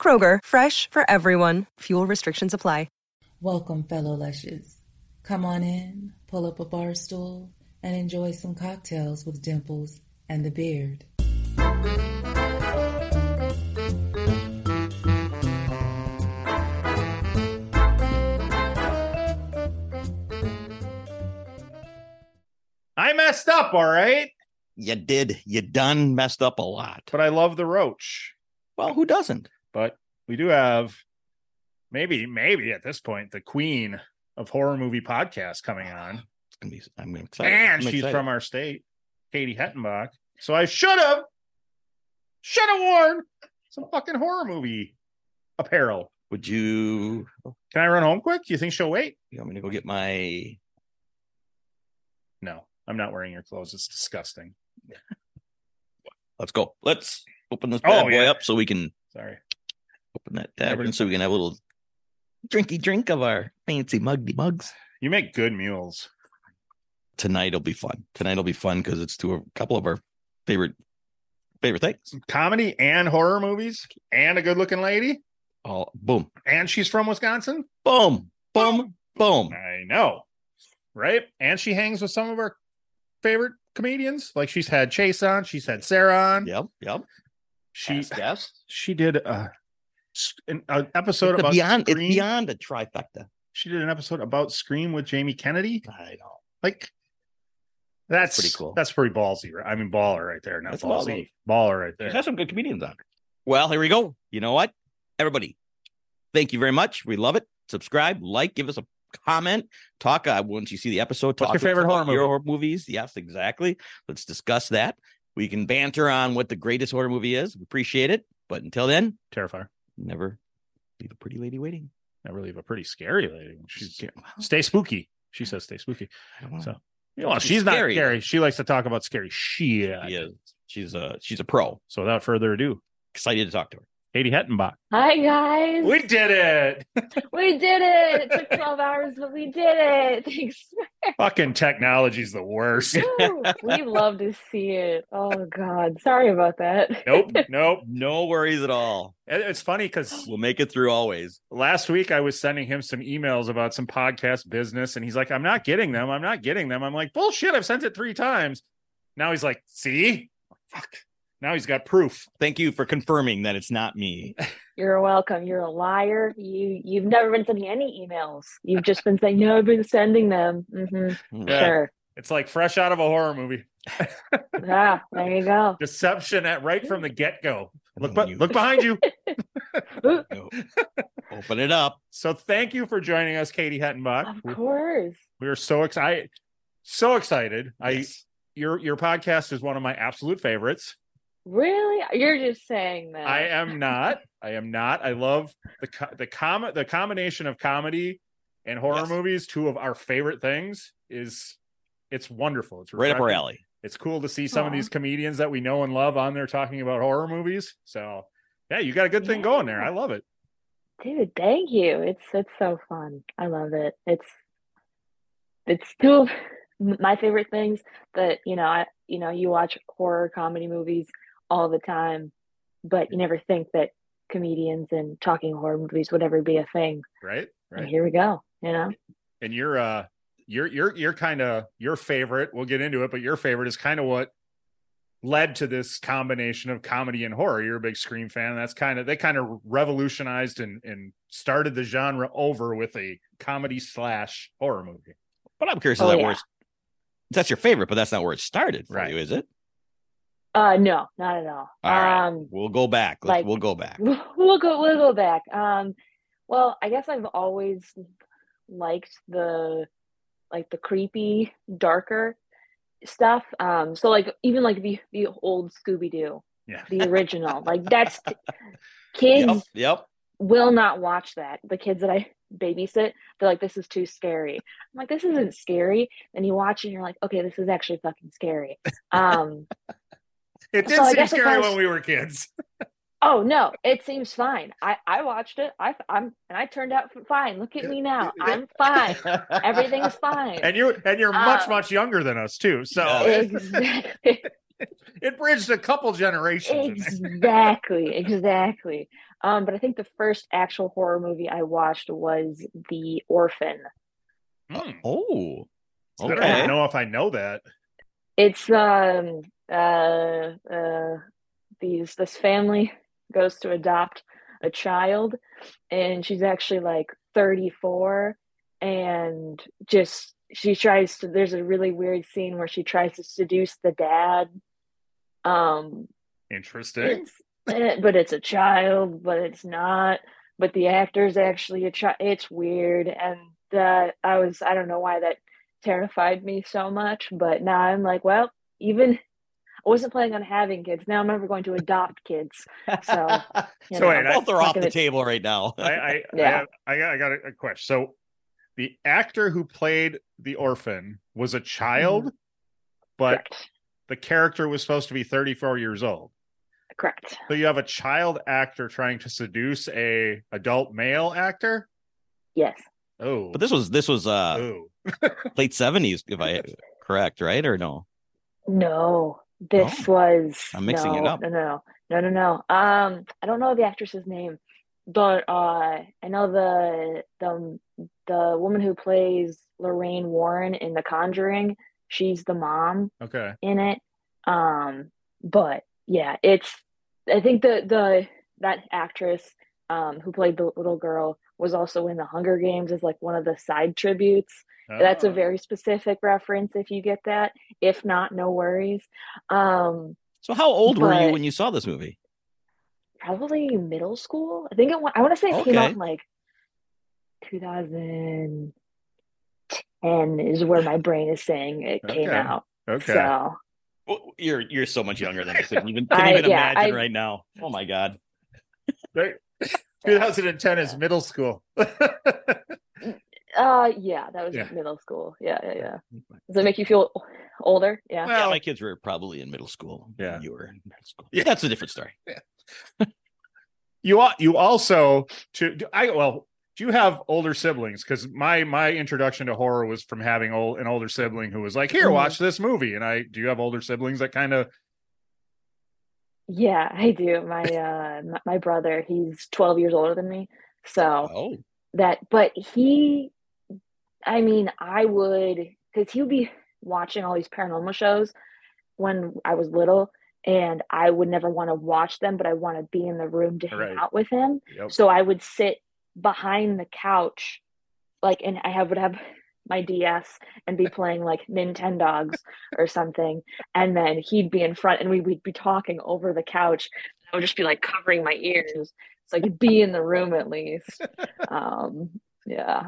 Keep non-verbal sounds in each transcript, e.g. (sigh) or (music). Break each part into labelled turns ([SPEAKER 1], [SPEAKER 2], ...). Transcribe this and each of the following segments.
[SPEAKER 1] Kroger, fresh for everyone. Fuel restrictions apply.
[SPEAKER 2] Welcome, fellow Lushes. Come on in, pull up a bar stool, and enjoy some cocktails with Dimples and the Beard.
[SPEAKER 3] I messed up, all right.
[SPEAKER 4] You did. You done messed up a lot.
[SPEAKER 3] But I love the roach.
[SPEAKER 4] Well, who doesn't?
[SPEAKER 3] But we do have maybe, maybe at this point, the queen of horror movie podcasts coming on.
[SPEAKER 4] It's gonna be. I'm gonna. Excited.
[SPEAKER 3] And
[SPEAKER 4] I'm
[SPEAKER 3] she's
[SPEAKER 4] excited.
[SPEAKER 3] from our state, Katie Hettenbach. So I should have should have worn some fucking horror movie apparel.
[SPEAKER 4] Would you?
[SPEAKER 3] Can I run home quick? You think she'll wait?
[SPEAKER 4] You want me to go get my?
[SPEAKER 3] No, I'm not wearing your clothes. It's disgusting.
[SPEAKER 4] Let's go. Let's open this
[SPEAKER 3] Oh,
[SPEAKER 4] bad boy
[SPEAKER 3] yeah.
[SPEAKER 4] up so we can
[SPEAKER 3] Sorry.
[SPEAKER 4] open that tavern so we can have a little drinky drink of our fancy muggy mugs.
[SPEAKER 3] You make good mules.
[SPEAKER 4] Tonight will be fun. Tonight will be fun because it's to a couple of our favorite favorite things.
[SPEAKER 3] Comedy and horror movies and a good looking lady.
[SPEAKER 4] All boom,
[SPEAKER 3] And she's from Wisconsin.
[SPEAKER 4] boom, boom, boom.
[SPEAKER 3] I know. Right? And she hangs with some of our favorite comedians. Like she's had Chase on, she's had Sarah on.
[SPEAKER 4] Yep, yep.
[SPEAKER 3] She
[SPEAKER 4] yes.
[SPEAKER 3] she did a, an a episode
[SPEAKER 4] It's a
[SPEAKER 3] about
[SPEAKER 4] beyond. It's
[SPEAKER 3] Scream.
[SPEAKER 4] beyond a trifecta.
[SPEAKER 3] She did an episode about Scream with Jamie Kennedy.
[SPEAKER 4] I know.
[SPEAKER 3] Like that's,
[SPEAKER 4] pretty cool.
[SPEAKER 3] That's pretty ballsy. Right? I mean, baller right there. Not
[SPEAKER 4] That's
[SPEAKER 3] ballsy. Baller right
[SPEAKER 4] There's
[SPEAKER 3] there.
[SPEAKER 4] some good comedians on. Well, here we go. You know what? Everybody, thank you very much. We love it. Subscribe, like, give us a comment. Talk uh, once you see the episode.
[SPEAKER 3] What's
[SPEAKER 4] Talk
[SPEAKER 3] your
[SPEAKER 4] to us
[SPEAKER 3] favorite horror
[SPEAKER 4] about Your horror movies. Yes, exactly. Let's discuss that. We can banter on what the greatest horror movie is. We appreciate it. But until then,
[SPEAKER 3] Terrifier.
[SPEAKER 4] never leave a pretty lady waiting.
[SPEAKER 3] Never leave a pretty scary lady. She's
[SPEAKER 4] Scary-
[SPEAKER 3] stay spooky. She says stay spooky.
[SPEAKER 4] I don't know.
[SPEAKER 3] So, Well, she's,
[SPEAKER 4] She's
[SPEAKER 3] not
[SPEAKER 4] scary.
[SPEAKER 3] scary. She likes to talk about scary shit.
[SPEAKER 4] She is. She's a she's a pro.
[SPEAKER 3] So without further ado,
[SPEAKER 4] Excited to talk to her.
[SPEAKER 3] Katie Hettenbach.
[SPEAKER 5] Hi guys.
[SPEAKER 3] We did it.
[SPEAKER 5] (laughs) We did it. It took 12 hours, but we did it. Thanks. (laughs)
[SPEAKER 3] Fucking technology's the worst. (laughs)
[SPEAKER 5] Woo. we love to see it. Oh god. Sorry about that. (laughs)
[SPEAKER 3] nope, nope.
[SPEAKER 4] No worries at all.
[SPEAKER 3] It- It's funny because
[SPEAKER 4] We'll make it through always.
[SPEAKER 3] last week I was sending him some emails about some podcast business, and he's like, I'm not getting them. I'm not getting them. I'm like, bullshit. I've sent it three times. Now he's like, see? Fuck. Now he's got proof.
[SPEAKER 4] Thank you for confirming that it's
[SPEAKER 3] (laughs)
[SPEAKER 4] not me.
[SPEAKER 5] You're welcome. You're a liar. You you've never been sending any emails. You've just been saying, "No, I've been sending them."
[SPEAKER 3] (laughs)
[SPEAKER 5] hmm
[SPEAKER 3] Yeah.
[SPEAKER 5] Sure.
[SPEAKER 3] It's like fresh out of a horror movie.
[SPEAKER 5] Yeah, there you
[SPEAKER 3] (laughs)
[SPEAKER 5] go.
[SPEAKER 3] Deception at right from the get go. Look,
[SPEAKER 4] When
[SPEAKER 3] but
[SPEAKER 4] you-
[SPEAKER 3] look behind
[SPEAKER 5] (laughs)
[SPEAKER 3] you.
[SPEAKER 5] Ooh,
[SPEAKER 4] No. Open it up.
[SPEAKER 3] So thank you for joining us, Katie Hettenbach.
[SPEAKER 5] of
[SPEAKER 3] We-
[SPEAKER 5] course.
[SPEAKER 3] We are so excited, so excited. I
[SPEAKER 4] Yes.
[SPEAKER 3] your your podcast is one of my absolute favorites.
[SPEAKER 5] Really? You're just saying that.
[SPEAKER 3] I
[SPEAKER 4] (laughs)
[SPEAKER 3] am not. I am not. I love the co- the com- the combination of comedy and horror
[SPEAKER 4] Yes.
[SPEAKER 3] movies, two of our favorite things. Is it's wonderful. It's
[SPEAKER 4] right up our
[SPEAKER 3] refreshing.
[SPEAKER 4] alley.
[SPEAKER 3] It's cool to see some of
[SPEAKER 5] Aw.
[SPEAKER 3] these comedians that we know and love on there talking about horror movies. So yeah, you got a good thing
[SPEAKER 5] Yeah.
[SPEAKER 3] going there. I love it.
[SPEAKER 5] Dude, thank you. It's it's so fun. I love it. It's it's two of my favorite things that, you know, I you know, you watch horror comedy movies all the time, but you never think that comedians and talking horror movies would ever be a thing.
[SPEAKER 3] Right.
[SPEAKER 5] And
[SPEAKER 3] Right.
[SPEAKER 5] here we go, you know?
[SPEAKER 3] And you're uh you're you're you're kind of your favorite. We'll get into it, but your favorite is kind of what led to this combination of comedy and horror. You're a big Scream fan. That's kind of they kind of revolutionized and and started the genre over with a comedy slash horror movie.
[SPEAKER 4] But I'm curious, is
[SPEAKER 5] Oh,
[SPEAKER 4] that
[SPEAKER 5] yeah.
[SPEAKER 4] where it's, that's your favorite, but that's not where it started for
[SPEAKER 3] Right.
[SPEAKER 4] you, is it?
[SPEAKER 5] Uh no, not at all.
[SPEAKER 4] All right.
[SPEAKER 5] Um (laughs)
[SPEAKER 4] We'll go back. Let's,
[SPEAKER 5] Like-
[SPEAKER 4] we'll go back.
[SPEAKER 5] We'll go we'll go back. Um, well, I guess I've always liked the like the creepy, darker stuff. Um, so like even like the the old Scooby Doo,
[SPEAKER 3] Yeah.
[SPEAKER 5] the original, like that's kids
[SPEAKER 4] Yep. Yep.
[SPEAKER 5] will not watch that. The kids that I babysit, they're like, this is too scary. I'm like, this isn't scary. And you watch it and you're like, okay, this is actually fucking scary. Um,
[SPEAKER 3] It did
[SPEAKER 5] So I
[SPEAKER 3] seem
[SPEAKER 5] guess it
[SPEAKER 3] scary
[SPEAKER 5] goes-
[SPEAKER 3] when we were kids.
[SPEAKER 5] oh no, it seems fine. I, I watched it. I, I'm, and I turned out fine. Look at me now. I'm
[SPEAKER 3] (laughs)
[SPEAKER 5] fine. Everything's fine.
[SPEAKER 3] And you and you're much
[SPEAKER 5] Uh,
[SPEAKER 3] much younger than us too. So
[SPEAKER 4] Yeah.
[SPEAKER 5] Exactly.
[SPEAKER 3] (laughs) it bridged a couple generations. in there.
[SPEAKER 5] exactly exactly um but i think the first actual horror movie i watched was the orphan
[SPEAKER 3] Mm.
[SPEAKER 4] Oh,
[SPEAKER 3] I don't
[SPEAKER 4] okay.
[SPEAKER 3] even know if I know that.
[SPEAKER 5] it's um uh uh these this family goes to adopt a child and she's actually like 34 and just she tries to there's a really weird scene where she tries to seduce the dad um
[SPEAKER 3] Interesting.
[SPEAKER 5] It's, eh, but it's a child, but it's not. But the actor's actually a child. It's weird, and that I was I don't know why that terrified me so much. But now I'm like, well, even I wasn't planning on having kids. Now I'm never going to adopt kids. So,
[SPEAKER 3] (laughs)
[SPEAKER 5] you
[SPEAKER 3] So
[SPEAKER 5] know,
[SPEAKER 3] wait, I-
[SPEAKER 4] both are off
[SPEAKER 5] fucking
[SPEAKER 4] the
[SPEAKER 5] it-
[SPEAKER 4] table right (laughs) now.
[SPEAKER 3] I
[SPEAKER 5] (laughs)
[SPEAKER 3] I, I,
[SPEAKER 5] Yeah.
[SPEAKER 3] have- I got I got a, a question. So the actor who played the orphan was a child, but
[SPEAKER 5] Mm-hmm. correct,
[SPEAKER 3] the character was supposed to be 34 years old.
[SPEAKER 5] correct.
[SPEAKER 3] So you have a child actor trying to seduce a adult male actor.
[SPEAKER 5] Yes,
[SPEAKER 3] Oh,
[SPEAKER 4] But this was this was uh
[SPEAKER 3] oh.
[SPEAKER 4] late seventies, if (laughs) I correct, right or no?
[SPEAKER 5] no. This was
[SPEAKER 4] Oh, I'm mixing it
[SPEAKER 5] no,
[SPEAKER 4] up.
[SPEAKER 5] No, no, no, no, no, no. Um, I don't know the actress's name, but uh, I know the the the woman who plays Lorraine Warren in The Conjuring, she's the mom
[SPEAKER 3] okay.
[SPEAKER 5] in it. Um, but yeah, it's I think the the that actress um who played the little girl was also in The Hunger Games as like one of the side tributes. That's a
[SPEAKER 3] Oh.
[SPEAKER 5] very specific reference if you get that. If not, no worries. Um,
[SPEAKER 4] So how old were you
[SPEAKER 5] But-
[SPEAKER 4] when you saw this movie?
[SPEAKER 5] probably middle school. I think it, wa- I want to say it came
[SPEAKER 4] Okay.
[SPEAKER 5] out in like 2010 is where my brain is saying it came
[SPEAKER 3] Okay.
[SPEAKER 5] out.
[SPEAKER 3] okay.
[SPEAKER 5] So
[SPEAKER 4] Well, You're you're so much younger than us. I Can't
[SPEAKER 5] (laughs)
[SPEAKER 4] even,
[SPEAKER 5] I-
[SPEAKER 4] can't even
[SPEAKER 5] yeah,
[SPEAKER 4] imagine
[SPEAKER 5] I-
[SPEAKER 4] right now. Oh my god.
[SPEAKER 3] (laughs)
[SPEAKER 5] (laughs)
[SPEAKER 3] Right. 2010 is middle school. (laughs)
[SPEAKER 5] uh yeah, that was
[SPEAKER 3] Yeah.
[SPEAKER 5] middle school. Yeah, yeah, yeah. Does it make you feel o- older? Yeah.
[SPEAKER 4] yeah,
[SPEAKER 3] well,
[SPEAKER 4] my kids were probably in middle school. when
[SPEAKER 3] Yeah.
[SPEAKER 4] you were in middle school.
[SPEAKER 3] Yeah.
[SPEAKER 4] that's a different story.
[SPEAKER 3] you al- you also to do I well do you have older siblings? Because my my introduction to horror was from having old, an older sibling who was like, "Here,
[SPEAKER 5] Mhm.
[SPEAKER 3] watch this movie." And I do you have older siblings that kind of
[SPEAKER 5] Yeah, I do. My uh my, my brother, he's 12 years older than me. So
[SPEAKER 4] Oh,
[SPEAKER 5] that but he i mean i would because he'd be watching all these paranormal shows when i was little and i would never want to watch them but i want to be in the room to hang
[SPEAKER 3] Right.
[SPEAKER 5] out with him so i would sit behind the couch like and i have, would have (laughs) my ds and be playing like nintendogs or something and then he'd be in front and we would be talking over the couch i would just be like covering my ears so i could be in the room
[SPEAKER 3] (laughs)
[SPEAKER 5] at least um yeah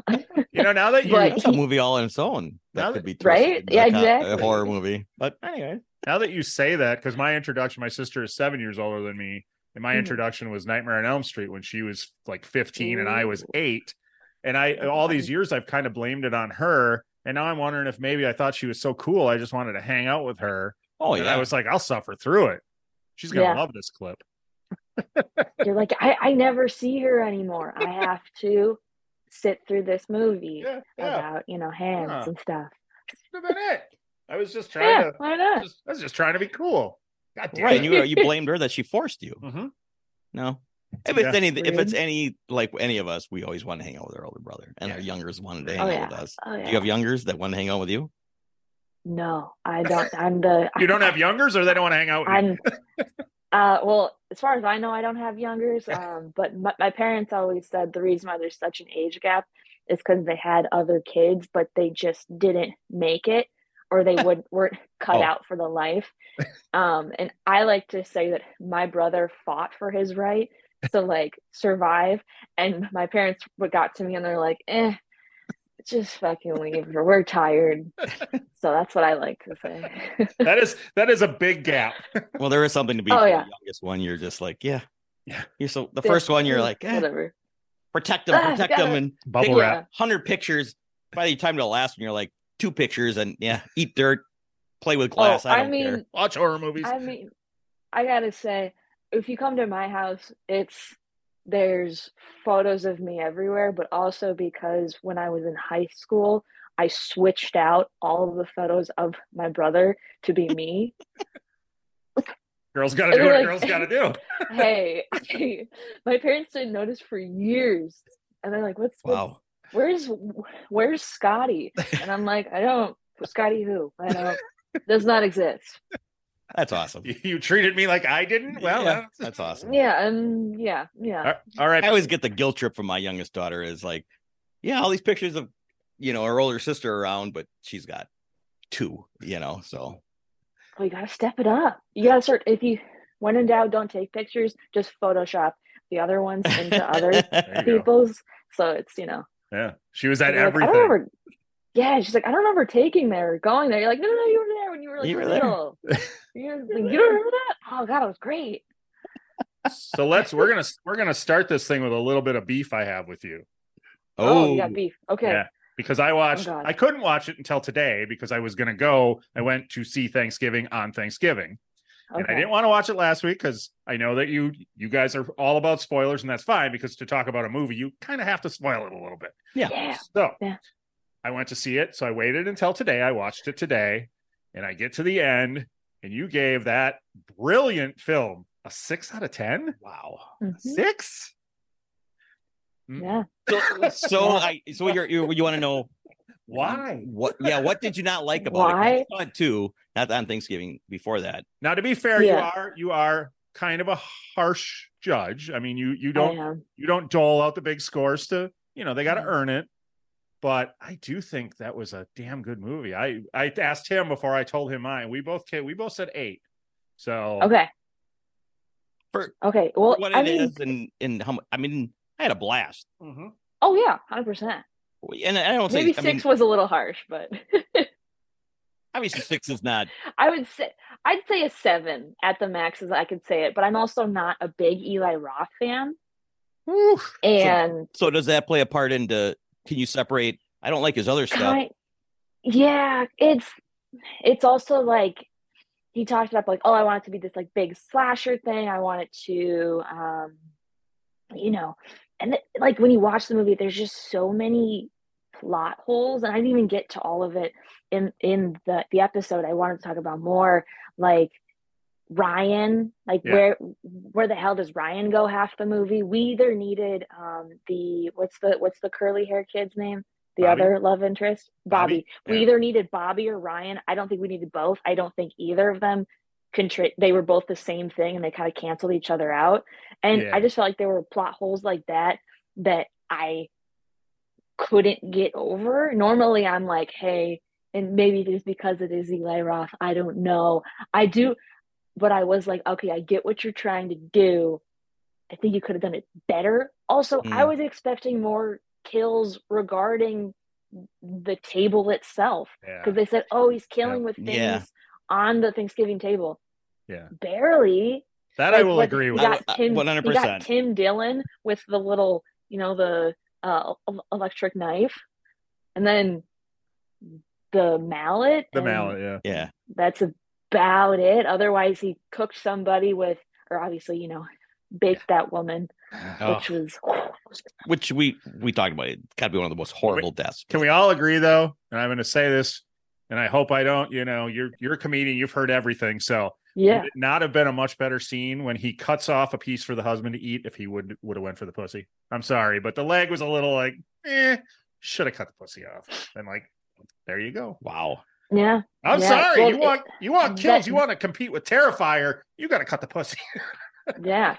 [SPEAKER 3] you know now that you
[SPEAKER 5] But
[SPEAKER 4] that's a
[SPEAKER 5] he-
[SPEAKER 4] movie all on its own. That
[SPEAKER 3] Now
[SPEAKER 4] could
[SPEAKER 3] that-
[SPEAKER 4] be twisted
[SPEAKER 5] Right?
[SPEAKER 4] into
[SPEAKER 5] Yeah,
[SPEAKER 4] a co- A
[SPEAKER 5] exactly.
[SPEAKER 4] horror movie. But anyway,
[SPEAKER 3] now that you say that because my introduction my sister is seven years older than me and my
[SPEAKER 5] Mhm.
[SPEAKER 3] introduction was nightmare on elm street when she was like 15 and i was
[SPEAKER 5] Ooh.
[SPEAKER 3] eight and i all these years i've kind of blamed it on her and now i'm wondering if maybe i thought she was so cool i just wanted to hang out with her
[SPEAKER 4] oh
[SPEAKER 3] and
[SPEAKER 4] yeah,
[SPEAKER 3] i was like i'll suffer through it she's gonna
[SPEAKER 5] Yeah.
[SPEAKER 3] love this clip
[SPEAKER 5] you're like I, I never see her anymore i have to sit through this movie
[SPEAKER 3] yeah
[SPEAKER 5] about you know hands
[SPEAKER 3] Yeah.
[SPEAKER 5] and stuff
[SPEAKER 3] have been it i was just
[SPEAKER 5] yeah why not
[SPEAKER 3] just, i was just trying to be cool god
[SPEAKER 4] right. And you you blamed her that she forced you.
[SPEAKER 3] Mhm.
[SPEAKER 5] (laughs)
[SPEAKER 4] No. If it's
[SPEAKER 3] Yeah.
[SPEAKER 4] any, if it's
[SPEAKER 5] Weird.
[SPEAKER 4] any, like any of us, we always want to hang out with our older brother, and our
[SPEAKER 3] Yeah.
[SPEAKER 4] youngers wanted to
[SPEAKER 3] Oh,
[SPEAKER 4] hang out
[SPEAKER 5] yeah.
[SPEAKER 4] with us.
[SPEAKER 5] oh
[SPEAKER 4] Do
[SPEAKER 5] yeah
[SPEAKER 4] you have youngers that want to hang out with you?
[SPEAKER 5] no i don't i'm the
[SPEAKER 3] (laughs) you don't have youngers or they don't want to hang out with you
[SPEAKER 4] (laughs)
[SPEAKER 5] I'm uh well as far as I know I don't have
[SPEAKER 4] (laughs)
[SPEAKER 5] youngers um but my, my parents always said the reason why there's such an age gap is because they had other kids but they just didn't make it
[SPEAKER 4] (laughs)
[SPEAKER 5] or they would weren't cut
[SPEAKER 4] Oh.
[SPEAKER 5] out for the life um and I like to say that my brother fought for his right to like survive and my parents w- got to me and they're like eh just fucking leave we're tired
[SPEAKER 4] (laughs)
[SPEAKER 5] so that's what I like to say (laughs)
[SPEAKER 3] that is that is a big gap
[SPEAKER 4] Well, there is something to be.
[SPEAKER 5] Oh,
[SPEAKER 4] for
[SPEAKER 5] yeah.
[SPEAKER 4] The youngest one, you're just like, yeah,
[SPEAKER 3] Yeah.
[SPEAKER 4] You're so the
[SPEAKER 5] Yeah,
[SPEAKER 4] first one, you're
[SPEAKER 5] eh,
[SPEAKER 4] like, eh,
[SPEAKER 5] whatever
[SPEAKER 4] protect them,
[SPEAKER 5] Ah,
[SPEAKER 4] protect
[SPEAKER 5] got (laughs)
[SPEAKER 4] them,
[SPEAKER 5] it.
[SPEAKER 4] and
[SPEAKER 3] Bubble
[SPEAKER 4] take
[SPEAKER 5] wrap.
[SPEAKER 4] like hundred pictures. By the time to the last one, you're like two pictures, and yeah, eat dirt, play with glass.
[SPEAKER 5] oh,
[SPEAKER 4] I
[SPEAKER 5] I,
[SPEAKER 4] don't
[SPEAKER 5] mean,
[SPEAKER 4] care.
[SPEAKER 3] Watch horror movies.
[SPEAKER 5] I mean, I gotta say, if you come to my house, it's there's photos of me everywhere, but also because when I was in high school, I switched out all of the photos of my brother to be
[SPEAKER 4] (laughs)
[SPEAKER 5] me.
[SPEAKER 3] Girls gotta do what
[SPEAKER 5] Like-
[SPEAKER 3] girls gotta
[SPEAKER 5] (laughs)
[SPEAKER 3] do.
[SPEAKER 5] hey, my parents didn't notice for years, and they're like, "What's, what's
[SPEAKER 4] Wow.
[SPEAKER 5] where's where's Scotty?" And I'm like, "I don't Scotty who I don't does
[SPEAKER 4] (laughs)
[SPEAKER 5] not exist."
[SPEAKER 4] That's awesome.
[SPEAKER 3] You, you treated me like I didn't. Well,
[SPEAKER 4] Yeah,
[SPEAKER 3] uh,
[SPEAKER 4] that's awesome.
[SPEAKER 5] Yeah, um, yeah, yeah.
[SPEAKER 3] (laughs) all- all right.
[SPEAKER 4] I always get the guilt trip from my youngest daughter is like, yeah, all these pictures of, you know, her older sister around, but she's got two, you know, so
[SPEAKER 5] Well, you gotta step it up. You gotta start if you when in doubt, don't take pictures, just Photoshop the other ones
[SPEAKER 4] (laughs)
[SPEAKER 5] into other
[SPEAKER 3] There you go.
[SPEAKER 5] people's. So it's you know
[SPEAKER 3] Yeah, she was at
[SPEAKER 5] you're like, I don't
[SPEAKER 3] everything.
[SPEAKER 5] remember Yeah, she's like, I don't remember taking there or going there. You're like, No, no, no, you were there when you were like
[SPEAKER 4] You were there.
[SPEAKER 5] little. (laughs) You're like, you don't remember that? Oh god, it was great.
[SPEAKER 3] so let's we're gonna we're gonna start this thing with a little bit of beef I have with you
[SPEAKER 5] Oh, you
[SPEAKER 4] oh,
[SPEAKER 5] got beef. Okay.
[SPEAKER 3] Yeah. because I watched
[SPEAKER 5] Oh, God.
[SPEAKER 3] I couldn't watch it until today because I was gonna go I went to see Thanksgiving on Thanksgiving and I
[SPEAKER 5] okay.
[SPEAKER 3] didn't want to watch it last week because I know that you you guys are all about spoilers and that's fine because to talk about a movie you kind of have to spoil it a little bit.
[SPEAKER 5] yeah.
[SPEAKER 3] So
[SPEAKER 5] Yeah.
[SPEAKER 3] I went to see it. So I waited until today. I watched it today. And I get to the end, and you gave that brilliant film a six out of 10.
[SPEAKER 4] wow.
[SPEAKER 5] Mhm.
[SPEAKER 3] Six? Mm,
[SPEAKER 5] Yeah.
[SPEAKER 4] So, so I, so you're, you you want to know
[SPEAKER 3] Why?
[SPEAKER 4] what, yeah, what did you not like about it? 'Cause I saw it too, not on Thanksgiving before that.
[SPEAKER 3] Now, to be fair, you
[SPEAKER 5] Yeah.
[SPEAKER 3] are you are kind of a harsh judge. I mean, you you don't
[SPEAKER 5] I am.
[SPEAKER 3] you don't dole out the big scores to you know they got to
[SPEAKER 5] Mhm.
[SPEAKER 3] earn it but i do think that was a damn good movie i i asked him before i told him mine we both ca- we both said eight so
[SPEAKER 5] Okay.
[SPEAKER 4] For-
[SPEAKER 5] okay. Well
[SPEAKER 4] what it is
[SPEAKER 5] I mean
[SPEAKER 4] and, and how much, I mean, I had a blast.
[SPEAKER 3] Mhm.
[SPEAKER 5] oh yeah, hundred percent.
[SPEAKER 4] And I don't
[SPEAKER 5] Maybe
[SPEAKER 4] say, I
[SPEAKER 5] six
[SPEAKER 4] mean,
[SPEAKER 5] was a little harsh, but (laughs)
[SPEAKER 4] obviously six is not,
[SPEAKER 5] I would say I'd say a seven at the max as I could say it, but I'm also not a big Eli Roth fan.
[SPEAKER 3] Whew.
[SPEAKER 5] And
[SPEAKER 4] so does that play a part into, can you separate? I don't like his other stuff.
[SPEAKER 5] kind, yeah, it's it's also like he talked about like, oh, I want it to be this like big slasher thing. I want it to um you know, and th- like when you watch the movie, there's just so many plot holes, and I didn't even get to all of it in in the the episode. I wanted to talk about more like Ryan, like
[SPEAKER 3] Yeah.
[SPEAKER 5] where where the hell does Ryan go half the movie? We either needed um the what's the what's the curly hair kid's name? The
[SPEAKER 3] Bobby?
[SPEAKER 5] other love interest, Bobby.
[SPEAKER 3] Bobby?
[SPEAKER 5] We
[SPEAKER 3] Yeah.
[SPEAKER 5] either needed Bobby or Ryan. I don't think we needed both. I don't think either of them contri- they were both the same thing and they kind of canceled each other out. And
[SPEAKER 3] Yeah.
[SPEAKER 5] I just felt like there were plot holes like that that I couldn't get over. Normally I'm like, hey, and maybe it is because it is Eli Roth. I don't know. I do, but I was like, okay, I get what you're trying to do. I think you could have done it better. Also, I
[SPEAKER 4] Mm.
[SPEAKER 5] was expecting more kills regarding the table itself
[SPEAKER 3] yeah
[SPEAKER 5] because they said, "Oh, he's killing with things
[SPEAKER 4] Yeah.
[SPEAKER 5] on the Thanksgiving table."
[SPEAKER 3] Yeah.
[SPEAKER 5] barely.
[SPEAKER 3] that i
[SPEAKER 5] Like,
[SPEAKER 3] will uh,
[SPEAKER 5] like,
[SPEAKER 3] agree
[SPEAKER 5] you
[SPEAKER 3] with
[SPEAKER 5] got
[SPEAKER 4] I- I-
[SPEAKER 5] Tim- you
[SPEAKER 4] 100%.
[SPEAKER 5] got Tim Dillon with the little, you know, the uh, el- electric knife, and then the mallet.
[SPEAKER 3] the
[SPEAKER 5] and
[SPEAKER 3] mallet yeah
[SPEAKER 4] Yeah.
[SPEAKER 5] That's about it. Otherwise, he cooked somebody with, or obviously, you know, baked that woman,
[SPEAKER 4] Ugh.
[SPEAKER 3] Oh,
[SPEAKER 5] which was
[SPEAKER 4] which we we talked about. It got to be one of the most horrible deaths.
[SPEAKER 3] Can we all agree though? And I'm going to say this, and I hope I don't. You know, you're you're a comedian. You've heard everything. So
[SPEAKER 5] yeah.
[SPEAKER 3] would it not have been a much better scene when he cuts off a piece for the husband to eat if he would would have went for the pussy. I'm sorry, but the leg was a little like, eh, should have cut the pussy off. And like, there you go.
[SPEAKER 4] Wow.
[SPEAKER 5] Yeah,
[SPEAKER 3] I'm
[SPEAKER 5] Yeah,
[SPEAKER 3] sorry.
[SPEAKER 5] well,
[SPEAKER 3] you want you want
[SPEAKER 5] that-
[SPEAKER 3] kills. you want to compete with Terrifier. You got to cut the pussy. (laughs)
[SPEAKER 5] Yeah.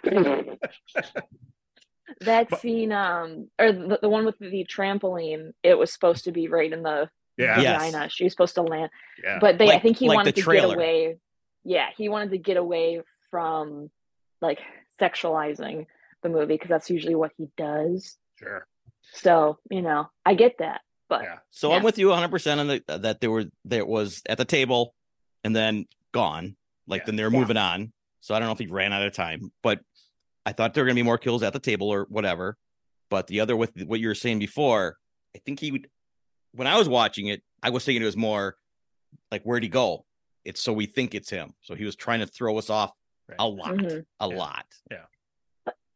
[SPEAKER 5] that
[SPEAKER 3] But-
[SPEAKER 5] scene, um, or the, the one with the trampoline, it was supposed to be right in the
[SPEAKER 3] yeah, yeah.
[SPEAKER 4] Yeah.
[SPEAKER 5] vagina. She was supposed to land,
[SPEAKER 3] yeah.
[SPEAKER 5] but they, I
[SPEAKER 4] Like-
[SPEAKER 5] think he
[SPEAKER 4] like
[SPEAKER 5] wanted
[SPEAKER 4] the
[SPEAKER 5] to
[SPEAKER 4] trailer.
[SPEAKER 5] get away. Yeah, he wanted to get away from like sexualizing the movie because that's usually what he does.
[SPEAKER 3] sure.
[SPEAKER 5] So you know, I get that, but
[SPEAKER 3] Yeah.
[SPEAKER 4] So I'm
[SPEAKER 5] Yeah.
[SPEAKER 4] with you 100 percent on the that there were there was at the table and then gone. Like
[SPEAKER 3] Yeah.
[SPEAKER 4] then they're
[SPEAKER 5] Yeah.
[SPEAKER 4] moving on. So I don't know if he ran out of time, but I thought there were gonna be more kills at the table or whatever. But the other with what you were saying before, I think he would. When I was watching it, I was thinking it was more like where'd he go? It's so we think it's him. So he was trying to throw us off
[SPEAKER 3] Right. Mm-hmm.
[SPEAKER 4] a lot,
[SPEAKER 5] Mhm.
[SPEAKER 4] a
[SPEAKER 3] Yeah.
[SPEAKER 4] lot.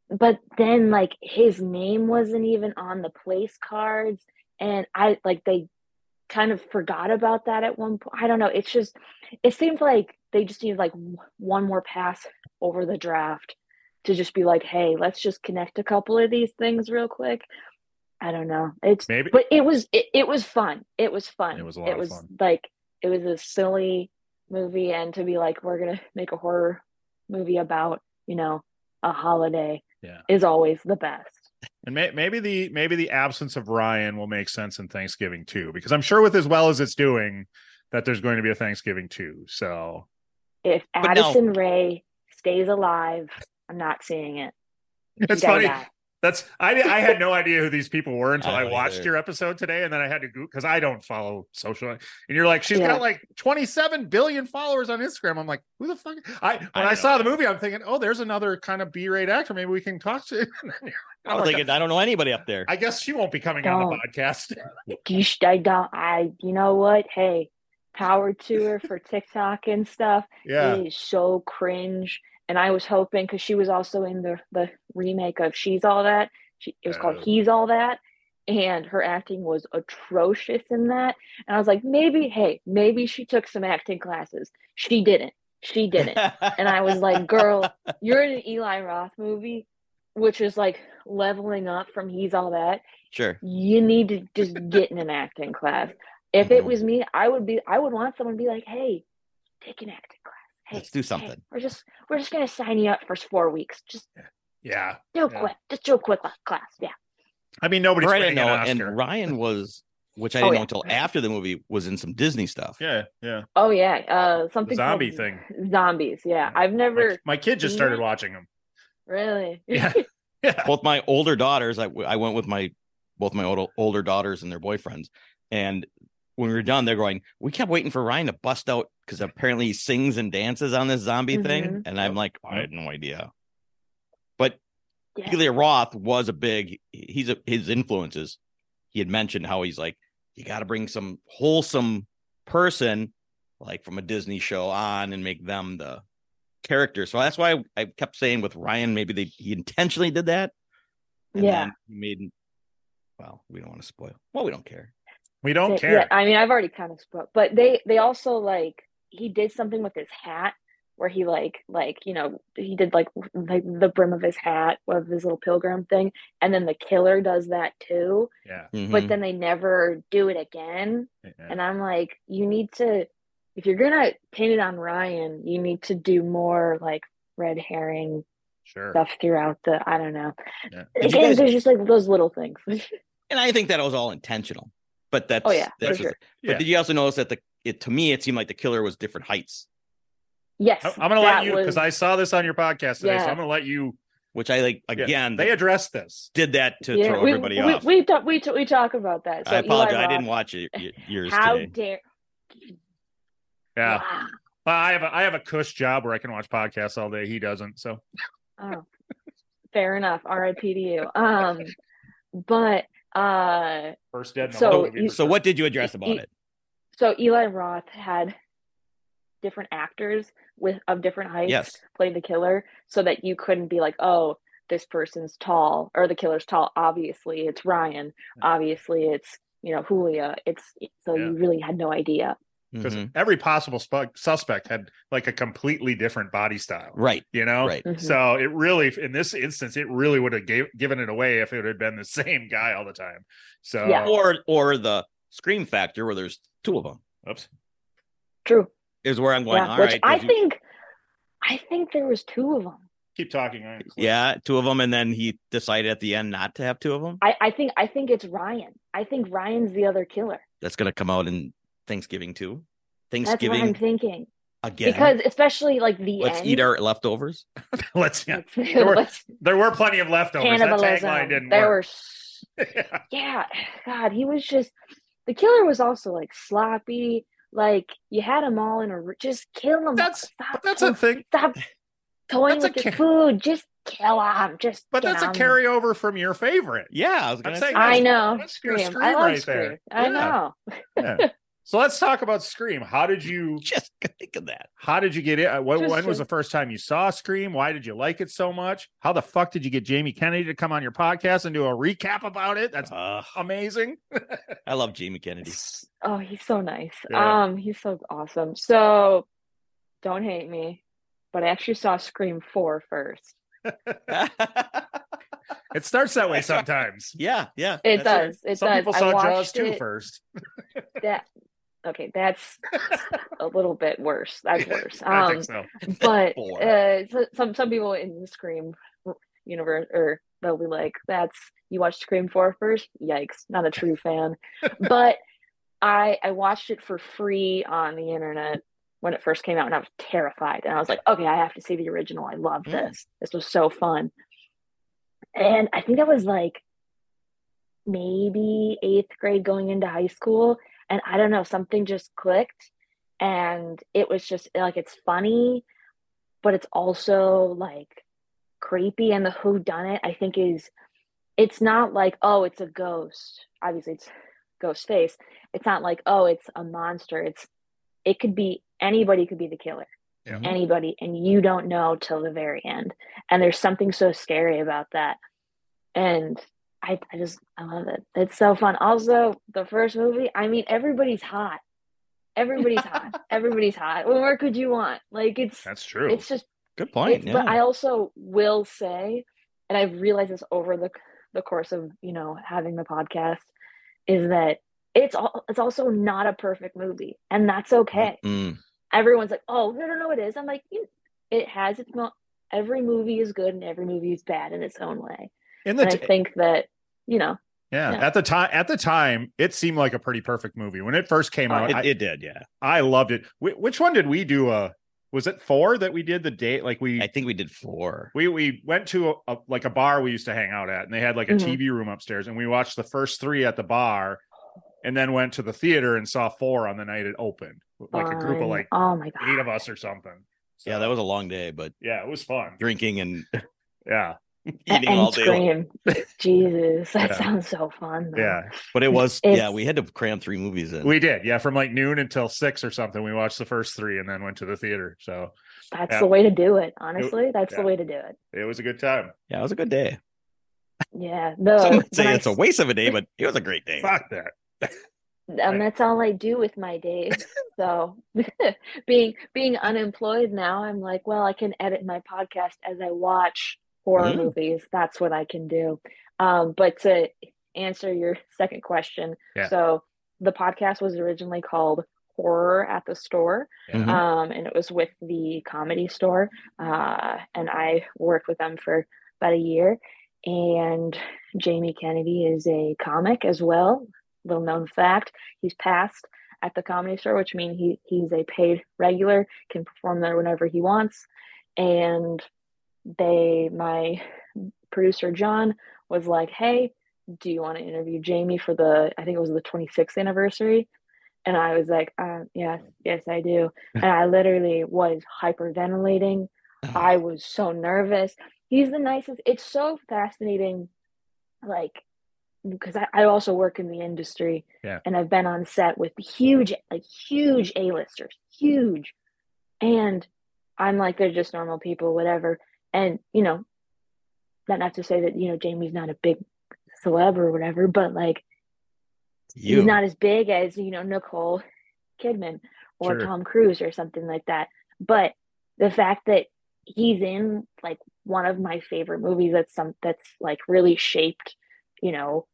[SPEAKER 5] but then like his name wasn't even on the place cards and i like they kind of forgot about that at one point i don't know it's just it seems like they just need like w- one more pass over the draft to just be like hey let's just connect a couple of these things real quick i don't know it's
[SPEAKER 3] Maybe
[SPEAKER 5] but it was it, it was fun it was fun
[SPEAKER 3] It was a lot
[SPEAKER 5] it
[SPEAKER 3] of
[SPEAKER 5] was
[SPEAKER 3] fun.
[SPEAKER 5] like it was a silly movie and to be like we're gonna make a horror movie about you know a holiday
[SPEAKER 3] Yeah.
[SPEAKER 5] is always the best
[SPEAKER 3] And may, maybe the maybe the absence of Ryan will make sense in Thanksgiving too, because I'm sure with as well as it's doing, that there's going to be a Thanksgiving too. So
[SPEAKER 5] if
[SPEAKER 4] But no.
[SPEAKER 5] addison ray stays alive i'm not
[SPEAKER 3] (laughs)
[SPEAKER 5] seeing it She
[SPEAKER 3] it's
[SPEAKER 5] gotta
[SPEAKER 3] funny.
[SPEAKER 5] die.
[SPEAKER 3] That's I I had no idea who these people were until
[SPEAKER 4] I
[SPEAKER 3] I,
[SPEAKER 4] don't
[SPEAKER 3] watched
[SPEAKER 4] either.
[SPEAKER 3] your episode today, and then I had to go because I don't follow social. And you're like, she's
[SPEAKER 5] Yeah.
[SPEAKER 3] got like 27 billion followers on Instagram. I'm like, who the fuck? I when
[SPEAKER 4] I
[SPEAKER 3] I,
[SPEAKER 4] know.
[SPEAKER 3] saw the movie, I'm thinking, oh, there's another kind of B-rate actor. Maybe we can talk to. (laughs) And then you're
[SPEAKER 4] I was
[SPEAKER 3] like,
[SPEAKER 4] thinking, I don't know anybody up there.
[SPEAKER 3] I guess she won't be coming on
[SPEAKER 5] Don't.
[SPEAKER 3] the podcast. (laughs)
[SPEAKER 5] You sh- I don't I you know what hey power to her for tiktok and stuff
[SPEAKER 3] yeah,
[SPEAKER 5] It is so cringe. And I was hoping because she was also in the the remake of She's All That. She, it was called
[SPEAKER 3] Oh.
[SPEAKER 5] He's All That, and her acting was atrocious in that. And I was like, maybe, hey, maybe she took some acting classes. She didn't. She
[SPEAKER 3] (laughs)
[SPEAKER 5] didn't. and I was like, girl, you're in an Eli Roth movie, which is like leveling up from He's All That
[SPEAKER 4] (laughs) sure.
[SPEAKER 5] you need to just get in an acting class. If it was me, I would be I would want someone to be like, hey, take an acting class. Hey,
[SPEAKER 4] Let's do
[SPEAKER 5] hey,
[SPEAKER 4] something."
[SPEAKER 5] we're just we're just gonna sign you up for four weeks. Just
[SPEAKER 3] yeah.
[SPEAKER 5] do a
[SPEAKER 3] Yeah.
[SPEAKER 5] quick just do a quick la- class. Yeah.
[SPEAKER 3] I mean, nobody's
[SPEAKER 4] Right, I
[SPEAKER 3] winning
[SPEAKER 4] know.
[SPEAKER 3] an Oscar.
[SPEAKER 4] And Ryan was, which I
[SPEAKER 5] Oh,
[SPEAKER 4] didn't
[SPEAKER 5] yeah.
[SPEAKER 4] know until after the movie, was in some Disney stuff.
[SPEAKER 3] yeah, yeah.
[SPEAKER 5] Oh yeah. Uh
[SPEAKER 3] The
[SPEAKER 5] something called
[SPEAKER 3] zombie thing.
[SPEAKER 5] Zombies, yeah.
[SPEAKER 3] Yeah.
[SPEAKER 5] I've
[SPEAKER 3] My-
[SPEAKER 5] never
[SPEAKER 3] my kid just
[SPEAKER 5] seen
[SPEAKER 3] started
[SPEAKER 5] it?
[SPEAKER 3] watching them.
[SPEAKER 4] (laughs)
[SPEAKER 5] really
[SPEAKER 3] Yeah. (laughs) Yeah.
[SPEAKER 4] both my older daughters I, I went with my both my older, older daughters and their boyfriends and when we were done they're going we kept waiting for ryan to bust out because apparently he sings and dances on this zombie thing
[SPEAKER 5] Mhm.
[SPEAKER 4] and i'm like i had no idea but
[SPEAKER 5] Yeah.
[SPEAKER 4] Eli roth was a big he's a his influences he had mentioned how he's like you got to bring some wholesome person like from a disney show on and make them the character so that's why i, I kept saying with ryan maybe they he intentionally did that and
[SPEAKER 5] Yeah.
[SPEAKER 4] then he made well, we don't want to spoil. Well, we don't care.
[SPEAKER 3] We don't
[SPEAKER 5] They-
[SPEAKER 3] care.
[SPEAKER 5] Yeah, I mean, I've already kind of spoke, but they they also like he did something with his hat where he like like you know he did like w- like the brim of his hat of his little pilgrim thing, and then the killer does that too.
[SPEAKER 3] Yeah.
[SPEAKER 4] Mhm.
[SPEAKER 5] But then they never do it again,
[SPEAKER 3] Mm-hmm. yeah.
[SPEAKER 5] and I'm like, you need to if you're gonna pin it on Ryan, you need to do more like red herring
[SPEAKER 3] Sure.
[SPEAKER 5] stuff throughout the I don't know.
[SPEAKER 3] Yeah.
[SPEAKER 4] Did you
[SPEAKER 5] Again,
[SPEAKER 4] guys-
[SPEAKER 5] there's just like those little things. (laughs)
[SPEAKER 4] and I think that was all intentional. But that's
[SPEAKER 5] Oh, yeah, for
[SPEAKER 4] that's
[SPEAKER 5] sure.
[SPEAKER 4] But
[SPEAKER 3] Yeah.
[SPEAKER 4] did you also notice that the it to me it seemed like the killer was different heights,
[SPEAKER 5] yes,
[SPEAKER 3] I- I'm going to let
[SPEAKER 5] that
[SPEAKER 3] you
[SPEAKER 5] was-
[SPEAKER 3] because I saw this on your podcast today. So
[SPEAKER 5] Yeah.
[SPEAKER 3] I'm going to let you.
[SPEAKER 4] which I like
[SPEAKER 3] Yeah.
[SPEAKER 4] again
[SPEAKER 3] They addressed this.
[SPEAKER 4] did that to throw
[SPEAKER 5] we,
[SPEAKER 4] everybody
[SPEAKER 5] we,
[SPEAKER 4] off.
[SPEAKER 5] We talk, we, t- we talk about that. So
[SPEAKER 4] I apologize.
[SPEAKER 5] Eli
[SPEAKER 4] I didn't
[SPEAKER 5] Roth,
[SPEAKER 4] watch it, y- yours
[SPEAKER 5] How
[SPEAKER 4] today.
[SPEAKER 5] dare?
[SPEAKER 3] Yeah.
[SPEAKER 5] Wow.
[SPEAKER 3] Well, I have a, I have a cush job where I can watch podcasts all day. He doesn't. So
[SPEAKER 5] Oh, fair enough. R.I.P. to you. Um, but uh,
[SPEAKER 3] first dead. In the
[SPEAKER 5] So
[SPEAKER 3] World movie
[SPEAKER 5] you-
[SPEAKER 3] for
[SPEAKER 4] So
[SPEAKER 3] sure.
[SPEAKER 4] what did you address about
[SPEAKER 5] Y-
[SPEAKER 4] it?
[SPEAKER 5] so Eli Roth had different actors with of different heights
[SPEAKER 4] Yes.
[SPEAKER 5] play the killer, so that you couldn't be like, oh, this person's tall or the killer's tall. Obviously, it's Ryan. Obviously, it's you know Julia. It's so
[SPEAKER 3] Yeah.
[SPEAKER 5] you really had no idea.
[SPEAKER 3] Because
[SPEAKER 4] Mhm.
[SPEAKER 3] every possible spu- suspect had like a completely different body style.
[SPEAKER 4] Right,
[SPEAKER 3] You know.
[SPEAKER 4] right.
[SPEAKER 5] Mhm.
[SPEAKER 3] So it really, in this instance, it really would have gave, given it away if it had been the (laughs) same guy all the time. So
[SPEAKER 5] Yeah.
[SPEAKER 4] Or or the scream factor where there's two of them
[SPEAKER 3] oops.
[SPEAKER 5] True.
[SPEAKER 4] is where I'm going.
[SPEAKER 5] yeah,
[SPEAKER 4] All
[SPEAKER 5] which
[SPEAKER 4] right,
[SPEAKER 5] I
[SPEAKER 4] did you-
[SPEAKER 5] think, I think there was two of them.
[SPEAKER 3] Keep talking. Ryan.
[SPEAKER 4] yeah, two of them, and then he decided at the end not to have two of them.
[SPEAKER 5] I, I think I think it's Ryan. I think Ryan's the other killer.
[SPEAKER 4] That's gonna come out in Thanksgiving too.
[SPEAKER 5] That's what
[SPEAKER 4] Thanksgiving
[SPEAKER 5] I'm thinking.
[SPEAKER 4] again.
[SPEAKER 5] Because especially like the
[SPEAKER 4] let's
[SPEAKER 5] end.
[SPEAKER 4] eat our leftovers.
[SPEAKER 3] (laughs) Let's. (laughs) Yeah.
[SPEAKER 5] It's-
[SPEAKER 3] were
[SPEAKER 5] (laughs) let's-
[SPEAKER 3] There were plenty of leftovers. That tagline
[SPEAKER 5] cannibalism.
[SPEAKER 3] didn't
[SPEAKER 5] there
[SPEAKER 3] work.
[SPEAKER 5] were s-
[SPEAKER 3] (laughs) yeah.
[SPEAKER 5] yeah, God, he was just the killer was also like sloppy. Like you had him all in a r- just kill him.
[SPEAKER 3] That's-
[SPEAKER 5] stop
[SPEAKER 3] That's a
[SPEAKER 5] to-
[SPEAKER 3] thing.
[SPEAKER 5] stop toying
[SPEAKER 3] that's a
[SPEAKER 5] with the
[SPEAKER 3] ca-
[SPEAKER 5] food. Just kill him. Just
[SPEAKER 3] But
[SPEAKER 5] get
[SPEAKER 3] that's a
[SPEAKER 5] him."
[SPEAKER 3] carryover from your favorite.
[SPEAKER 4] Yeah, I was gonna
[SPEAKER 3] I'm
[SPEAKER 4] say.
[SPEAKER 3] saying
[SPEAKER 5] I
[SPEAKER 3] that's-
[SPEAKER 5] know.
[SPEAKER 3] that's your
[SPEAKER 5] Scream. I love
[SPEAKER 3] right
[SPEAKER 5] Scream.
[SPEAKER 3] there.
[SPEAKER 5] I
[SPEAKER 3] Yeah.
[SPEAKER 5] know.
[SPEAKER 3] Yeah. so let's talk about Scream. How did you
[SPEAKER 4] (laughs) Just think of that.
[SPEAKER 3] how did you get it? What,
[SPEAKER 5] Just
[SPEAKER 3] when was
[SPEAKER 5] to-
[SPEAKER 3] the first time you saw Scream? Why did you like it so much? How the fuck did you get Jamie Kennedy to come on your podcast and do a recap about it? That's
[SPEAKER 4] Uh,
[SPEAKER 3] amazing.
[SPEAKER 4] I love Jamie Kennedy.
[SPEAKER 5] Oh, he's so nice.
[SPEAKER 3] Yeah.
[SPEAKER 5] Um, he's so awesome. So don't hate me, but I actually saw Scream 4 first.
[SPEAKER 3] It starts that
[SPEAKER 5] (laughs)
[SPEAKER 3] way sometimes.
[SPEAKER 4] (laughs) yeah, yeah.
[SPEAKER 5] It
[SPEAKER 4] that's
[SPEAKER 5] does. It
[SPEAKER 3] Some
[SPEAKER 5] does.
[SPEAKER 3] people
[SPEAKER 5] I
[SPEAKER 3] saw Jaws
[SPEAKER 5] watched
[SPEAKER 3] too
[SPEAKER 5] it.
[SPEAKER 3] first.
[SPEAKER 5] That okay,
[SPEAKER 3] (laughs)
[SPEAKER 5] that's a little bit worse. That's worse.
[SPEAKER 3] I don't
[SPEAKER 5] Um,
[SPEAKER 3] think so.
[SPEAKER 5] (laughs) but
[SPEAKER 4] Four.
[SPEAKER 5] uh, so- some some people in the Scream universe or they'll be like, "That's you watched Scream 4 first? Yikes! Not a true fan."
[SPEAKER 4] (laughs)
[SPEAKER 5] but I I watched it for free on the internet when it first came out, and I was terrified. And I was like, "Okay, I have to see the original. I love
[SPEAKER 4] Mm.
[SPEAKER 5] this. This was so fun." And I think I was like maybe eighth grade going into high school, and I don't know, something just clicked, and it was just like it's funny but it's also like creepy and the who done it i think is it's not like oh it's a ghost obviously it's ghost face it's not like oh it's a monster it's it could be anybody could be the killer
[SPEAKER 3] Yeah.
[SPEAKER 5] anybody and you don't know till the very end and there's something so scary about that and I, I just i love it it's so fun also the first movie i mean everybody's hot everybody's
[SPEAKER 3] (laughs)
[SPEAKER 5] hot everybody's hot what more could you want like it's
[SPEAKER 3] That's true.
[SPEAKER 5] it's just
[SPEAKER 4] Good point.
[SPEAKER 5] it's-
[SPEAKER 4] Yeah.
[SPEAKER 5] But I also will say, and I've realized this over the the course of you know having the podcast, is that it's all it's also not a perfect movie, and that's
[SPEAKER 3] Mm-hmm.
[SPEAKER 5] okay.
[SPEAKER 4] Mm,
[SPEAKER 5] Everyone's like, oh no no no, it is. I'm like, "You- it has its mo- every movie is good and every movie is bad in its own way,
[SPEAKER 3] In the
[SPEAKER 5] and I
[SPEAKER 3] t-
[SPEAKER 5] think that you know
[SPEAKER 3] yeah,
[SPEAKER 5] yeah.
[SPEAKER 3] at the time at the time it seemed like a pretty perfect movie when it first came
[SPEAKER 5] Oh,
[SPEAKER 3] out.
[SPEAKER 4] Uh, it,
[SPEAKER 3] I,
[SPEAKER 4] it did. Yeah.
[SPEAKER 3] I loved it. Wh- which one did we do? Uh, was it four that we did the date? Like we
[SPEAKER 4] I think we did four.
[SPEAKER 3] we we went to a, a- like a bar we used to hang out at, and they had like a
[SPEAKER 5] Mhm.
[SPEAKER 3] TV room upstairs, and we watched the first three at the bar, and then went to the theater and saw four on the night it opened, like a group
[SPEAKER 5] fun.
[SPEAKER 3] of like
[SPEAKER 5] oh my god,
[SPEAKER 3] eight of us or something. So,
[SPEAKER 4] Yeah, that was a long day, but
[SPEAKER 3] yeah, it was fun.
[SPEAKER 4] drinking and (laughs)
[SPEAKER 3] Yeah,
[SPEAKER 4] eating
[SPEAKER 5] and
[SPEAKER 4] all day. long.
[SPEAKER 5] scream,
[SPEAKER 3] (laughs)
[SPEAKER 5] Jesus, that
[SPEAKER 3] Yeah.
[SPEAKER 5] sounds so fun. though.
[SPEAKER 3] yeah,
[SPEAKER 4] But it was yeah,
[SPEAKER 5] It's-
[SPEAKER 4] we had to cram three movies in.
[SPEAKER 3] we did. Yeah, from like noon until six or something, we watched the first three, and then went to the theater. So
[SPEAKER 5] that's
[SPEAKER 3] Yeah.
[SPEAKER 5] the way to do it. Honestly, that's
[SPEAKER 3] yeah.
[SPEAKER 5] the way to do it.
[SPEAKER 3] it was a good time.
[SPEAKER 4] yeah, it was a good day.
[SPEAKER 5] Yeah, the
[SPEAKER 4] Some would
[SPEAKER 5] (laughs) when
[SPEAKER 4] say
[SPEAKER 5] I
[SPEAKER 4] it's a
[SPEAKER 5] s-
[SPEAKER 4] waste of a day, but it was a great day.
[SPEAKER 3] Fuck that.
[SPEAKER 5] and that's all I do with my days. So (laughs) being being unemployed now, I'm like, well, I can edit my podcast as I watch horror
[SPEAKER 4] Mm.
[SPEAKER 5] movies. That's what I can do. Um, but to answer your (laughs) second question,
[SPEAKER 3] Yeah.
[SPEAKER 5] so the podcast was originally called Horror at the Store.
[SPEAKER 4] Mhm.
[SPEAKER 5] um, and it was with the comedy store uh, and i worked with them for about a year and jamie kennedy is a comic as well little known fact he's passed at the comedy store which means he, he's a paid regular can perform there whenever he wants and they my producer john was like hey do you want to interview jamie for the i think it was the 26th anniversary and i was like uh, yes yes i do and i literally was hyperventilating i was so nervous he's the nicest it's so fascinating like because I, I also work in the industry
[SPEAKER 3] Yeah.
[SPEAKER 5] and i've been on set with huge like huge a-listers huge and i'm like they're just normal people whatever and you know not not to say that you know jamie's not a big celeb or whatever but like
[SPEAKER 4] you
[SPEAKER 5] he's not as big as you know Nicole Kidman or
[SPEAKER 3] Sure.
[SPEAKER 5] Tom Cruise or something like that. But the fact that he's in like one of my favorite movies that's some that's like really shaped, you know,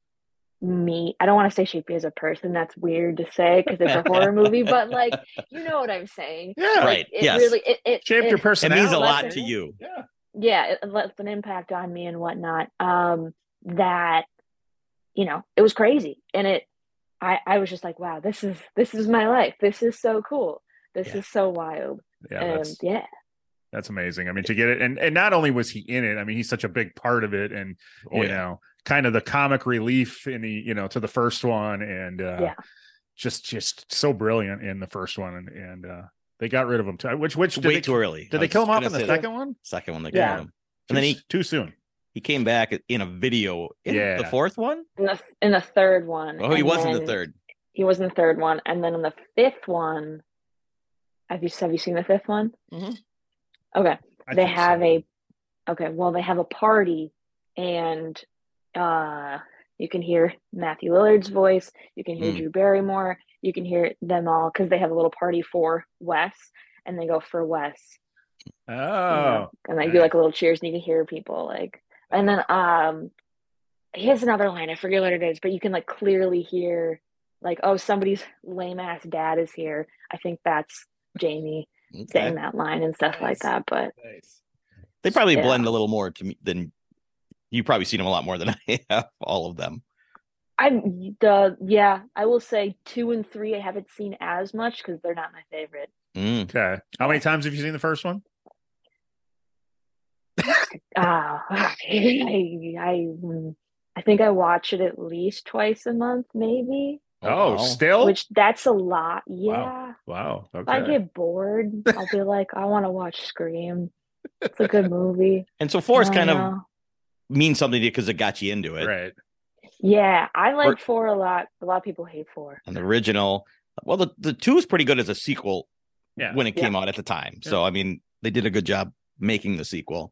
[SPEAKER 5] me. I don't want to say shaped me as a person. That's weird to say because it's a horror movie,
[SPEAKER 4] (laughs)
[SPEAKER 5] but like you know what I'm saying.
[SPEAKER 3] Yeah,
[SPEAKER 4] Right,
[SPEAKER 5] It
[SPEAKER 4] yes.
[SPEAKER 5] really it, it
[SPEAKER 3] shaped
[SPEAKER 5] it-
[SPEAKER 3] your
[SPEAKER 4] it
[SPEAKER 3] personality.
[SPEAKER 4] means a lot
[SPEAKER 5] Lesson.
[SPEAKER 4] to you.
[SPEAKER 3] Yeah.
[SPEAKER 5] yeah, it left an impact on me and whatnot. Um, that you know, it was crazy, and it, I, I was just like, wow, this is this is my life. This is so cool. This
[SPEAKER 4] Yeah.
[SPEAKER 5] is so wild.
[SPEAKER 3] Yeah,
[SPEAKER 5] and
[SPEAKER 3] that's
[SPEAKER 5] yeah,
[SPEAKER 3] that's amazing. I mean, to get it, and and not only was he in it, I mean, he's such a big part of it, and
[SPEAKER 4] Oh,
[SPEAKER 3] you
[SPEAKER 4] yeah.
[SPEAKER 3] know, kind of the comic relief in the you know to the first one, and uh,
[SPEAKER 5] Yeah.
[SPEAKER 3] just just so brilliant in the first one, and and uh, they got rid of him too. Which which did
[SPEAKER 4] Way
[SPEAKER 3] they,
[SPEAKER 4] too early.
[SPEAKER 3] did
[SPEAKER 4] I
[SPEAKER 3] they
[SPEAKER 4] was
[SPEAKER 3] kill him
[SPEAKER 4] just
[SPEAKER 3] off
[SPEAKER 4] gonna
[SPEAKER 3] in the
[SPEAKER 4] say that.
[SPEAKER 3] second one?
[SPEAKER 4] Second one they
[SPEAKER 5] Yeah.
[SPEAKER 4] killed him. And then he
[SPEAKER 3] too soon.
[SPEAKER 4] he came back in a video. In
[SPEAKER 3] Yeah.
[SPEAKER 4] the fourth one.
[SPEAKER 5] in the in the third one.
[SPEAKER 4] Oh, he
[SPEAKER 5] and
[SPEAKER 4] wasn't the
[SPEAKER 5] then-
[SPEAKER 4] third.
[SPEAKER 5] He was in the third one, and then in the fifth one, have you have you seen the fifth one?
[SPEAKER 4] Mhm.
[SPEAKER 5] Okay,
[SPEAKER 3] I
[SPEAKER 5] they
[SPEAKER 3] think so.
[SPEAKER 5] have a okay. Well, they have a party, and uh, you can hear Matthew Lillard's voice. You can hear
[SPEAKER 3] Hmm.
[SPEAKER 4] Mm.
[SPEAKER 5] Drew Barrymore. You can hear them all because they have a little party for Wes, and they go for Wes. you
[SPEAKER 3] Oh,
[SPEAKER 5] know, and like do
[SPEAKER 3] nice.
[SPEAKER 5] like a little cheers and you can hear people like and then um he has another line i forget what it is but you can like clearly hear like oh somebody's lame ass dad is here i think that's jamie saying
[SPEAKER 4] Okay.
[SPEAKER 5] that line and stuff
[SPEAKER 3] Nice.
[SPEAKER 5] like that but
[SPEAKER 3] nice.
[SPEAKER 4] They probably
[SPEAKER 5] Yeah.
[SPEAKER 4] blend a little more to me than you've probably seen them a lot more than (laughs) I have. All of them.
[SPEAKER 5] i the yeah i will say two and three i haven't seen as much because they're not my favorite
[SPEAKER 4] Mm.
[SPEAKER 3] Okay. How many times have you seen the first one?
[SPEAKER 5] ah (sighs) I, I i think i watch it at least twice a month maybe
[SPEAKER 3] Oh,
[SPEAKER 4] wow.
[SPEAKER 3] still?
[SPEAKER 5] which that's a lot yeah
[SPEAKER 3] wow. Okay.
[SPEAKER 5] If I get bored, I'll be like, I want to watch Scream. It's a good movie.
[SPEAKER 4] and so four's
[SPEAKER 5] I
[SPEAKER 4] kind
[SPEAKER 5] don't
[SPEAKER 4] of
[SPEAKER 5] know.
[SPEAKER 4] means something to you because it got you into it.
[SPEAKER 3] right.
[SPEAKER 5] Yeah, I like
[SPEAKER 4] Or-
[SPEAKER 5] four a lot. A lot of people hate four.
[SPEAKER 4] And the original, well, the the two is pretty good as a sequel
[SPEAKER 3] Yeah.
[SPEAKER 4] when it came out at the time. So I mean, they did a good job making the sequel.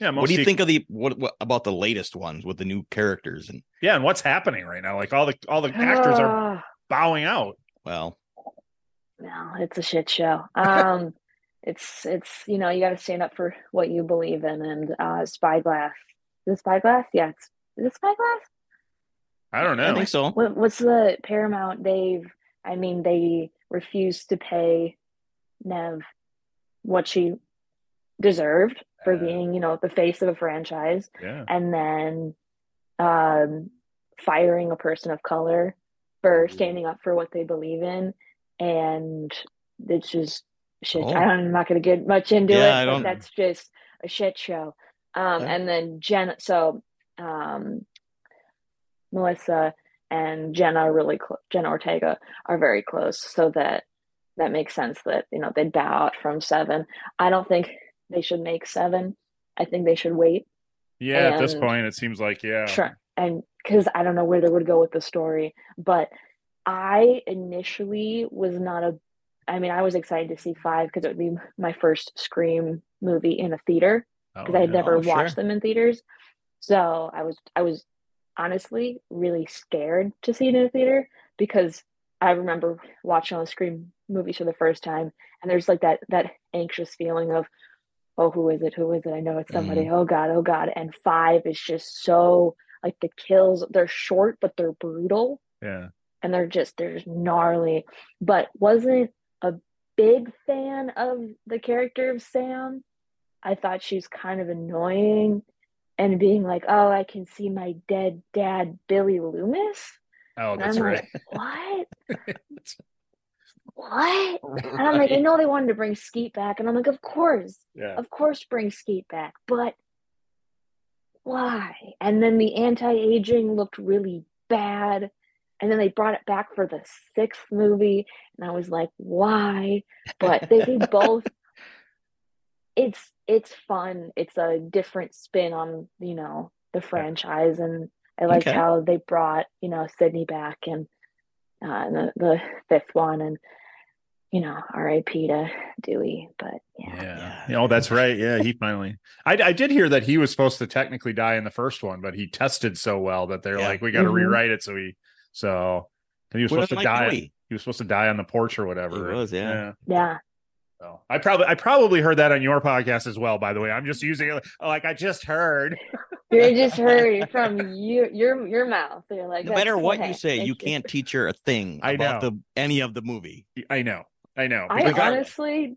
[SPEAKER 3] Yeah. Most
[SPEAKER 4] what do you
[SPEAKER 3] sequ-
[SPEAKER 4] think of the what, what about the latest ones with the new characters and
[SPEAKER 3] Yeah. And what's happening right now? Like all the
[SPEAKER 5] (sighs)
[SPEAKER 3] all the actors are
[SPEAKER 5] Ah,
[SPEAKER 3] bowing out.
[SPEAKER 4] well,
[SPEAKER 5] no, it's a shit show. Um, (laughs) it's it's you know you got to stand up for what you believe in and uh, Spyglass. Is it Spyglass? Yeah, it's is it Spyglass?
[SPEAKER 3] I don't
[SPEAKER 4] I
[SPEAKER 3] know.
[SPEAKER 4] think so.
[SPEAKER 3] (laughs)
[SPEAKER 5] What, what's the Paramount? They've, I mean, they refused to pay Nev what she deserved for
[SPEAKER 3] Uh.
[SPEAKER 5] being, you know, the face of a franchise,
[SPEAKER 3] Yeah.
[SPEAKER 5] and then um, firing a person of color for standing up for what they believe in, and it's just shit.
[SPEAKER 4] Oh.
[SPEAKER 5] I don't, I'm not going to get much into
[SPEAKER 4] Yeah, I
[SPEAKER 5] it. but
[SPEAKER 4] don't-
[SPEAKER 5] That's just a shit show. Um,
[SPEAKER 4] Okay.
[SPEAKER 5] And then Jen, so um, Melissa and Jenna are really close. Jenna Ortega are very close, so that that makes sense that you know they'd bow out from seven. I don't think they should make seven. I think they should wait.
[SPEAKER 3] Yeah. at this
[SPEAKER 5] And-
[SPEAKER 3] point, it seems like yeah.
[SPEAKER 5] Sure, and because I don't know where they would go with the story, but I initially was not a. I mean, I was excited to see five because it would be my first Scream movie in a theater
[SPEAKER 3] Oh,
[SPEAKER 5] because I had
[SPEAKER 3] yeah.
[SPEAKER 5] never
[SPEAKER 4] Oh, sure.
[SPEAKER 5] watched them in theaters. So I was I was honestly really scared to see it in a theater because I remember watching all the Scream movies for the first time, and there's like that that anxious feeling of, oh, who is it? Who is it? I know it's somebody.
[SPEAKER 4] Mm-hmm.
[SPEAKER 5] Oh God, oh God. And five is just so like the kills. They're short, but they're brutal
[SPEAKER 3] Yeah.
[SPEAKER 5] and they're just they're just gnarly. But wasn't a big fan of the character of Sam. I thought she's kind of annoying and being like, "Oh, I can see my dead dad, Billy Loomis."
[SPEAKER 3] Oh,
[SPEAKER 5] And
[SPEAKER 3] that's
[SPEAKER 5] I'm
[SPEAKER 3] right.
[SPEAKER 5] like, "What? What?" And I'm like, "I know they wanted to bring Skeet back," and I'm like, "Of course,
[SPEAKER 3] yeah.
[SPEAKER 5] of course, bring Skeet back, but why?" And then the anti-aging looked really bad, and then they brought it back for the sixth movie, and I was like, "Why?" But they did both. It's it's fun. It's a different spin on you know the franchise, and I like
[SPEAKER 4] Okay.
[SPEAKER 5] how they brought you know Sydney back and uh, and the, the fifth one, and you know R.I.P. to Dewey, but yeah.
[SPEAKER 3] Yeah.
[SPEAKER 4] Yeah.
[SPEAKER 3] Oh, that's right. Yeah, he finally. I, I did hear that he was supposed to technically die in the first one, but he tested so well that they're
[SPEAKER 4] Yeah.
[SPEAKER 3] like, we got to
[SPEAKER 5] Mhm.
[SPEAKER 3] rewrite it. So he, so 'cause he was
[SPEAKER 4] What
[SPEAKER 3] supposed to
[SPEAKER 4] about
[SPEAKER 3] die.
[SPEAKER 4] Joey?
[SPEAKER 3] He was supposed to die on the porch or whatever.
[SPEAKER 4] He was, yeah.
[SPEAKER 5] Yeah.
[SPEAKER 3] So I probably, I probably heard that on your podcast as well. By the way, I'm just using it like I just heard.
[SPEAKER 5] You just heard it from you, your your mouth. You're like,
[SPEAKER 4] No matter
[SPEAKER 5] "That's
[SPEAKER 4] what
[SPEAKER 5] okay.
[SPEAKER 4] you say,
[SPEAKER 5] Thank
[SPEAKER 4] you can't teach her a thing
[SPEAKER 3] I
[SPEAKER 4] about
[SPEAKER 3] know.
[SPEAKER 4] the any of the movie.
[SPEAKER 3] I know, I know.
[SPEAKER 5] I
[SPEAKER 3] Because
[SPEAKER 4] Regardless.
[SPEAKER 5] honestly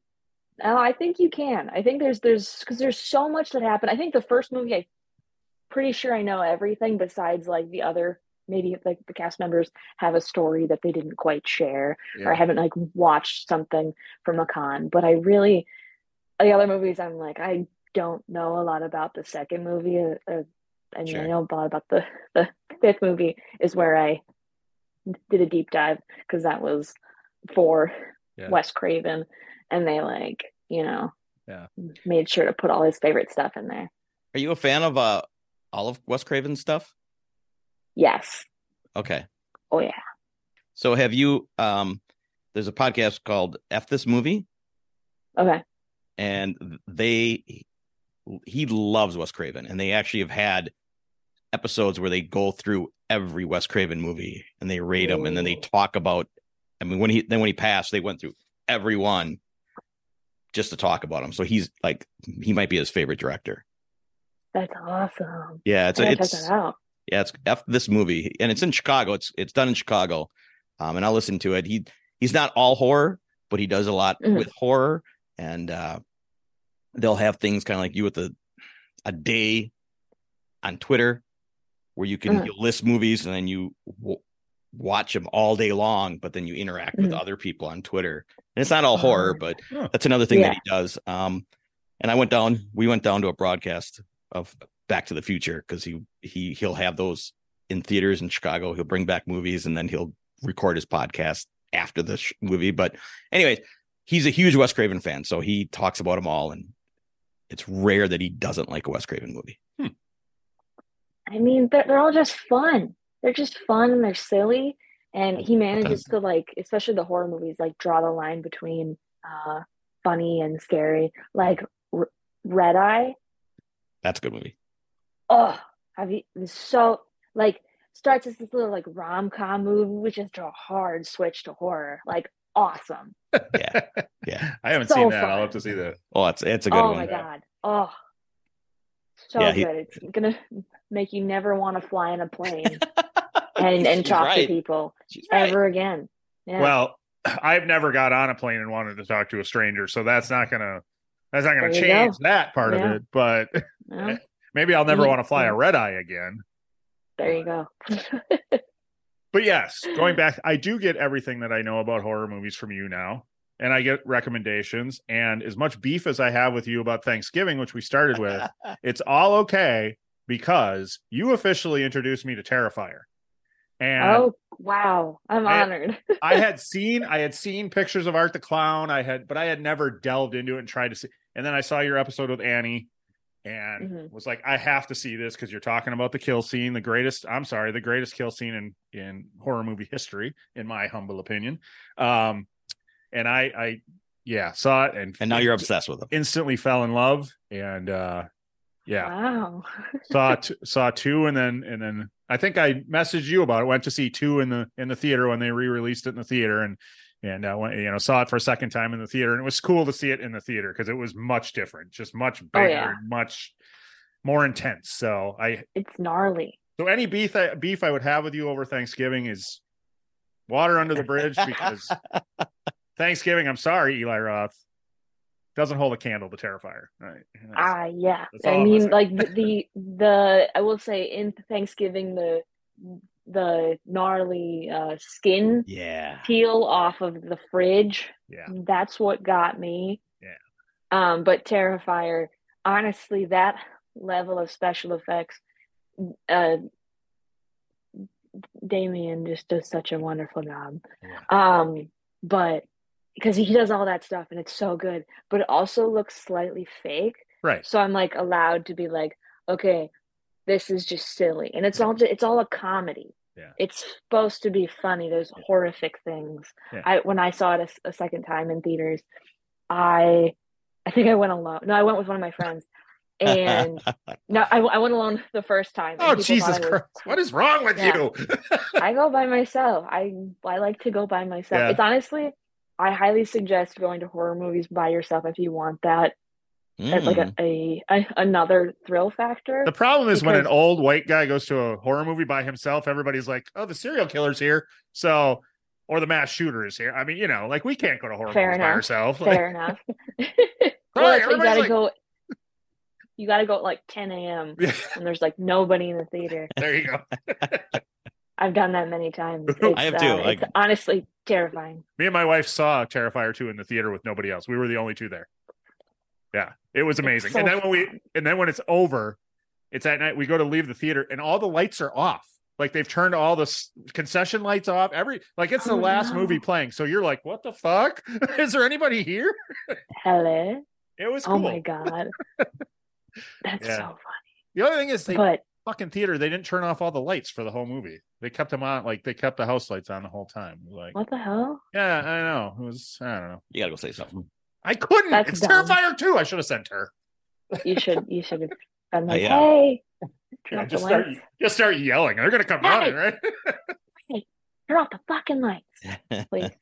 [SPEAKER 5] No, I think you can. I think there's there's because there's so much that happened. I think the first movie, I pretty sure I know everything besides like the other maybe like the cast members have a story that they didn't quite share or I
[SPEAKER 3] Yeah.
[SPEAKER 5] haven't like watched something from a con. But I really the other movies I'm like I don't know a lot about the second movie. Uh, uh, I mean I
[SPEAKER 4] Sure.
[SPEAKER 5] know a lot about the (laughs) the fifth movie is where I did a deep dive because that was for
[SPEAKER 3] Yeah.
[SPEAKER 5] Wes Craven and they like you know
[SPEAKER 3] Yeah.
[SPEAKER 5] made sure to put all his favorite stuff in there
[SPEAKER 4] Are you a fan of uh all of Wes Craven's stuff?
[SPEAKER 5] yes
[SPEAKER 4] Okay.
[SPEAKER 5] oh yeah
[SPEAKER 4] So have you um there's a podcast called F This Movie
[SPEAKER 5] okay
[SPEAKER 4] and they he loves Wes Craven and they actually have had episodes where they go through every Wes Craven movie and they rate them and then they
[SPEAKER 5] Ooh.
[SPEAKER 4] talk about I mean when he then when he passed they went through every one just to talk about him. So he's like he might be his favorite director.
[SPEAKER 5] that's awesome
[SPEAKER 4] Yeah, it's
[SPEAKER 5] I
[SPEAKER 4] a,
[SPEAKER 5] gotta
[SPEAKER 4] it's
[SPEAKER 5] check that out
[SPEAKER 4] yeah, it's F this movie, and it's in Chicago. It's it's done in Chicago, um, and I'll listen to it. He he's not all horror, but he does a lot
[SPEAKER 5] Mhm.
[SPEAKER 4] with horror, and uh, they'll have things kind of like you with the a day on Twitter where you can
[SPEAKER 5] Mhm.
[SPEAKER 4] you list movies and then you w- watch them all day long, but then you interact with
[SPEAKER 5] Mhm.
[SPEAKER 4] other people on Twitter, and it's not all
[SPEAKER 5] Oh.
[SPEAKER 4] horror, but
[SPEAKER 3] Huh.
[SPEAKER 4] that's another thing
[SPEAKER 5] Yeah.
[SPEAKER 4] that he does. Um, and I went down, we went down to a broadcast of Back to the Future because he he he'll have those in theaters in Chicago. He'll bring back movies and then he'll record his podcast after the sh- movie. But anyways, he's a huge Wes Craven fan, so he talks about them all, and it's rare that he doesn't like a Wes Craven movie.
[SPEAKER 5] i mean they're, they're all just fun they're just fun and they're silly and he manages to like especially the horror movies like draw the line between uh funny and scary like R- red eye
[SPEAKER 4] That's a good movie.
[SPEAKER 5] oh have you it's so like starts as this little like rom-com movie with just a hard switch to horror like awesome
[SPEAKER 3] (laughs)
[SPEAKER 4] Yeah, yeah.
[SPEAKER 3] I haven't
[SPEAKER 5] So
[SPEAKER 3] seen that. I'll
[SPEAKER 5] fun.
[SPEAKER 3] have to see that.
[SPEAKER 4] Oh, it's it's a good
[SPEAKER 5] (laughs) oh
[SPEAKER 4] one.
[SPEAKER 5] my god. Oh. So
[SPEAKER 4] Yeah, he-
[SPEAKER 5] good. It's gonna make you never want to fly in
[SPEAKER 4] (laughs)
[SPEAKER 5] a plane and, and
[SPEAKER 4] She's
[SPEAKER 5] talk to
[SPEAKER 4] right.
[SPEAKER 5] people
[SPEAKER 4] She's right.
[SPEAKER 5] ever again. Yeah.
[SPEAKER 3] Well, (clears throat) I've never got on a plane and wanted to talk to a stranger, so that's not gonna that's not gonna
[SPEAKER 5] There you
[SPEAKER 3] change
[SPEAKER 5] go.
[SPEAKER 3] that part of
[SPEAKER 5] Yeah.
[SPEAKER 3] it. But (laughs)
[SPEAKER 4] eh.
[SPEAKER 5] Well,
[SPEAKER 3] maybe I'll never
[SPEAKER 5] Mhm.
[SPEAKER 3] want to fly a red eye again.
[SPEAKER 5] there you go. (laughs)
[SPEAKER 3] But yes,
[SPEAKER 5] (gasps)
[SPEAKER 3] going back, I do get everything that I know about horror movies from you now, and I get recommendations. And as much beef as I have with you about Thanksgiving, which we started with,
[SPEAKER 5] (laughs)
[SPEAKER 3] it's all okay because you officially introduced me to Terrifier. And
[SPEAKER 5] oh wow.
[SPEAKER 4] Eh.
[SPEAKER 5] I'm
[SPEAKER 3] I-
[SPEAKER 5] honored. (laughs)
[SPEAKER 3] I had seen I had seen pictures of Art the Clown. I had, but I had never delved into it and tried to see. And then I saw your episode with Annie, and
[SPEAKER 5] Mhm.
[SPEAKER 3] was like, I have to see this because you're talking about the kill scene, the greatest. I'm sorry, the greatest kill scene in in horror movie history, in my humble opinion. Um, and I, I, yeah, saw it, and
[SPEAKER 4] and now you're obsessed with him.
[SPEAKER 3] instantly fell in love, and uh, yeah,
[SPEAKER 5] Wow.
[SPEAKER 3] saw t- saw two and then and then I think I messaged you about it. Went to see two in the in the theater when they re released it in the theater and and uh, went, you know saw it for a second time in the theater and it was cool to see it in the theater because it was much different, just much bigger,
[SPEAKER 5] Oh, yeah.
[SPEAKER 3] and much more intense. So I
[SPEAKER 5] It's gnarly.
[SPEAKER 3] so any beef I, beef I would have with you over Thanksgiving is water under the bridge
[SPEAKER 5] (laughs)
[SPEAKER 3] because Thanksgiving. I'm sorry, Eli Roth doesn't hold a candle to Terrifier. Right?
[SPEAKER 5] Ah yeah.
[SPEAKER 3] that's all
[SPEAKER 5] I
[SPEAKER 3] I'm
[SPEAKER 5] mean
[SPEAKER 3] listening.
[SPEAKER 5] like the, the the I will say in Thanksgiving the the gnarly uh, skin
[SPEAKER 4] Yeah,
[SPEAKER 5] peel off of the fridge.
[SPEAKER 3] Yeah.
[SPEAKER 5] That's what got me.
[SPEAKER 3] Yeah.
[SPEAKER 5] Um, but Terrifier, honestly, that level of special effects, uh, Damien just does such a wonderful job.
[SPEAKER 3] Yeah.
[SPEAKER 5] Um, but because he does all that stuff and it's so good, but it also looks slightly fake.
[SPEAKER 3] right.
[SPEAKER 5] So I'm like allowed to be like, okay, this is just silly, and it's all ju- it's all a comedy.
[SPEAKER 3] Yeah.
[SPEAKER 5] It's supposed to be funny. There's horrific things.
[SPEAKER 3] Yeah.
[SPEAKER 5] I when I saw it a s- a, second time in theaters, I I think I went alone. No, I went with one of my friends,
[SPEAKER 4] (laughs)
[SPEAKER 3] (laughs)
[SPEAKER 5] and
[SPEAKER 4] Mm.
[SPEAKER 5] no, I, I went alone the first time. and
[SPEAKER 3] Oh
[SPEAKER 5] people thought
[SPEAKER 3] Jesus
[SPEAKER 5] I was-
[SPEAKER 3] Christ! What is wrong with
[SPEAKER 5] Yeah. (laughs)
[SPEAKER 3] you?
[SPEAKER 5] I go by myself. I I like to go by myself.
[SPEAKER 3] Yeah.
[SPEAKER 5] It's honestly, I highly suggest going to horror movies by yourself if you want that as like a, a, a another thrill factor.
[SPEAKER 3] Mm. The (laughs) problem is when an
[SPEAKER 5] Because-
[SPEAKER 3] old white guy goes to a horror movie by himself, everybody's like, "Oh, the serial killer's here." So or the mass shooter is here. I mean, you know, like we can't go to horror
[SPEAKER 5] Fair
[SPEAKER 3] movies by
[SPEAKER 5] enough.
[SPEAKER 3] ourselves. (laughs) Like,
[SPEAKER 5] Fair enough. (laughs) well, that's why you
[SPEAKER 3] everybody's
[SPEAKER 5] gotta
[SPEAKER 3] like-
[SPEAKER 5] go. You gotta go at like 10 a.m.
[SPEAKER 3] Yeah,
[SPEAKER 5] and there's like nobody in the theater.
[SPEAKER 3] there you go.
[SPEAKER 5] I've done that many times.
[SPEAKER 3] (laughs) I
[SPEAKER 5] It's,
[SPEAKER 4] have too,
[SPEAKER 5] uh,
[SPEAKER 4] like-
[SPEAKER 5] it's honestly terrifying.
[SPEAKER 3] Me and my wife saw Terrifier 2 in the theater with nobody else. We were the only two there. Yeah, it was amazing.
[SPEAKER 5] so
[SPEAKER 3] and then when we
[SPEAKER 5] fun.
[SPEAKER 3] and then when it's over, it's at night we go to leave the theater and all the lights are off. Like they've turned all the s- concession lights off. Every like it's the
[SPEAKER 5] Oh,
[SPEAKER 3] last
[SPEAKER 5] no.
[SPEAKER 3] movie playing. So you're like, "What the fuck? (laughs) Is there anybody here?"
[SPEAKER 5] Hello.
[SPEAKER 3] It was cool.
[SPEAKER 5] Oh
[SPEAKER 3] (laughs)
[SPEAKER 5] my god. That's
[SPEAKER 3] Yeah.
[SPEAKER 5] so
[SPEAKER 3] The other thing is they
[SPEAKER 5] funny. But
[SPEAKER 3] fucking theater, they didn't turn off all the lights for the whole movie. They kept them on like they kept the house lights on the whole time. Like,
[SPEAKER 5] what the hell?
[SPEAKER 3] yeah, I know. It was I don't know.
[SPEAKER 4] You gotta go say something.
[SPEAKER 3] I couldn't.
[SPEAKER 5] That's
[SPEAKER 3] it's
[SPEAKER 5] dumb.
[SPEAKER 3] Terrifier 2. I should have sent her.
[SPEAKER 5] You should you should have
[SPEAKER 3] (laughs)
[SPEAKER 5] been like,
[SPEAKER 4] yeah.
[SPEAKER 5] hey,
[SPEAKER 3] Yeah,
[SPEAKER 5] drop the
[SPEAKER 3] just start,
[SPEAKER 5] lights.
[SPEAKER 3] just start yelling. They're gonna come
[SPEAKER 5] Hey!
[SPEAKER 3] running, right? (laughs)
[SPEAKER 5] Drop the fucking lights, please.
[SPEAKER 3] (laughs)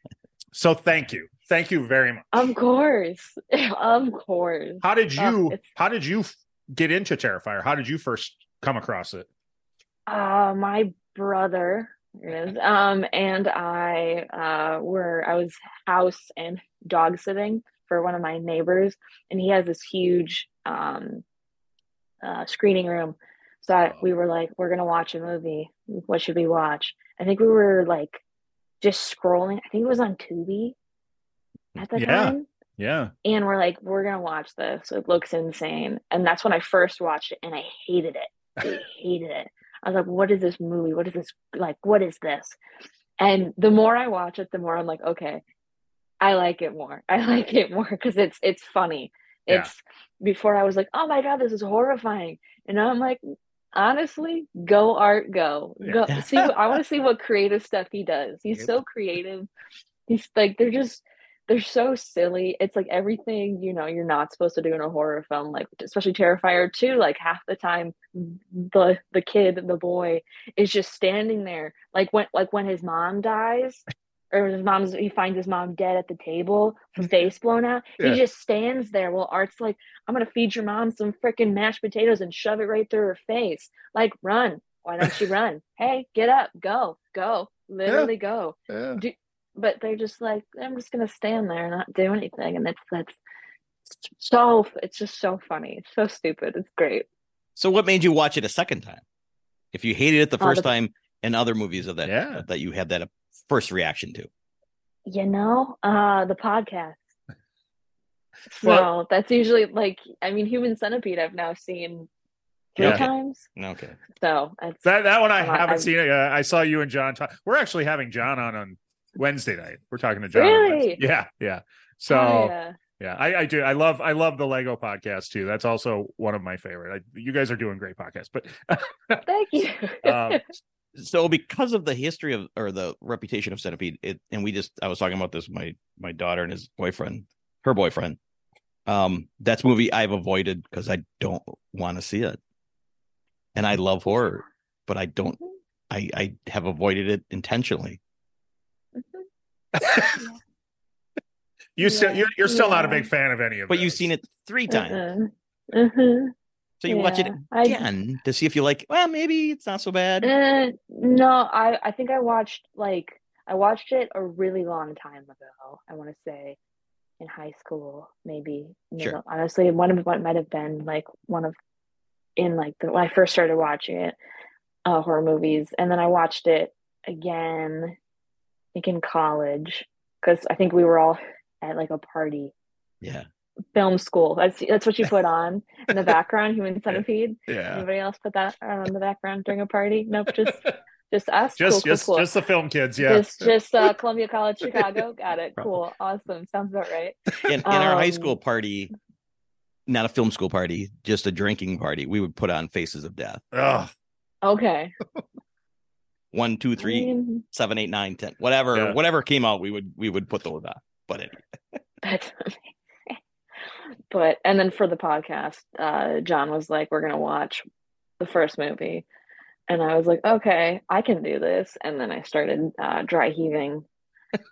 [SPEAKER 3] So thank you, thank you very much.
[SPEAKER 5] of course. (laughs) of course.
[SPEAKER 3] How did
[SPEAKER 5] Oh,
[SPEAKER 3] you?
[SPEAKER 5] it's-
[SPEAKER 3] how did you f- get into Terrifier? How did you first come across it?
[SPEAKER 5] Uh, my brother is, um, and I uh, were I was house and dog sitting for one of my neighbors, and he has this huge um, uh, screening room. So I, we were like, we're gonna watch a movie. What should we watch? I think we were like just scrolling. I think it was on Tubi at the
[SPEAKER 3] Yeah.
[SPEAKER 5] time
[SPEAKER 3] Yeah,
[SPEAKER 5] and we're like, we're gonna watch this. It looks insane. And that's when I first watched it, and I hated it. I hated it. I was like, what is this movie? What is this like? What is this? And the more I watch it, the more I'm like, okay, I like it more. (laughs) I like it more because it's it's funny.
[SPEAKER 3] Yeah.
[SPEAKER 5] It's before I was like, oh my god, this is horrifying. And now I'm like, honestly, go art, go go.
[SPEAKER 4] Yeah.
[SPEAKER 5] See, what- I want to see what creative stuff he does. He's
[SPEAKER 3] Yep.
[SPEAKER 5] so creative. He's like, they're just they're so silly. It's like everything you know you're not supposed to do in a horror film, like especially Terrifier two. Like half the time, the the kid, the boy, is just standing there. Like when like when his mom dies, or his mom's he finds his mom dead at the table, her face blown out.
[SPEAKER 3] Yeah.
[SPEAKER 5] He just stands there while Art's like, "I'm gonna feed your mom some freaking mashed potatoes and shove it right through her face." Like run. Why don't you run? Hey, get up, go, go, literally go
[SPEAKER 3] yeah.
[SPEAKER 5] but they're just like i'm just gonna stand there and not do anything and it's that's so it's just so funny it's so stupid it's great
[SPEAKER 4] so what made you watch it a second time? If you hated it the
[SPEAKER 5] Oh,
[SPEAKER 4] first
[SPEAKER 5] the-
[SPEAKER 4] time and other movies of that
[SPEAKER 3] Yeah.
[SPEAKER 4] that you had that uh, first reaction to.
[SPEAKER 5] you know uh the podcast
[SPEAKER 3] (laughs) Well-
[SPEAKER 5] no that's usually like i mean human centipede i've now seen three
[SPEAKER 3] Yeah.
[SPEAKER 5] times
[SPEAKER 4] Okay.
[SPEAKER 5] so it's
[SPEAKER 3] That that one I
[SPEAKER 5] Well, I-
[SPEAKER 3] haven't
[SPEAKER 5] I-
[SPEAKER 3] seen. It. Uh, I saw you and John. Talk. We're actually having John on on Wednesday night. We're talking to John. on
[SPEAKER 5] Really?
[SPEAKER 3] Wednesday. Yeah, yeah. So.
[SPEAKER 5] oh, yeah.
[SPEAKER 3] Yeah, I, I do. I love I love the Lego podcast too. That's also one of my favorite. I, you guys are doing great podcasts,
[SPEAKER 5] (laughs)
[SPEAKER 3] but
[SPEAKER 5] thank you (laughs)
[SPEAKER 3] um,
[SPEAKER 4] so because of the history of or the reputation of centipede it and we just i was talking about this with my my daughter and his boyfriend her boyfriend um that's a movie i've avoided because i don't want to see it and i love horror but i don't i i have avoided it intentionally
[SPEAKER 3] you still
[SPEAKER 5] Yeah,
[SPEAKER 3] you're, you're still not a
[SPEAKER 5] yeah.
[SPEAKER 3] big fan of any of.
[SPEAKER 4] but you've
[SPEAKER 3] those.
[SPEAKER 4] seen it three times
[SPEAKER 5] Mhm. Mhm.
[SPEAKER 4] so you watch it
[SPEAKER 5] Yeah. I-
[SPEAKER 4] again to see if you like well maybe it's not so bad
[SPEAKER 5] Uh, no, I I think I watched like I watched it a really long time ago. I want to say in high school, maybe.
[SPEAKER 4] Sure.
[SPEAKER 5] middle- Honestly, one of what might have been like one of in like the, when I first started watching it, uh, horror movies, and then I watched it again, I think in college, because I think we were all at like a party,
[SPEAKER 4] yeah
[SPEAKER 5] film school. That's that's what you put on in the background, Human Centipede.
[SPEAKER 3] Yeah,
[SPEAKER 5] Anybody else put that on in the background during a party? Nope, just
[SPEAKER 3] (laughs)
[SPEAKER 5] just us.
[SPEAKER 3] just
[SPEAKER 5] cool, cool,
[SPEAKER 3] just
[SPEAKER 5] cool.
[SPEAKER 3] just the film kids. Yeah,
[SPEAKER 5] Just,
[SPEAKER 3] (laughs)
[SPEAKER 5] just uh, Columbia College, Chicago. Got it.
[SPEAKER 4] Probably.
[SPEAKER 5] Cool. Awesome. Sounds about right.
[SPEAKER 4] in, in our high
[SPEAKER 5] Um,
[SPEAKER 4] school party not a film school party just a drinking party we would put on faces of death
[SPEAKER 3] Ugh.
[SPEAKER 5] Okay.
[SPEAKER 4] one two
[SPEAKER 5] I
[SPEAKER 4] three
[SPEAKER 5] mean,
[SPEAKER 4] seven eight nine ten whatever
[SPEAKER 3] Yeah.
[SPEAKER 4] whatever came out we would we would put those on but anyway,
[SPEAKER 5] that's but and then for the podcast, uh, John was like, "We're gonna watch the first movie," and I was like, "Okay, I can do this." And then I started uh, dry heaving,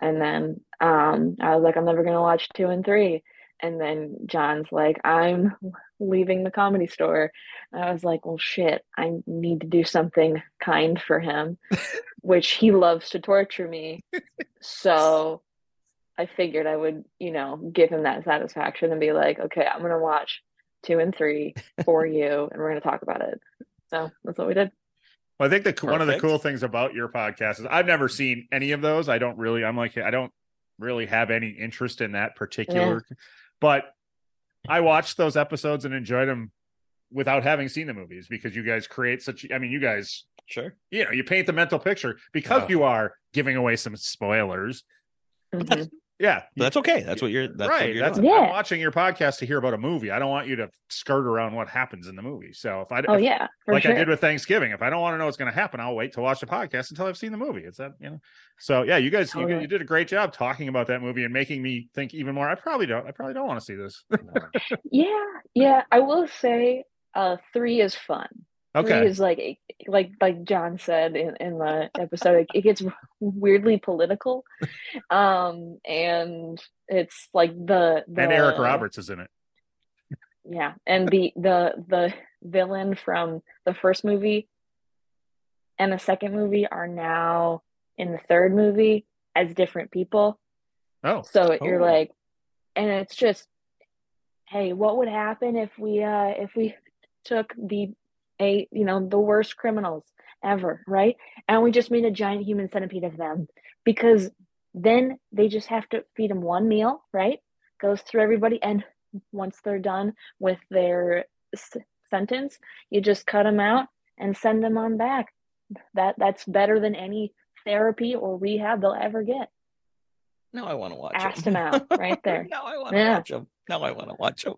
[SPEAKER 5] and then um, I was like, "I'm never gonna watch two and three. And then John's like, "I'm leaving the comedy store." And I was like, "Well, shit, I need to do something kind for him," which he loves to torture me. So I figured I would, you know, give him that satisfaction and be like, okay, I'm going to watch two and three
[SPEAKER 3] (laughs)
[SPEAKER 5] for you and we're going to talk about it. So that's what we did.
[SPEAKER 3] Well, I think the one of the
[SPEAKER 4] Perfect.
[SPEAKER 3] cool things about your podcast is I've never seen any of those. I don't really. I'm like I don't really have any interest in that particular. But I watched those episodes and enjoyed them without having seen the movies because you guys create such. I mean, you guys,
[SPEAKER 4] Sure.
[SPEAKER 3] you know, you paint the mental picture because
[SPEAKER 4] Oh.
[SPEAKER 3] you are giving away some spoilers.
[SPEAKER 5] Mhm.
[SPEAKER 3] Yeah,
[SPEAKER 4] But that's okay. That's what you're. That's What
[SPEAKER 3] right.
[SPEAKER 4] you're
[SPEAKER 3] That's
[SPEAKER 4] doing.
[SPEAKER 5] Yeah.
[SPEAKER 3] I'm watching your podcast to hear about a movie. I don't want you to skirt around what happens in the movie. So if I
[SPEAKER 5] Oh,
[SPEAKER 3] if-
[SPEAKER 5] yeah. For
[SPEAKER 3] like
[SPEAKER 5] sure.
[SPEAKER 3] I did with Thanksgiving. If I don't want to know what's going to happen, I'll wait to watch the podcast until I've seen the movie. It's that you know. So yeah, you guys, you,
[SPEAKER 5] Totally.
[SPEAKER 3] you did a great job talking about that movie and making me think even more. I probably don't. I probably don't want to see
[SPEAKER 5] (laughs)
[SPEAKER 3] this.
[SPEAKER 5] Yeah, yeah. I will say, uh, three is fun. Three
[SPEAKER 3] okay.
[SPEAKER 5] is like a- like like John said in in the episode, it, it gets weirdly political, um, and it's like the the
[SPEAKER 3] And Eric Roberts is in it.
[SPEAKER 5] yeah, and the the the villain from the first movie and the second movie are now in the third movie as different people.
[SPEAKER 3] Oh,
[SPEAKER 5] So you're
[SPEAKER 4] Oh.
[SPEAKER 5] like, and it's just, hey, what would happen if we uh if we (laughs) took the a you know the worst criminals ever, right? And we just made a giant human centipede of them because then they just have to feed them one meal, right? Goes through everybody, and once they're done with their s- sentence, you just cut them out and send them on back. That that's better than any therapy or rehab they'll ever get.
[SPEAKER 4] Now I want to watch. 'em.
[SPEAKER 5] Asked him out
[SPEAKER 4] (laughs)
[SPEAKER 5] right there.
[SPEAKER 4] now I want to
[SPEAKER 5] Yeah.
[SPEAKER 4] watch them. Now I want to watch them.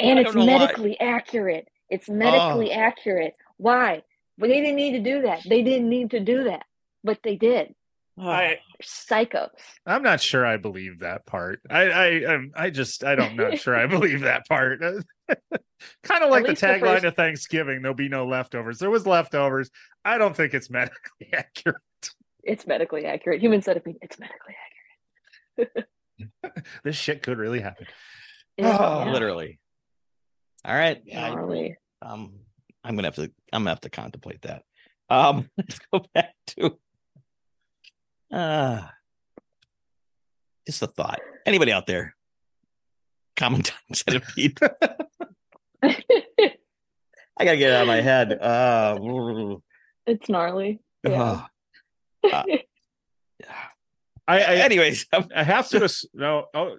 [SPEAKER 5] And
[SPEAKER 4] I
[SPEAKER 5] it's
[SPEAKER 4] don't know why. Oh.
[SPEAKER 5] medically accurate. It's medically accurate. Why? But they didn't need to do that. They didn't need to do that, but they did.
[SPEAKER 3] I
[SPEAKER 5] They're psychos.
[SPEAKER 3] I'm not sure I believe that part. I I I'm, I just I don't not sure I believe that part. (laughs) kind of like the
[SPEAKER 5] least the
[SPEAKER 3] tagline
[SPEAKER 5] first-
[SPEAKER 3] of Thanksgiving: "There'll be no leftovers." There was leftovers. I don't think it's medically (laughs) accurate.
[SPEAKER 5] It's medically accurate. Human centipede. It's medically
[SPEAKER 3] This shit could really happen.
[SPEAKER 5] accurate.
[SPEAKER 3] Oh,
[SPEAKER 5] Yeah.
[SPEAKER 4] Literally. All right. I-
[SPEAKER 5] Gnarly.
[SPEAKER 4] um, I'm gonna have to. I'm gonna have to contemplate that. Um, (laughs) let's go back to. Uh, just a thought. Anybody out there? Common (laughs) time centipede. I gotta get it out of my head. Uh,
[SPEAKER 5] (laughs) it's gnarly. Yeah.
[SPEAKER 4] ugh. Uh,
[SPEAKER 3] I, I
[SPEAKER 4] (sighs) anyways, I'm-
[SPEAKER 3] I have to ass- no. Oh,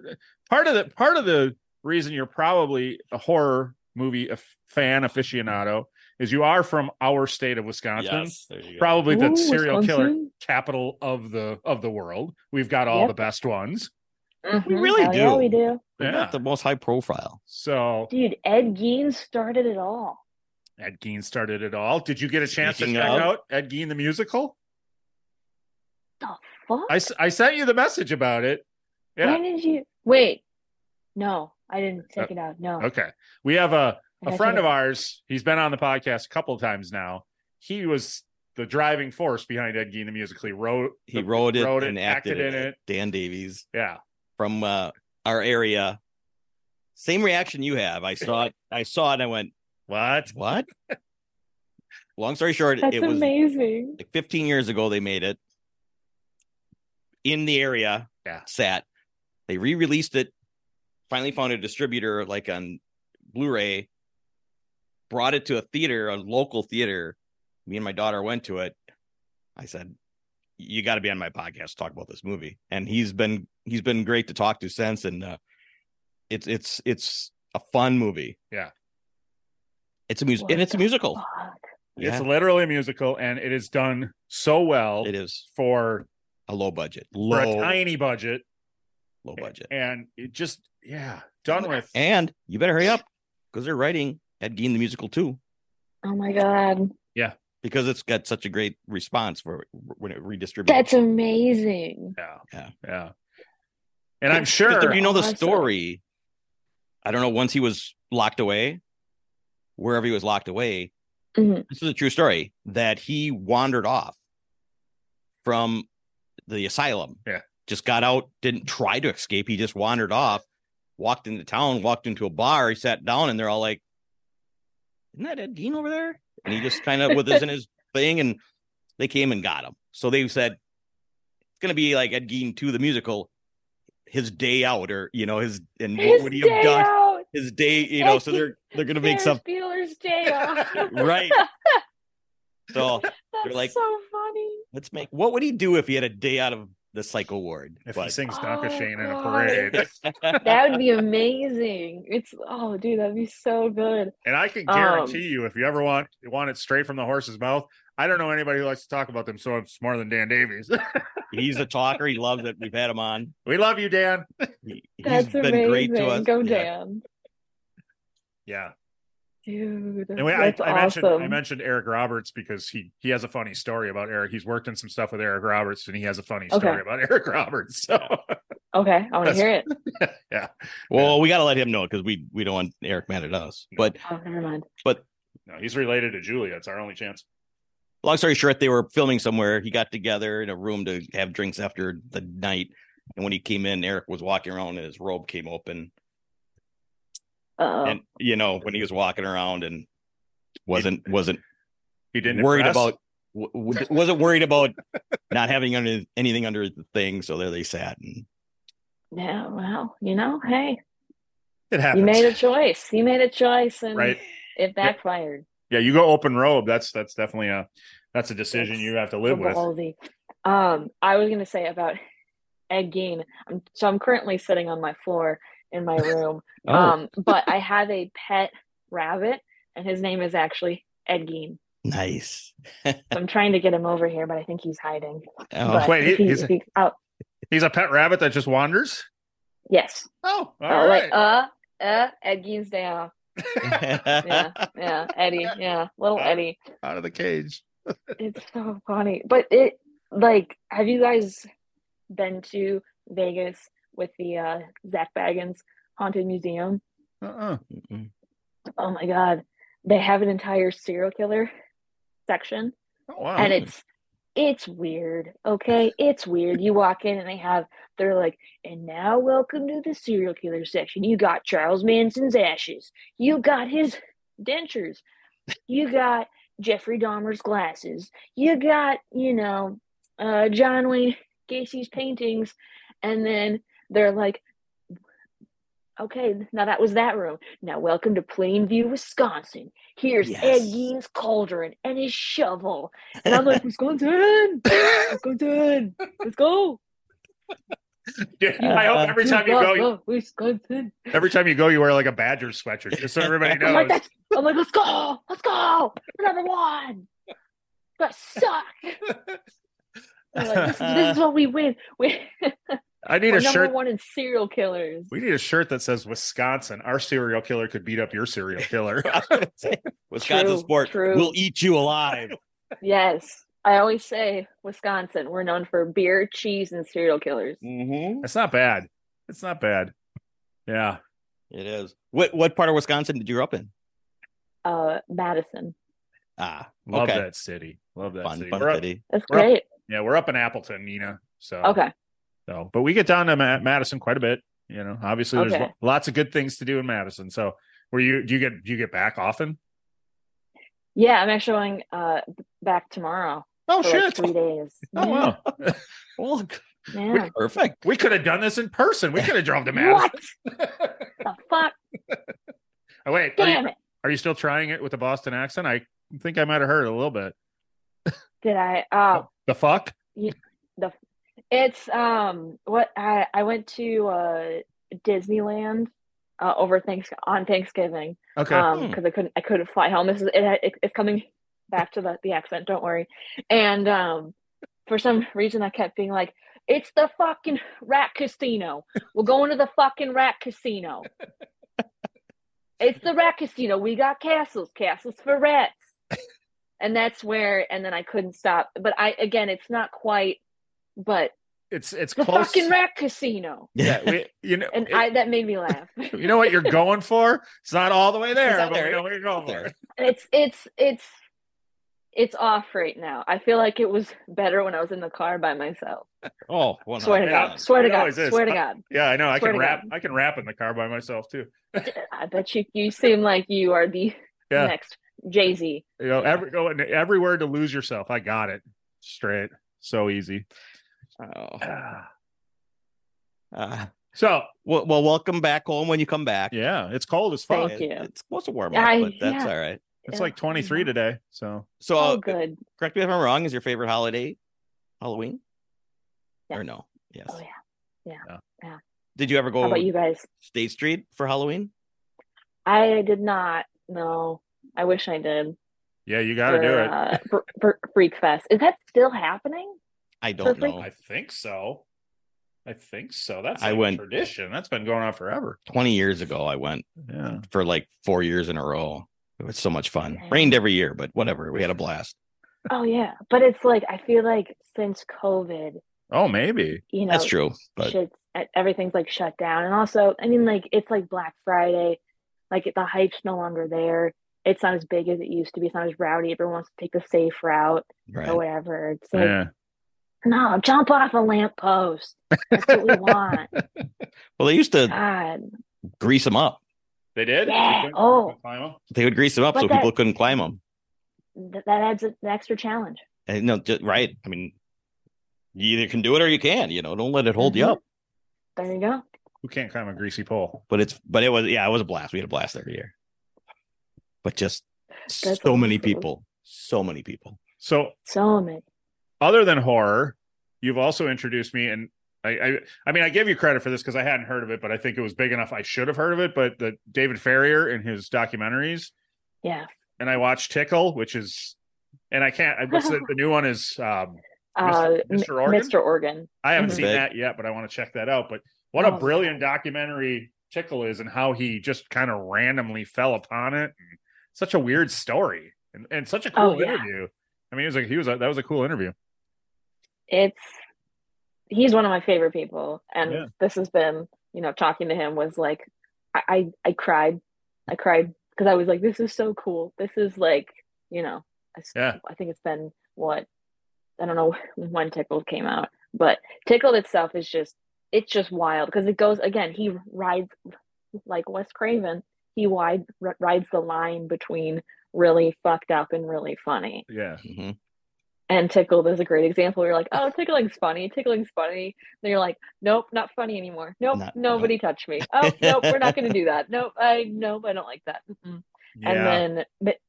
[SPEAKER 3] part of the part of the reason you're probably a horror movie a fan aficionado is you are from our state of Wisconsin,
[SPEAKER 4] yes, there you go.
[SPEAKER 3] probably the
[SPEAKER 5] Ooh,
[SPEAKER 3] serial killer
[SPEAKER 5] Wisconsin.
[SPEAKER 3] capital of the of the world. We've got all
[SPEAKER 5] Yep.
[SPEAKER 3] the best ones,
[SPEAKER 4] We
[SPEAKER 5] Mhm.
[SPEAKER 4] really
[SPEAKER 5] Hell Yeah,
[SPEAKER 4] do.
[SPEAKER 5] we do.
[SPEAKER 4] We're
[SPEAKER 3] yeah.
[SPEAKER 4] not the most high profile.
[SPEAKER 3] So
[SPEAKER 5] Dude, Ed Gein started it all.
[SPEAKER 3] Ed Gein started it all. Did you get a chance
[SPEAKER 4] Speaking
[SPEAKER 3] to check
[SPEAKER 4] of-
[SPEAKER 3] out Ed Gein the musical?
[SPEAKER 5] The fuck?
[SPEAKER 3] I, s- I sent you the message about it. Yeah.
[SPEAKER 5] When did you wait? No, I didn't
[SPEAKER 4] Uh,
[SPEAKER 5] take it out. No.
[SPEAKER 3] Okay. We have a
[SPEAKER 5] I
[SPEAKER 3] a
[SPEAKER 5] gotta
[SPEAKER 3] friend
[SPEAKER 5] take
[SPEAKER 3] of
[SPEAKER 5] it-
[SPEAKER 3] ours, he's been on the podcast a couple times now. He was the driving force behind Ed Gein the musical. He wrote,
[SPEAKER 4] He wrote it
[SPEAKER 3] wrote it,
[SPEAKER 4] and acted,
[SPEAKER 3] acted in
[SPEAKER 4] in
[SPEAKER 3] it.
[SPEAKER 4] it. Dan Davies
[SPEAKER 3] yeah,
[SPEAKER 4] from uh, our area. Same reaction you have. I saw it. I saw it. and I went,
[SPEAKER 3] what?
[SPEAKER 4] what? Long story short,
[SPEAKER 5] That's
[SPEAKER 4] it was
[SPEAKER 5] amazing.
[SPEAKER 4] like 15 years ago they made it in the area
[SPEAKER 3] Yeah.
[SPEAKER 4] sat they re-released it finally found a distributor like on blu-ray brought it to a theater a local theater me and my daughter went to it i said you got to be on my podcast to talk about this movie and he's been he's been great to talk to since and uh, it's it's it's a fun movie
[SPEAKER 3] Yeah.
[SPEAKER 4] it's a music
[SPEAKER 5] What
[SPEAKER 4] and it's a
[SPEAKER 5] the
[SPEAKER 4] musical
[SPEAKER 5] fuck?
[SPEAKER 4] yeah,
[SPEAKER 3] It's literally a musical, and it is done so well
[SPEAKER 4] it is
[SPEAKER 3] for
[SPEAKER 4] a low budget
[SPEAKER 3] for a
[SPEAKER 4] low
[SPEAKER 3] tiny budget,
[SPEAKER 4] low budget
[SPEAKER 3] and it just yeah, done with.
[SPEAKER 4] And you better hurry up because they're writing Ed Gein the musical too,
[SPEAKER 5] Oh my god.
[SPEAKER 4] because it's got such a great response for when it redistributes.
[SPEAKER 5] That's amazing.
[SPEAKER 3] yeah,
[SPEAKER 4] Yeah.
[SPEAKER 3] yeah. And I'm
[SPEAKER 4] Because
[SPEAKER 3] sure
[SPEAKER 4] if you know the
[SPEAKER 5] Awesome.
[SPEAKER 4] story. I don't know. Once he was locked away, wherever he was locked away,
[SPEAKER 5] Mhm.
[SPEAKER 4] this is a true story that he wandered off from the asylum.
[SPEAKER 3] Yeah.
[SPEAKER 4] Just got out, didn't try to escape. He just wandered off, walked into town, walked into a bar. He sat down, and they're all like, Isn't that Ed Gein over there? And he just kind of was in his thing, and they came and got him. So they said, gonna be like Ed Gein to the musical, his day out, or you know, his and
[SPEAKER 5] His
[SPEAKER 4] what would he have
[SPEAKER 5] day
[SPEAKER 4] done?
[SPEAKER 5] out.
[SPEAKER 4] His day, you know. So
[SPEAKER 5] Ed
[SPEAKER 4] they're they're gonna make
[SPEAKER 5] Ferris
[SPEAKER 4] something (laughs)
[SPEAKER 5] Bueller's day off.
[SPEAKER 4] right. So
[SPEAKER 5] (laughs) That's
[SPEAKER 4] like-
[SPEAKER 5] so funny.
[SPEAKER 4] let's make. What would he do if he had a day out of the Psycho Ward?
[SPEAKER 3] If he
[SPEAKER 4] But- (laughs)
[SPEAKER 3] sings Dr.
[SPEAKER 5] Oh,
[SPEAKER 3] Shane in a
[SPEAKER 5] God. (laughs)
[SPEAKER 3] parade.
[SPEAKER 5] That would be amazing. It's oh, dude, that'd be so good.
[SPEAKER 3] And I can
[SPEAKER 5] Um,
[SPEAKER 3] guarantee you, if you ever want want it straight from the horse's mouth, I don't know anybody who likes to talk about them, so I'm smarter than Dan Davies. (laughs)
[SPEAKER 4] He's a talker. He loves it. We've had him on.
[SPEAKER 3] we love you, Dan.
[SPEAKER 4] He, has
[SPEAKER 5] That's
[SPEAKER 4] been
[SPEAKER 5] amazing.
[SPEAKER 4] great to us.
[SPEAKER 5] Go
[SPEAKER 4] Yeah.
[SPEAKER 5] Dan,
[SPEAKER 3] Yeah.
[SPEAKER 5] dude.
[SPEAKER 3] And we, I,
[SPEAKER 5] that's
[SPEAKER 3] I
[SPEAKER 5] awesome.
[SPEAKER 3] mentioned I mentioned Eric Roberts because he he has a funny story about Eric. He's worked in some stuff with Eric Roberts, and he has a funny
[SPEAKER 5] Okay.
[SPEAKER 3] story about (laughs) Eric Roberts. So
[SPEAKER 5] okay, I want to
[SPEAKER 3] That's-
[SPEAKER 5] hear
[SPEAKER 4] (laughs)
[SPEAKER 5] it.
[SPEAKER 3] (laughs) yeah,
[SPEAKER 4] Well, we gotta let him know because we we don't want Eric mad at us. But
[SPEAKER 5] Oh, never mind.
[SPEAKER 3] no, he's related to Julia. It's our only chance.
[SPEAKER 4] long story short, they were filming somewhere. He got together in a room to have drinks after the night. And when he came in, Eric was walking around and his robe came open.
[SPEAKER 3] Oh.
[SPEAKER 5] Uh-oh.
[SPEAKER 4] And you know, when he was walking around and wasn't wasn't
[SPEAKER 3] He didn't
[SPEAKER 4] worried
[SPEAKER 3] impress.
[SPEAKER 4] about w- w- wasn't worried about (laughs) not having under, anything under the thing. So there they sat and
[SPEAKER 5] yeah, well, you know, hey,
[SPEAKER 3] it
[SPEAKER 5] you
[SPEAKER 3] happens.
[SPEAKER 5] made a choice. You made a choice, and
[SPEAKER 3] right.
[SPEAKER 5] it backfired.
[SPEAKER 3] Yeah, you go open robe. That's that's definitely a that's a decision
[SPEAKER 5] That's
[SPEAKER 3] you have to
[SPEAKER 5] So
[SPEAKER 3] live with.
[SPEAKER 5] ballsy. Um, I was gonna say about Ed Gein. I'm, so I'm currently sitting on my floor
[SPEAKER 3] (laughs)
[SPEAKER 5] in my room,
[SPEAKER 3] Oh.
[SPEAKER 5] um, but I have a pet rabbit, and his name is actually Ed Gein.
[SPEAKER 4] nice.
[SPEAKER 5] So I'm trying to get him over here, but I think he's hiding.
[SPEAKER 4] Oh, (laughs)
[SPEAKER 5] But
[SPEAKER 3] Wait,
[SPEAKER 5] if
[SPEAKER 3] he-
[SPEAKER 5] he-
[SPEAKER 3] he's-
[SPEAKER 5] if he- oh,
[SPEAKER 3] He's a pet rabbit that just wanders.
[SPEAKER 5] yes.
[SPEAKER 3] Oh, all
[SPEAKER 5] Oh, uh,
[SPEAKER 3] right.
[SPEAKER 5] wait, uh, uh, Ed Gein's day off.
[SPEAKER 3] (laughs)
[SPEAKER 5] Yeah, yeah, Eddie. Yeah, little
[SPEAKER 3] Uh,
[SPEAKER 5] Eddie.
[SPEAKER 3] Out of the cage.
[SPEAKER 5] It's so funny. But it like have you guys been to Vegas with the uh Zach Baggins haunted museum?
[SPEAKER 3] Uh-uh.
[SPEAKER 4] Mm-mm.
[SPEAKER 5] Oh my god. They have an entire serial killer section
[SPEAKER 3] Oh wow. (laughs)
[SPEAKER 5] and it's it's weird, okay? It's weird. You walk in and they have they're like, and now welcome to the serial killer section. You got Charles Manson's ashes. You got his dentures. You got Jeffrey Dahmer's glasses. You got, you know, uh, John Wayne Gacy's paintings. And then they're like, okay, now that was that room. Now welcome to Plainview, Wisconsin. Here's Ed
[SPEAKER 4] Yes.
[SPEAKER 5] Gein's cauldron and his shovel. And I'm like, Wisconsin, Wisconsin, let's go.
[SPEAKER 3] Dude, I hope
[SPEAKER 5] uh,
[SPEAKER 3] every time you go,
[SPEAKER 5] go, Wisconsin.
[SPEAKER 3] every time you go, you wear like a Badger sweatshirt, just so
[SPEAKER 5] (laughs)
[SPEAKER 3] everybody
[SPEAKER 5] I'm like,
[SPEAKER 3] knows.
[SPEAKER 5] that's, I'm like, let's go, let's go, we're number one. That
[SPEAKER 3] (laughs)
[SPEAKER 5] suck. I'm like, this, is- this is what we win. We,
[SPEAKER 3] I need
[SPEAKER 5] we're
[SPEAKER 3] a
[SPEAKER 5] number
[SPEAKER 3] shirt
[SPEAKER 5] one in serial killers.
[SPEAKER 3] We need a shirt that says Wisconsin. Our serial killer could beat up your serial
[SPEAKER 5] (laughs)
[SPEAKER 3] killer.
[SPEAKER 4] (laughs) Wisconsin
[SPEAKER 5] True,
[SPEAKER 4] sport
[SPEAKER 5] true.
[SPEAKER 4] will eat you alive.
[SPEAKER 5] Yes, I always say Wisconsin. We're known for beer, cheese, and serial killers.
[SPEAKER 3] Mm.
[SPEAKER 4] Mhm.
[SPEAKER 3] it's not bad. It's not bad. Yeah.
[SPEAKER 4] It is. What what part of Wisconsin did you grow up in?
[SPEAKER 5] Uh, Madison.
[SPEAKER 4] Ah,
[SPEAKER 3] Love
[SPEAKER 4] okay.
[SPEAKER 3] that city. Love that
[SPEAKER 4] Fun,
[SPEAKER 3] city.
[SPEAKER 4] fun
[SPEAKER 3] We're up-
[SPEAKER 4] city.
[SPEAKER 5] That's
[SPEAKER 3] We're up-
[SPEAKER 5] great.
[SPEAKER 3] yeah, we're up in Appleton, Nina. So
[SPEAKER 5] Okay.
[SPEAKER 3] so but we get down to Ma- Madison quite a bit. You know, obviously there's
[SPEAKER 5] Okay.
[SPEAKER 3] lo- lots of good things to do in Madison. So were you do you get do you get back often?
[SPEAKER 5] Yeah, I'm actually going uh back tomorrow
[SPEAKER 3] Oh
[SPEAKER 5] for like
[SPEAKER 3] shit.
[SPEAKER 5] three days.
[SPEAKER 3] Oh
[SPEAKER 5] Mm-hmm.
[SPEAKER 3] wow.
[SPEAKER 5] (laughs)
[SPEAKER 3] (laughs)
[SPEAKER 4] Well,
[SPEAKER 5] Yeah.
[SPEAKER 4] perfect.
[SPEAKER 3] we could have done this in person. We could have
[SPEAKER 5] (laughs)
[SPEAKER 3] drove to Madison.
[SPEAKER 5] What the fuck?
[SPEAKER 3] (laughs) oh wait, are
[SPEAKER 5] Damn
[SPEAKER 3] you,
[SPEAKER 5] it!
[SPEAKER 3] are you still trying it with a Boston accent? I think I might have heard it a little bit.
[SPEAKER 5] Did I? Oh,
[SPEAKER 3] The fuck?
[SPEAKER 5] it's um what I I went to uh Disneyland uh over thanks on Thanksgiving
[SPEAKER 3] Okay.
[SPEAKER 5] um
[SPEAKER 4] Hmm.
[SPEAKER 5] because I couldn't I couldn't fly home. This is it, had- it it's coming back to the the accent. Don't worry. And um for some reason I kept being like. It's the fucking rat casino. We're going to the fucking rat
[SPEAKER 3] (laughs)
[SPEAKER 5] casino. It's the rat casino. We got castles, castles for rats. And that's where and then I couldn't stop. But I again it's not quite but
[SPEAKER 3] it's it's
[SPEAKER 5] the
[SPEAKER 3] close.
[SPEAKER 5] fucking rat casino.
[SPEAKER 3] (laughs) yeah,
[SPEAKER 4] (laughs)
[SPEAKER 3] we, you know,
[SPEAKER 5] And
[SPEAKER 3] it-
[SPEAKER 5] I that made me laugh.
[SPEAKER 3] (laughs) you know what you're going for. It's not all the way there,
[SPEAKER 4] It's not
[SPEAKER 3] but
[SPEAKER 4] there.
[SPEAKER 3] we know what you're going
[SPEAKER 4] There.
[SPEAKER 3] for.
[SPEAKER 5] it's it's it's it's off right now. I feel like it was better when I was in the car by myself.
[SPEAKER 4] Oh, 100.
[SPEAKER 5] Swear to
[SPEAKER 3] Yeah,
[SPEAKER 5] God. Swear to
[SPEAKER 3] it
[SPEAKER 5] God.
[SPEAKER 3] always is.
[SPEAKER 5] Swear to God.
[SPEAKER 3] Yeah, I know. I
[SPEAKER 5] Swear
[SPEAKER 3] can
[SPEAKER 5] to
[SPEAKER 3] rap.
[SPEAKER 5] God.
[SPEAKER 3] I can rap in the car by myself too.
[SPEAKER 5] I bet you you seem like you are the
[SPEAKER 3] Yeah,
[SPEAKER 5] next Jay Z.
[SPEAKER 3] you know, every going everywhere to lose yourself. I got it straight. So easy. (sighs)
[SPEAKER 4] Oh. Uh,
[SPEAKER 3] So
[SPEAKER 4] well, well, welcome back home when you come back.
[SPEAKER 3] yeah, it's cold as fuck.
[SPEAKER 5] Thank you.
[SPEAKER 4] It's supposed to warm up,
[SPEAKER 5] I-
[SPEAKER 4] but that's
[SPEAKER 5] yeah.
[SPEAKER 4] all right.
[SPEAKER 3] It's like 23 today. So
[SPEAKER 4] So,
[SPEAKER 5] Oh,
[SPEAKER 4] uh,
[SPEAKER 5] good.
[SPEAKER 4] correct me if I'm wrong. Is your favorite holiday Halloween? Or no? Yes.
[SPEAKER 5] Oh yeah.
[SPEAKER 4] Did you ever
[SPEAKER 5] How
[SPEAKER 4] go
[SPEAKER 5] about you guys?
[SPEAKER 4] State Street for Halloween?
[SPEAKER 5] I did not. No, I wish I did.
[SPEAKER 3] yeah, you got to
[SPEAKER 5] for,
[SPEAKER 3] do it.
[SPEAKER 5] Uh, for, for Freak Fest. Is that still happening?
[SPEAKER 4] I don't
[SPEAKER 5] Perfect.
[SPEAKER 4] know.
[SPEAKER 3] I think so. I think so. That's
[SPEAKER 4] I
[SPEAKER 3] like
[SPEAKER 4] went-
[SPEAKER 3] tradition. That's been going on forever.
[SPEAKER 4] Twenty years ago, I went
[SPEAKER 3] Yeah.
[SPEAKER 4] for like four years in a row. It was so much fun.
[SPEAKER 5] Yeah.
[SPEAKER 4] Rained every year, but whatever. We had a blast.
[SPEAKER 5] Oh yeah, but it's like I feel like since COVID,
[SPEAKER 3] Oh, maybe.
[SPEAKER 5] you know,
[SPEAKER 4] That's true. But
[SPEAKER 5] shit's e, everything's like shut down, and also, I mean, like it's like Black Friday, like the hype's no longer there. It's not as big as it used to be. It's not as rowdy. Everyone wants to take the safe route or
[SPEAKER 4] right.
[SPEAKER 5] whatever. It's like
[SPEAKER 3] Yeah.
[SPEAKER 5] no, jump off a lamppost. That's what
[SPEAKER 4] (laughs)
[SPEAKER 5] we want.
[SPEAKER 4] Well, they used to
[SPEAKER 5] God,
[SPEAKER 4] grease them up.
[SPEAKER 3] They did?
[SPEAKER 5] Yeah.
[SPEAKER 3] You couldn't-
[SPEAKER 5] Oh.
[SPEAKER 3] couldn't climb up?
[SPEAKER 4] They would grease them up
[SPEAKER 5] But
[SPEAKER 4] so
[SPEAKER 5] that-
[SPEAKER 4] people couldn't climb them.
[SPEAKER 5] th- that adds an extra challenge.
[SPEAKER 4] And, no, just, right. I mean, you either can do it or you can. You know, don't let it hold you
[SPEAKER 5] Mhm.
[SPEAKER 4] up.
[SPEAKER 5] There you go.
[SPEAKER 3] Who can't climb a greasy pole?
[SPEAKER 4] But it's but it was yeah, it was a blast. We had a blast every year. But just
[SPEAKER 5] That's
[SPEAKER 4] so many
[SPEAKER 5] awesome.
[SPEAKER 4] people, so many people.
[SPEAKER 3] So
[SPEAKER 5] So many.
[SPEAKER 3] other than horror, you've also introduced me, and I, I, I mean, I give you credit for this because I hadn't heard of it, but I think it was big enough I should have heard of it. But the David Ferrier and his documentaries,
[SPEAKER 5] Yeah.
[SPEAKER 3] and I watched Tickle, which is, and I can't. I-
[SPEAKER 5] (laughs)
[SPEAKER 3] What's the, the new one is? Um,
[SPEAKER 5] Uh,
[SPEAKER 3] Mr. Mr.
[SPEAKER 5] M-
[SPEAKER 3] Organ?
[SPEAKER 5] Mr. Organ.
[SPEAKER 3] I haven't
[SPEAKER 5] Mhm.
[SPEAKER 3] seen
[SPEAKER 4] Big.
[SPEAKER 3] that yet, but I want to check that out. But what
[SPEAKER 5] Oh,
[SPEAKER 3] a brilliant documentary Tickle is, and how he just kind of randomly fell upon it. And such a weird story, and, and such a cool
[SPEAKER 5] Oh, yeah.
[SPEAKER 3] interview. I mean, it was like he was a, that was a cool interview.
[SPEAKER 5] It's he's one of my favorite people, and
[SPEAKER 3] Yeah.
[SPEAKER 5] this has been you know talking to him was like I I, I cried, I cried because I was like this is so cool. This is like you know I, s-
[SPEAKER 3] Yeah.
[SPEAKER 5] I think it's been what I don't know (laughs) when Tickled came out, but Tickled itself is just it's just wild because it goes again. He rides like Wes Craven. He wide r- rides the line between really fucked up and really funny.
[SPEAKER 3] Yeah,
[SPEAKER 4] Mhm.
[SPEAKER 5] and tickled is a great example. where You're like, oh, tickling's funny, tickling's funny. Then you're like, nope, not funny anymore. Nope,
[SPEAKER 4] Not-
[SPEAKER 5] nobody touched me. Oh, nope, we're not going to do that. Nope, I nope, I don't like that. Mm-mm.
[SPEAKER 3] yeah.
[SPEAKER 5] And then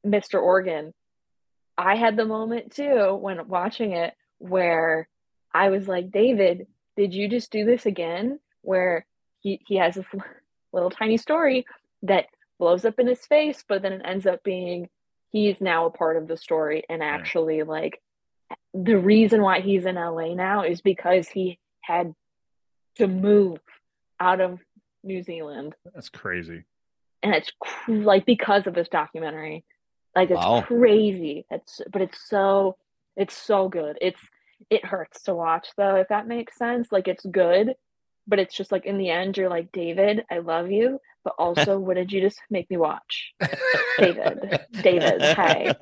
[SPEAKER 5] M- Mr. Organ, I had the moment too when watching it where I was like, David, did you just do this again? Where he he has this (laughs) little tiny story that blows up in his face, but then it ends up being he's now a part of the story and actually like the reason why he's in LA now is because he had to move out of New Zealand
[SPEAKER 3] that's crazy.
[SPEAKER 5] and it's cr- like because of this documentary like it's
[SPEAKER 4] Wow.
[SPEAKER 5] crazy it's but it's so it's so good it's it hurts to watch though if that makes sense like it's good but it's just like in the end you're like david i love you but
[SPEAKER 4] (laughs)
[SPEAKER 5] also what did you just make me watch (laughs) david
[SPEAKER 4] (laughs)
[SPEAKER 5] david (laughs) hey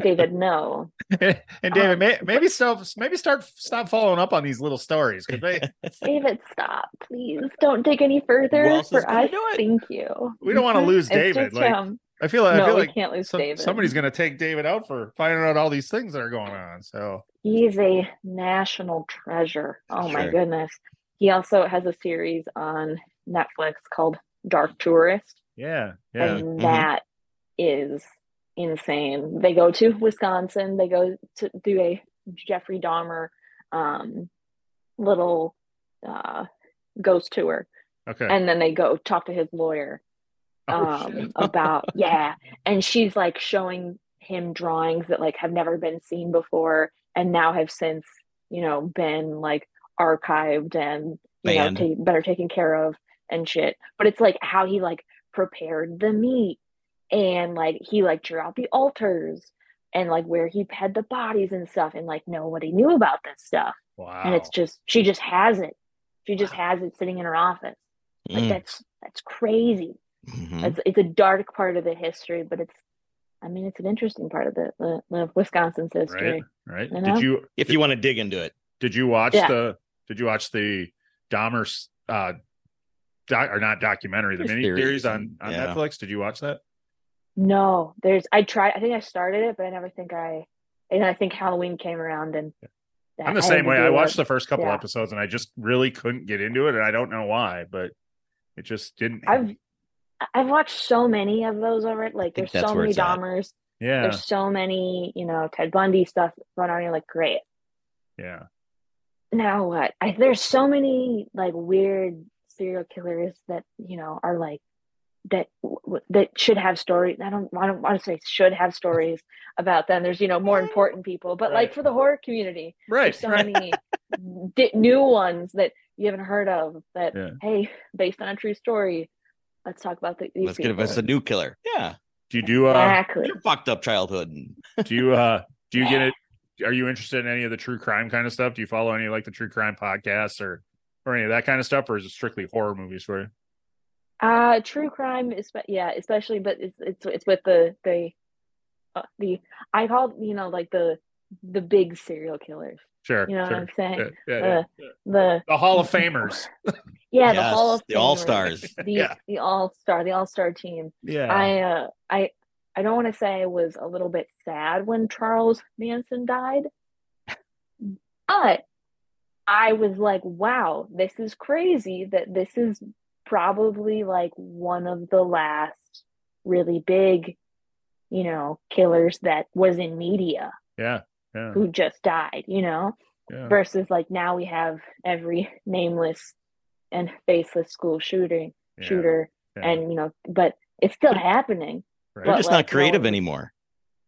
[SPEAKER 5] david no
[SPEAKER 3] (laughs) and David,
[SPEAKER 5] Um,
[SPEAKER 3] may, maybe stop, maybe start, stop following up on these little stories because they,
[SPEAKER 4] Mm-hmm.
[SPEAKER 5] david stop please don't dig any further
[SPEAKER 4] Who else is
[SPEAKER 5] for
[SPEAKER 4] gonna
[SPEAKER 5] i
[SPEAKER 4] do it?
[SPEAKER 5] thank you Mm-hmm.
[SPEAKER 3] we don't want to lose
[SPEAKER 5] It's
[SPEAKER 3] David.
[SPEAKER 5] just
[SPEAKER 3] Like
[SPEAKER 5] him.
[SPEAKER 3] I feel, I
[SPEAKER 5] no
[SPEAKER 3] feel
[SPEAKER 5] we
[SPEAKER 3] like
[SPEAKER 5] can't lose
[SPEAKER 3] some-
[SPEAKER 5] david
[SPEAKER 3] somebody's going to take David out for finding out all these things that are going on. So
[SPEAKER 5] He's a national treasure. Oh my
[SPEAKER 4] Sure.
[SPEAKER 5] goodness. He also has a series on Netflix called Dark Tourist,
[SPEAKER 3] yeah, yeah,
[SPEAKER 4] Mhm.
[SPEAKER 5] and that is insane. They go to Wisconsin, they go to do a Jeffrey Dahmer um, little uh, ghost tour,
[SPEAKER 3] okay.
[SPEAKER 5] and then they go talk to his lawyer
[SPEAKER 3] Oh, shit. (laughs)
[SPEAKER 5] um, about yeah and she's like showing him drawings that like have never been seen before and now have since you know been like archived and you
[SPEAKER 4] Banned.
[SPEAKER 5] know ta- better taken care of and shit but it's like how he like prepared the meat and like he like drew out the altars and like where he had the bodies and stuff and like nobody knew about this stuff
[SPEAKER 3] wow.
[SPEAKER 5] and it's just she just has it she just has it sitting in her office like
[SPEAKER 4] Mm.
[SPEAKER 5] that's that's crazy
[SPEAKER 3] Mm-hmm.
[SPEAKER 4] Mhm.
[SPEAKER 5] it's it's a dark part of the history, but it's I mean it's an interesting part of the, the, the Wisconsin's history.
[SPEAKER 3] right.
[SPEAKER 5] you know?
[SPEAKER 3] Did you
[SPEAKER 4] If you want to dig into it,
[SPEAKER 3] did you watch
[SPEAKER 5] Yeah.
[SPEAKER 3] the did you watch the Dahmer's uh, doc, or not documentary the
[SPEAKER 4] The
[SPEAKER 3] mini
[SPEAKER 4] series.
[SPEAKER 3] series on on
[SPEAKER 4] Yeah.
[SPEAKER 3] Netflix? Did you watch that?
[SPEAKER 5] No, there's I tried I think I started it, but I never think I and I think Halloween came around and
[SPEAKER 3] I'm the same way. I watched the first couple episodes and I just really couldn't get into it, and I don't know why, but it just didn't.
[SPEAKER 5] I've I've watched so many of those already. Like
[SPEAKER 4] think
[SPEAKER 5] there's
[SPEAKER 4] that's
[SPEAKER 5] so
[SPEAKER 4] where
[SPEAKER 5] many
[SPEAKER 4] it's at.
[SPEAKER 5] Dahmers.
[SPEAKER 3] yeah,
[SPEAKER 5] There's so many, you know, Ted Bundy stuff going on. You're like, great.
[SPEAKER 3] yeah.
[SPEAKER 5] Now what? I, there's so many like weird serial killers that you know are like that w- w- that should have stories. I don't I don't want to say should have stories about them. There's you know more important people, but like
[SPEAKER 3] Right.
[SPEAKER 5] for the horror community,
[SPEAKER 3] Right,
[SPEAKER 5] there's so
[SPEAKER 3] right.
[SPEAKER 5] many di- new ones that you haven't heard of. That
[SPEAKER 3] Yeah.
[SPEAKER 5] hey, based on a true story, let's talk about the, these
[SPEAKER 4] Let's get
[SPEAKER 5] people.
[SPEAKER 4] us a new killer. Yeah,
[SPEAKER 3] Do you do uh,
[SPEAKER 5] exactly.
[SPEAKER 4] your fucked up childhood. And
[SPEAKER 3] do you uh, do you get it? Are you interested in any of the true crime kind of stuff? Do you follow any like the true crime podcasts or or any of that kind of stuff, or is it strictly horror movies for you?
[SPEAKER 5] Uh, true crime is, yeah, especially, but it's it's it's with the the uh, the I call you know like the the big serial killers.
[SPEAKER 3] Sure,
[SPEAKER 5] You know what
[SPEAKER 3] sure.
[SPEAKER 5] I'm saying?
[SPEAKER 3] Yeah, yeah, yeah.
[SPEAKER 5] Uh, The
[SPEAKER 3] the Hall of Famers.
[SPEAKER 5] yeah, the
[SPEAKER 4] Yes,
[SPEAKER 5] Hall of
[SPEAKER 4] the All
[SPEAKER 5] Famers, (laughs)
[SPEAKER 4] Stars.
[SPEAKER 5] the
[SPEAKER 3] Yeah.
[SPEAKER 5] the All Star, the All Star team.
[SPEAKER 3] Yeah,
[SPEAKER 5] I uh I I don't want to say I was a little bit sad when Charles Manson died, but I was like, wow, this is crazy that this is probably like one of the last really big, you know, killers that was in media
[SPEAKER 3] yeah, yeah,
[SPEAKER 5] who just died, you know,
[SPEAKER 3] yeah.
[SPEAKER 5] versus like now we have every nameless and faceless school shooting
[SPEAKER 3] yeah,
[SPEAKER 5] shooter
[SPEAKER 3] yeah.
[SPEAKER 5] and you know, but it's still happening.
[SPEAKER 3] Right.
[SPEAKER 4] they're
[SPEAKER 5] But,
[SPEAKER 4] just
[SPEAKER 5] like,
[SPEAKER 4] not creative
[SPEAKER 5] no-
[SPEAKER 4] anymore.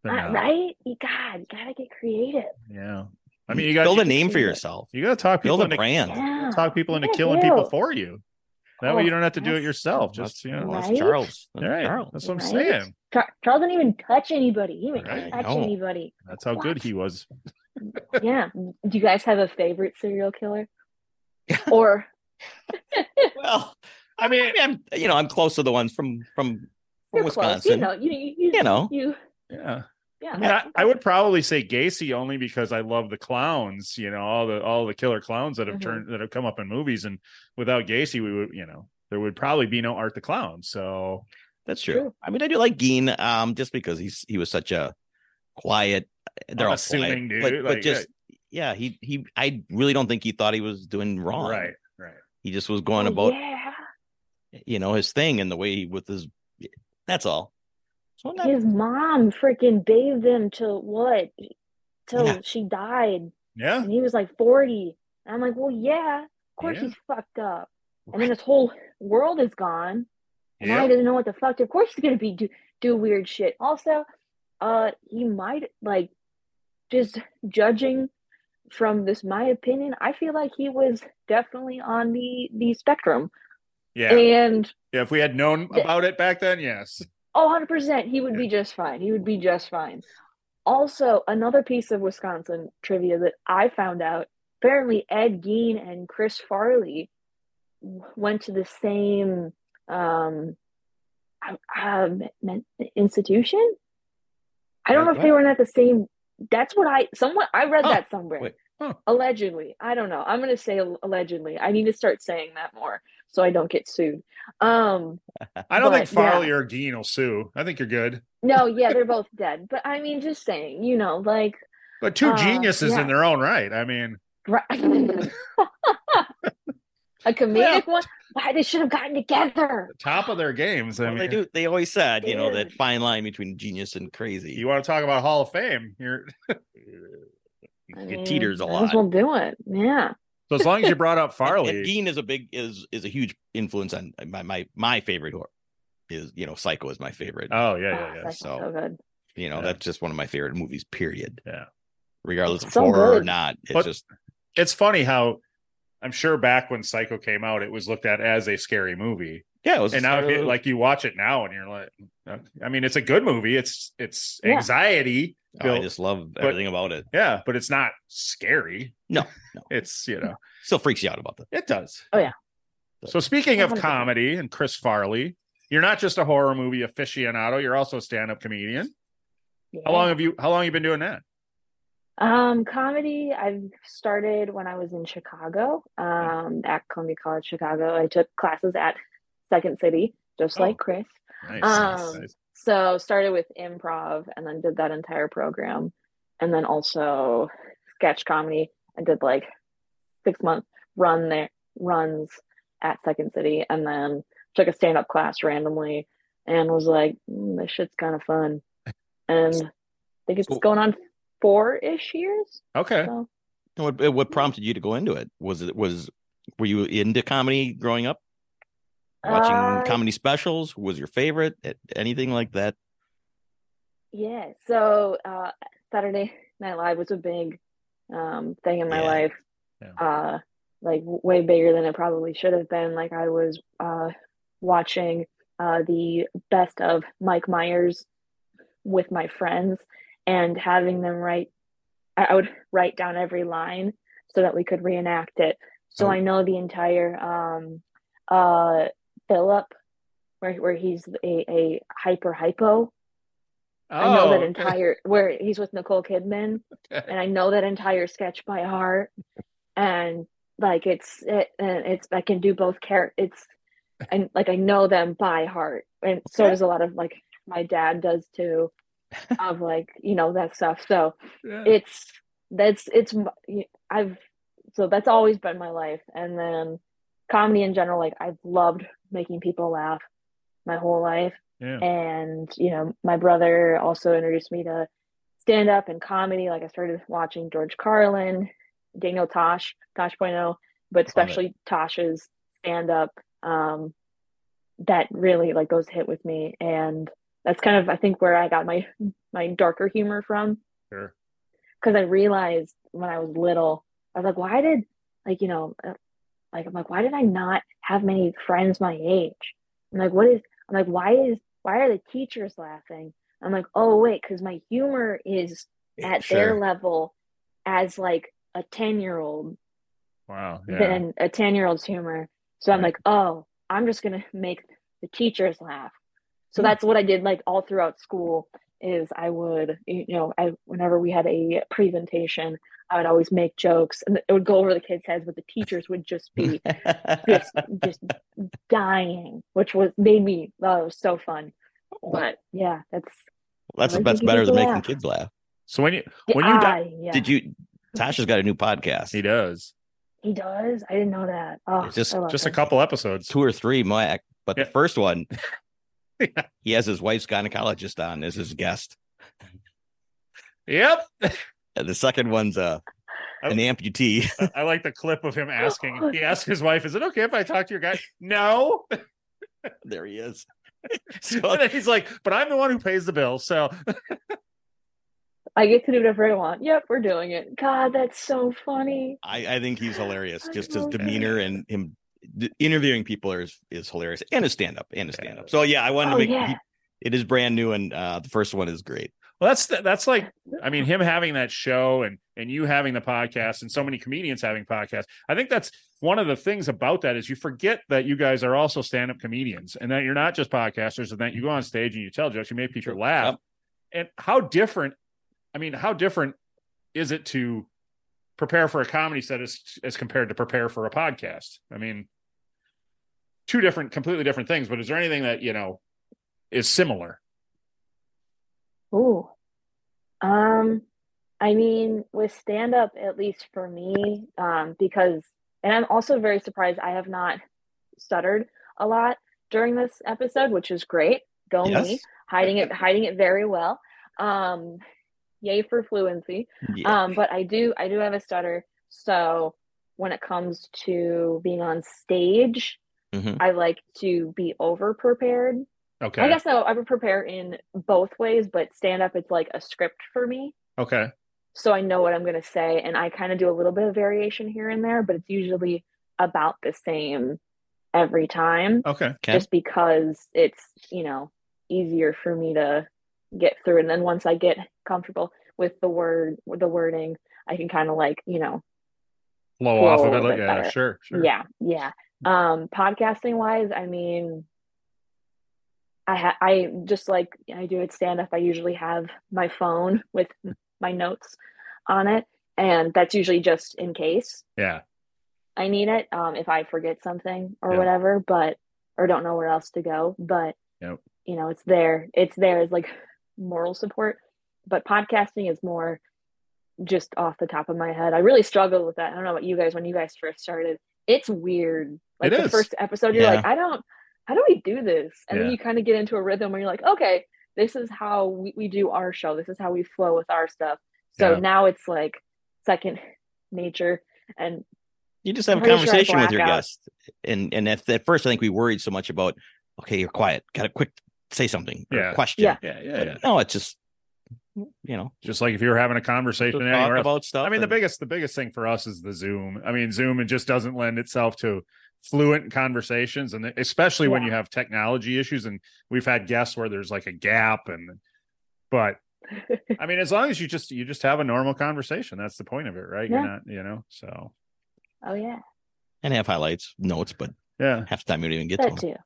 [SPEAKER 3] They're
[SPEAKER 5] Not
[SPEAKER 3] not.
[SPEAKER 5] Uh, right? You God, you gotta get creative.
[SPEAKER 3] Yeah, I mean, you got
[SPEAKER 4] build a
[SPEAKER 3] you,
[SPEAKER 4] name for yourself.
[SPEAKER 3] you got to talk people
[SPEAKER 4] Build a
[SPEAKER 3] into
[SPEAKER 4] brand.
[SPEAKER 5] Yeah.
[SPEAKER 3] talk people into
[SPEAKER 5] Yeah,
[SPEAKER 3] killing
[SPEAKER 5] do.
[SPEAKER 3] people for you. That way,
[SPEAKER 5] Oh,
[SPEAKER 3] you don't have to do it
[SPEAKER 5] that's-
[SPEAKER 3] yourself. Just you know,
[SPEAKER 4] Well, that's
[SPEAKER 5] Right?
[SPEAKER 4] Charles. That's
[SPEAKER 3] all right.
[SPEAKER 4] Charles.
[SPEAKER 3] That's what I'm
[SPEAKER 5] Right?
[SPEAKER 3] saying.
[SPEAKER 5] Char- Charles didn't even touch anybody. He didn't
[SPEAKER 3] Right.
[SPEAKER 5] touch
[SPEAKER 4] No.
[SPEAKER 5] anybody.
[SPEAKER 3] That's how good he was.
[SPEAKER 5] Yeah. Do you guys have a favorite
[SPEAKER 3] (laughs)
[SPEAKER 5] serial killer? or
[SPEAKER 4] Well, I mean, I am you know I'm close to the ones from from from
[SPEAKER 5] you're close. You
[SPEAKER 4] Wisconsin.
[SPEAKER 5] know, you you,
[SPEAKER 4] You know.
[SPEAKER 5] you
[SPEAKER 3] Yeah,
[SPEAKER 5] yeah.
[SPEAKER 3] I mean, I, I would probably say Gacy only because I love the clowns. You know, all the all the killer clowns that have
[SPEAKER 5] Mhm.
[SPEAKER 3] turned that have come up in movies, and without Gacy, we would you know there would probably be no Art the Clown. So
[SPEAKER 4] That's true.
[SPEAKER 5] True.
[SPEAKER 4] I mean, I do like Gene, um, just because he's he was such a quiet. They're all
[SPEAKER 3] Unassuming
[SPEAKER 4] quiet,
[SPEAKER 3] dude,
[SPEAKER 4] but, but
[SPEAKER 3] like,
[SPEAKER 4] just yeah, he he. I really don't think he thought he was doing wrong.
[SPEAKER 3] right, right,
[SPEAKER 4] He just was going
[SPEAKER 5] Oh,
[SPEAKER 4] about
[SPEAKER 5] yeah.
[SPEAKER 4] you know his thing and the way he with his. That's all. So not,
[SPEAKER 5] His mom freaking bathed him till what? Till
[SPEAKER 4] Yeah.
[SPEAKER 5] she died.
[SPEAKER 3] yeah,
[SPEAKER 5] And he was like 40. And I'm like, well, yeah, of course
[SPEAKER 3] Yeah.
[SPEAKER 5] he's fucked up. And then his whole world is gone. And now
[SPEAKER 3] Yeah.
[SPEAKER 5] he doesn't know what the fuck. Of course he's gonna be do, do weird shit. Also, uh, he might like just judging from this my opinion. I feel like he was definitely on the the spectrum,
[SPEAKER 3] yeah, yeah.
[SPEAKER 5] and
[SPEAKER 3] If we had known
[SPEAKER 5] Yeah.
[SPEAKER 3] about it back then, yes,
[SPEAKER 5] oh, 100 percent, he would be just fine. He would be just fine. Also, another piece of Wisconsin trivia that I found out: apparently, Ed Gein and Chris Farley w- went to the same um, um men- institution. I don't know
[SPEAKER 4] Like
[SPEAKER 5] if they
[SPEAKER 4] what?
[SPEAKER 5] were not the same. That's what I someone I read
[SPEAKER 4] Huh.
[SPEAKER 5] that somewhere.
[SPEAKER 4] Wait.
[SPEAKER 3] Huh.
[SPEAKER 5] Allegedly, I don't know. I'm gonna say al- allegedly. I need to start saying that more so I don't get sued. Um,
[SPEAKER 3] I don't
[SPEAKER 5] But,
[SPEAKER 3] think Farley or Dean will sue. I think you're good.
[SPEAKER 5] no, yeah, they're both dead. But I mean, just saying, you know, like
[SPEAKER 3] But two
[SPEAKER 5] Uh,
[SPEAKER 3] geniuses
[SPEAKER 5] yeah.
[SPEAKER 3] in their own right. I mean,
[SPEAKER 5] Right. (laughs) a comedic one. Why they should have gotten together?
[SPEAKER 3] top of their games. I
[SPEAKER 4] well,
[SPEAKER 3] mean,
[SPEAKER 4] they do. They always said you know that
[SPEAKER 5] Dude.
[SPEAKER 4] fine line between genius and crazy.
[SPEAKER 3] you want to talk about Hall of Fame?
[SPEAKER 4] (laughs)
[SPEAKER 3] You're
[SPEAKER 5] I
[SPEAKER 4] it
[SPEAKER 5] mean,
[SPEAKER 4] teeters a
[SPEAKER 5] might As
[SPEAKER 4] lot.
[SPEAKER 5] well do it. Yeah.
[SPEAKER 3] so as long as you brought up
[SPEAKER 4] (laughs) And-
[SPEAKER 3] Farley,
[SPEAKER 4] And, Dean is a big is is a huge influence on uh, my my my favorite horror is you know Psycho is my favorite.
[SPEAKER 3] oh yeah,
[SPEAKER 5] Ah,
[SPEAKER 3] yeah, yeah.
[SPEAKER 5] that's
[SPEAKER 4] so-
[SPEAKER 5] so good.
[SPEAKER 4] you know
[SPEAKER 3] Yeah.
[SPEAKER 4] that's just one of my favorite movies. Period.
[SPEAKER 3] Yeah.
[SPEAKER 4] Regardless of
[SPEAKER 5] So
[SPEAKER 4] horror or
[SPEAKER 5] good.
[SPEAKER 4] not, it's
[SPEAKER 3] But-
[SPEAKER 4] just
[SPEAKER 3] It's funny how I'm sure back when Psycho came out, it was looked at as a scary movie,
[SPEAKER 4] yeah. It was
[SPEAKER 3] and now if you, like you watch it now and you're like, I mean, it's a good movie. It's it's
[SPEAKER 5] Yeah.
[SPEAKER 3] anxiety,
[SPEAKER 4] oh, I
[SPEAKER 3] built-
[SPEAKER 4] just love everything about it.
[SPEAKER 3] yeah, but it's not scary. (laughs)
[SPEAKER 4] No, no.
[SPEAKER 3] it's you know
[SPEAKER 4] Still freaks you out about that.
[SPEAKER 3] it does.
[SPEAKER 5] Oh, yeah.
[SPEAKER 3] So speaking of
[SPEAKER 5] 100%.
[SPEAKER 3] comedy and Chris Farley, you're not just a horror movie aficionado; you're also a stand-up comedian.
[SPEAKER 5] Yeah.
[SPEAKER 3] How long have you? How long you been doing that?
[SPEAKER 5] Um, comedy. I've started when I was in Chicago, um, at Columbia College Chicago. I took classes at Second City, just
[SPEAKER 3] Oh.
[SPEAKER 5] like Chris.
[SPEAKER 3] Nice.
[SPEAKER 5] Um, So started with improv and then did that entire program, and then also sketch comedy. I did like six month run there runs at Second City, and then took a stand up class randomly, and was like, mm, this shit's kind of
[SPEAKER 3] (laughs)
[SPEAKER 5] fun, and I think it's
[SPEAKER 4] Cool.
[SPEAKER 5] going on four ish years.
[SPEAKER 3] Okay.
[SPEAKER 5] So
[SPEAKER 4] And What what prompted you to go into it? Was it was were you into comedy growing up? Watching
[SPEAKER 5] Uh,
[SPEAKER 4] comedy specials was your favorite? A- Anything like that?
[SPEAKER 5] Yeah, so uh, Saturday Night Live was a big um, thing in my
[SPEAKER 4] Yeah.
[SPEAKER 5] life,
[SPEAKER 3] Yeah.
[SPEAKER 5] uh, like w- way bigger than it probably should have been. Like I was uh, watching uh, the best of Mike Myers with my friends and having them write. I I would write down every line so that we could reenact it. So
[SPEAKER 4] Oh.
[SPEAKER 5] I know the entire um, uh, Philip, where where he's a, a hyper hypo. I know that
[SPEAKER 3] Oh, okay.
[SPEAKER 5] entire where he's with Nicole Kidman,
[SPEAKER 3] Okay.
[SPEAKER 5] and I know that entire sketch by heart. And like it's it, and it's I can do both care. It's and like I know them by heart, and so
[SPEAKER 3] Okay.
[SPEAKER 5] does a lot of like my dad does
[SPEAKER 3] (laughs)
[SPEAKER 5] too, of like you know that stuff. So
[SPEAKER 3] Yeah.
[SPEAKER 5] it's that's it's m- I've so that's always been my life, and then comedy in general. Like I've loved making people laugh my whole life
[SPEAKER 3] yeah.
[SPEAKER 5] and you know my brother also introduced me to stand up and comedy like i started watching george carlin daniel tosh tosh.0 but especially tosh's stand up um that really like those hit with me and that's kind of i think where i got my my darker humor from
[SPEAKER 3] Sure.
[SPEAKER 5] because I realized when I was little, I was like, why did, like, you know, uh, like, I'm like, why did I not have many friends my age? I'm like, what is, I'm like, why is, why are the teachers laughing? I'm like, oh, wait, because my humor is at their
[SPEAKER 4] Sure.
[SPEAKER 5] level as like a 10 year old
[SPEAKER 3] Wow. Yeah.
[SPEAKER 5] than a 10 year old's humor. So I'm
[SPEAKER 3] Right.
[SPEAKER 5] like, oh, I'm just going to make the teachers laugh.
[SPEAKER 3] Hmm.
[SPEAKER 5] So that's what I did like all throughout school is I would, you know, I whenever we had a presentation, I would always make jokes and it would go over the kids' heads, but the teachers would
[SPEAKER 3] (laughs)
[SPEAKER 4] (laughs)
[SPEAKER 5] just be just just dying, which was made me oh, it was so fun. But yeah, that's
[SPEAKER 4] that's
[SPEAKER 5] Why
[SPEAKER 4] that's
[SPEAKER 5] did you
[SPEAKER 4] better than
[SPEAKER 5] laugh?
[SPEAKER 4] making kids laugh.
[SPEAKER 3] so when you when you
[SPEAKER 5] ah,
[SPEAKER 3] di-
[SPEAKER 5] yeah.
[SPEAKER 4] Did you? Tasha's got a new podcast,
[SPEAKER 3] he does
[SPEAKER 5] He does. I didn't know that. Oh,
[SPEAKER 4] It's just-
[SPEAKER 5] I love
[SPEAKER 3] just a
[SPEAKER 5] him.
[SPEAKER 3] couple episodes.
[SPEAKER 4] two or three, Mac. But
[SPEAKER 3] Yeah.
[SPEAKER 4] the first (laughs) one,
[SPEAKER 3] Yeah.
[SPEAKER 4] he has his wife's gynecologist on as his guest.
[SPEAKER 3] Yep.
[SPEAKER 4] And the second one's uh, an amputee. (laughs)
[SPEAKER 3] I- I like the clip
[SPEAKER 5] (laughs)
[SPEAKER 3] of him asking. He asked his wife, "Is it okay if I talk to your guy?" No. (laughs)
[SPEAKER 4] there he is.
[SPEAKER 3] And
[SPEAKER 4] So
[SPEAKER 3] then he's like, "But I'm the one who pays the bill." So
[SPEAKER 5] I get to do whatever I want. Yep, we're doing it. God, that's so funny.
[SPEAKER 4] I, I think he's hilarious.
[SPEAKER 5] I
[SPEAKER 4] Just his
[SPEAKER 5] love that.
[SPEAKER 4] demeanor and him d- interviewing people is is hilarious, and his stand up, and his
[SPEAKER 3] Yeah.
[SPEAKER 4] stand up. So yeah, I wanted
[SPEAKER 5] Oh,
[SPEAKER 4] to make
[SPEAKER 5] yeah.
[SPEAKER 4] he- it is brand new, and uh, the first one is great.
[SPEAKER 3] Well, that's that's like I mean him having that show and and you having the podcast and so many comedians having podcasts. I think that's one of the things about that is you forget that you guys are also stand up comedians and that you're not just podcasters and that you go on stage and you tell jokes, you make people laugh. And how different? I mean, how different is it to prepare for a comedy set as as compared to prepare for a podcast? I mean, two different, completely different things. But is there anything that you know is similar?
[SPEAKER 5] Ooh. Um, I mean, with stand up, at least for me, um, because, and I'm also very surprised I have not stuttered a lot during this episode, which is great. Go me,
[SPEAKER 4] Yes.
[SPEAKER 5] hiding it, hiding it very well. Um, yay for fluency.
[SPEAKER 4] Yeah.
[SPEAKER 5] Um, but I do, I do have a stutter. So when it comes to being on stage,
[SPEAKER 4] Mhm.
[SPEAKER 5] I like to be over prepared.
[SPEAKER 3] Okay.
[SPEAKER 5] I guess I, I would prepare in both ways, but stand up, it's like a script for me.
[SPEAKER 3] okay.
[SPEAKER 5] So I know what I'm going to say. And I kind of do a little bit of variation here and there, but it's usually about the same every time,
[SPEAKER 3] Okay.
[SPEAKER 4] Okay.
[SPEAKER 5] just because it's, you know, easier for me to get through. And then once I get comfortable with the word, with the wording, I can kind of like, you know,
[SPEAKER 3] Blow
[SPEAKER 5] Blow
[SPEAKER 3] off
[SPEAKER 5] a
[SPEAKER 3] of it.
[SPEAKER 5] little
[SPEAKER 3] Like,
[SPEAKER 5] bit
[SPEAKER 3] yeah,
[SPEAKER 5] better.
[SPEAKER 3] sure, sure.
[SPEAKER 5] Yeah, yeah. Um, podcasting wise, I mean, I ha- I just like I do at stand up. I usually have my phone with my notes on it, and that's usually just in case
[SPEAKER 3] Yeah.
[SPEAKER 5] I need it. Um, if I forget something or
[SPEAKER 3] Yeah.
[SPEAKER 5] whatever, but or don't know where else to go, but
[SPEAKER 3] Yep.
[SPEAKER 5] you know, it's there. It's there as like moral support. But podcasting is more just off the top of my head. I really struggled with that. I don't know about you guys when you guys first started. It's weird. Like
[SPEAKER 3] It
[SPEAKER 5] the
[SPEAKER 3] is.
[SPEAKER 5] first episode, you're
[SPEAKER 4] Yeah.
[SPEAKER 5] like, I don't. How do we do this? And then
[SPEAKER 3] Yeah.
[SPEAKER 5] you kind of get into a rhythm where you're like, okay, this is how we, we do our show. This is how we flow with our stuff. So
[SPEAKER 3] Yeah.
[SPEAKER 5] now it's like second nature. And (laughs)
[SPEAKER 4] You just have a
[SPEAKER 5] I'm pretty sure I
[SPEAKER 4] conversation with your
[SPEAKER 5] black out.
[SPEAKER 4] guest, and and at, at first I think we worried so much about okay, you're quiet, gotta quick say something, or
[SPEAKER 3] Yeah.
[SPEAKER 4] question.
[SPEAKER 5] Yeah.
[SPEAKER 6] Yeah, yeah,
[SPEAKER 4] But
[SPEAKER 6] yeah.
[SPEAKER 4] no, it's just you know
[SPEAKER 3] Just like if you were having a conversation
[SPEAKER 4] just
[SPEAKER 3] anywhere
[SPEAKER 4] talk
[SPEAKER 3] else.
[SPEAKER 4] about stuff.
[SPEAKER 3] I mean, the
[SPEAKER 4] and-
[SPEAKER 3] biggest the biggest thing for us is the Zoom. I mean, Zoom it just doesn't lend itself to fluent conversations, and especially when
[SPEAKER 5] Yeah.
[SPEAKER 3] you have technology issues. And we've had guests where there's like a gap, and but I mean, as long as you just you just have a normal conversation, that's the point of it, right? You're
[SPEAKER 5] Yeah.
[SPEAKER 3] not, you know, so
[SPEAKER 5] oh yeah,
[SPEAKER 4] and have highlights, notes, but
[SPEAKER 3] yeah.
[SPEAKER 4] half the time you don't even get to
[SPEAKER 5] that
[SPEAKER 4] them.
[SPEAKER 5] too.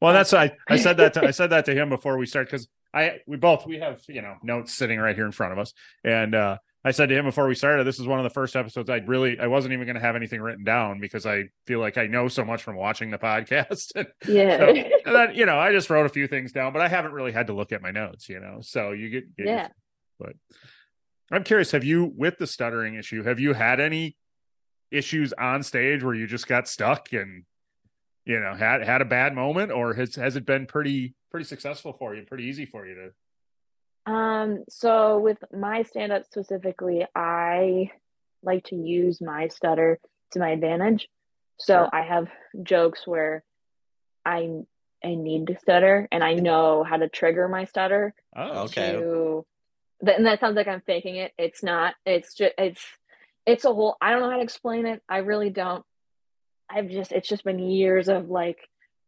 [SPEAKER 3] Well, that's I I said that to, I said that to him before we start because I we both we have you know notes sitting right here in front of us, and uh, I said to him before we started, this is one of the first episodes I really I wasn't even going to have anything written down because I feel like I know so much from watching the podcast. (laughs) and
[SPEAKER 5] Yeah. (laughs)
[SPEAKER 3] so- and then, you know, I just wrote a few things down, but I haven't really had to look at my notes, you know. So you get, get your-
[SPEAKER 5] Yeah.
[SPEAKER 3] but I'm curious, have you with the stuttering issue, have you had any issues on stage where you just got stuck and you know had had a bad moment, or has has it been pretty pretty successful for you, pretty easy for you to
[SPEAKER 5] Um, so with my stand up specifically, I like to use my stutter to my advantage. So I have jokes where I I need to stutter and I know how to trigger my stutter
[SPEAKER 3] oh
[SPEAKER 4] Okay.
[SPEAKER 5] to that and that sounds like I'm faking it. It's not. It's just it's it's a whole I don't know how to explain it. I really don't. I've just it's just been years of like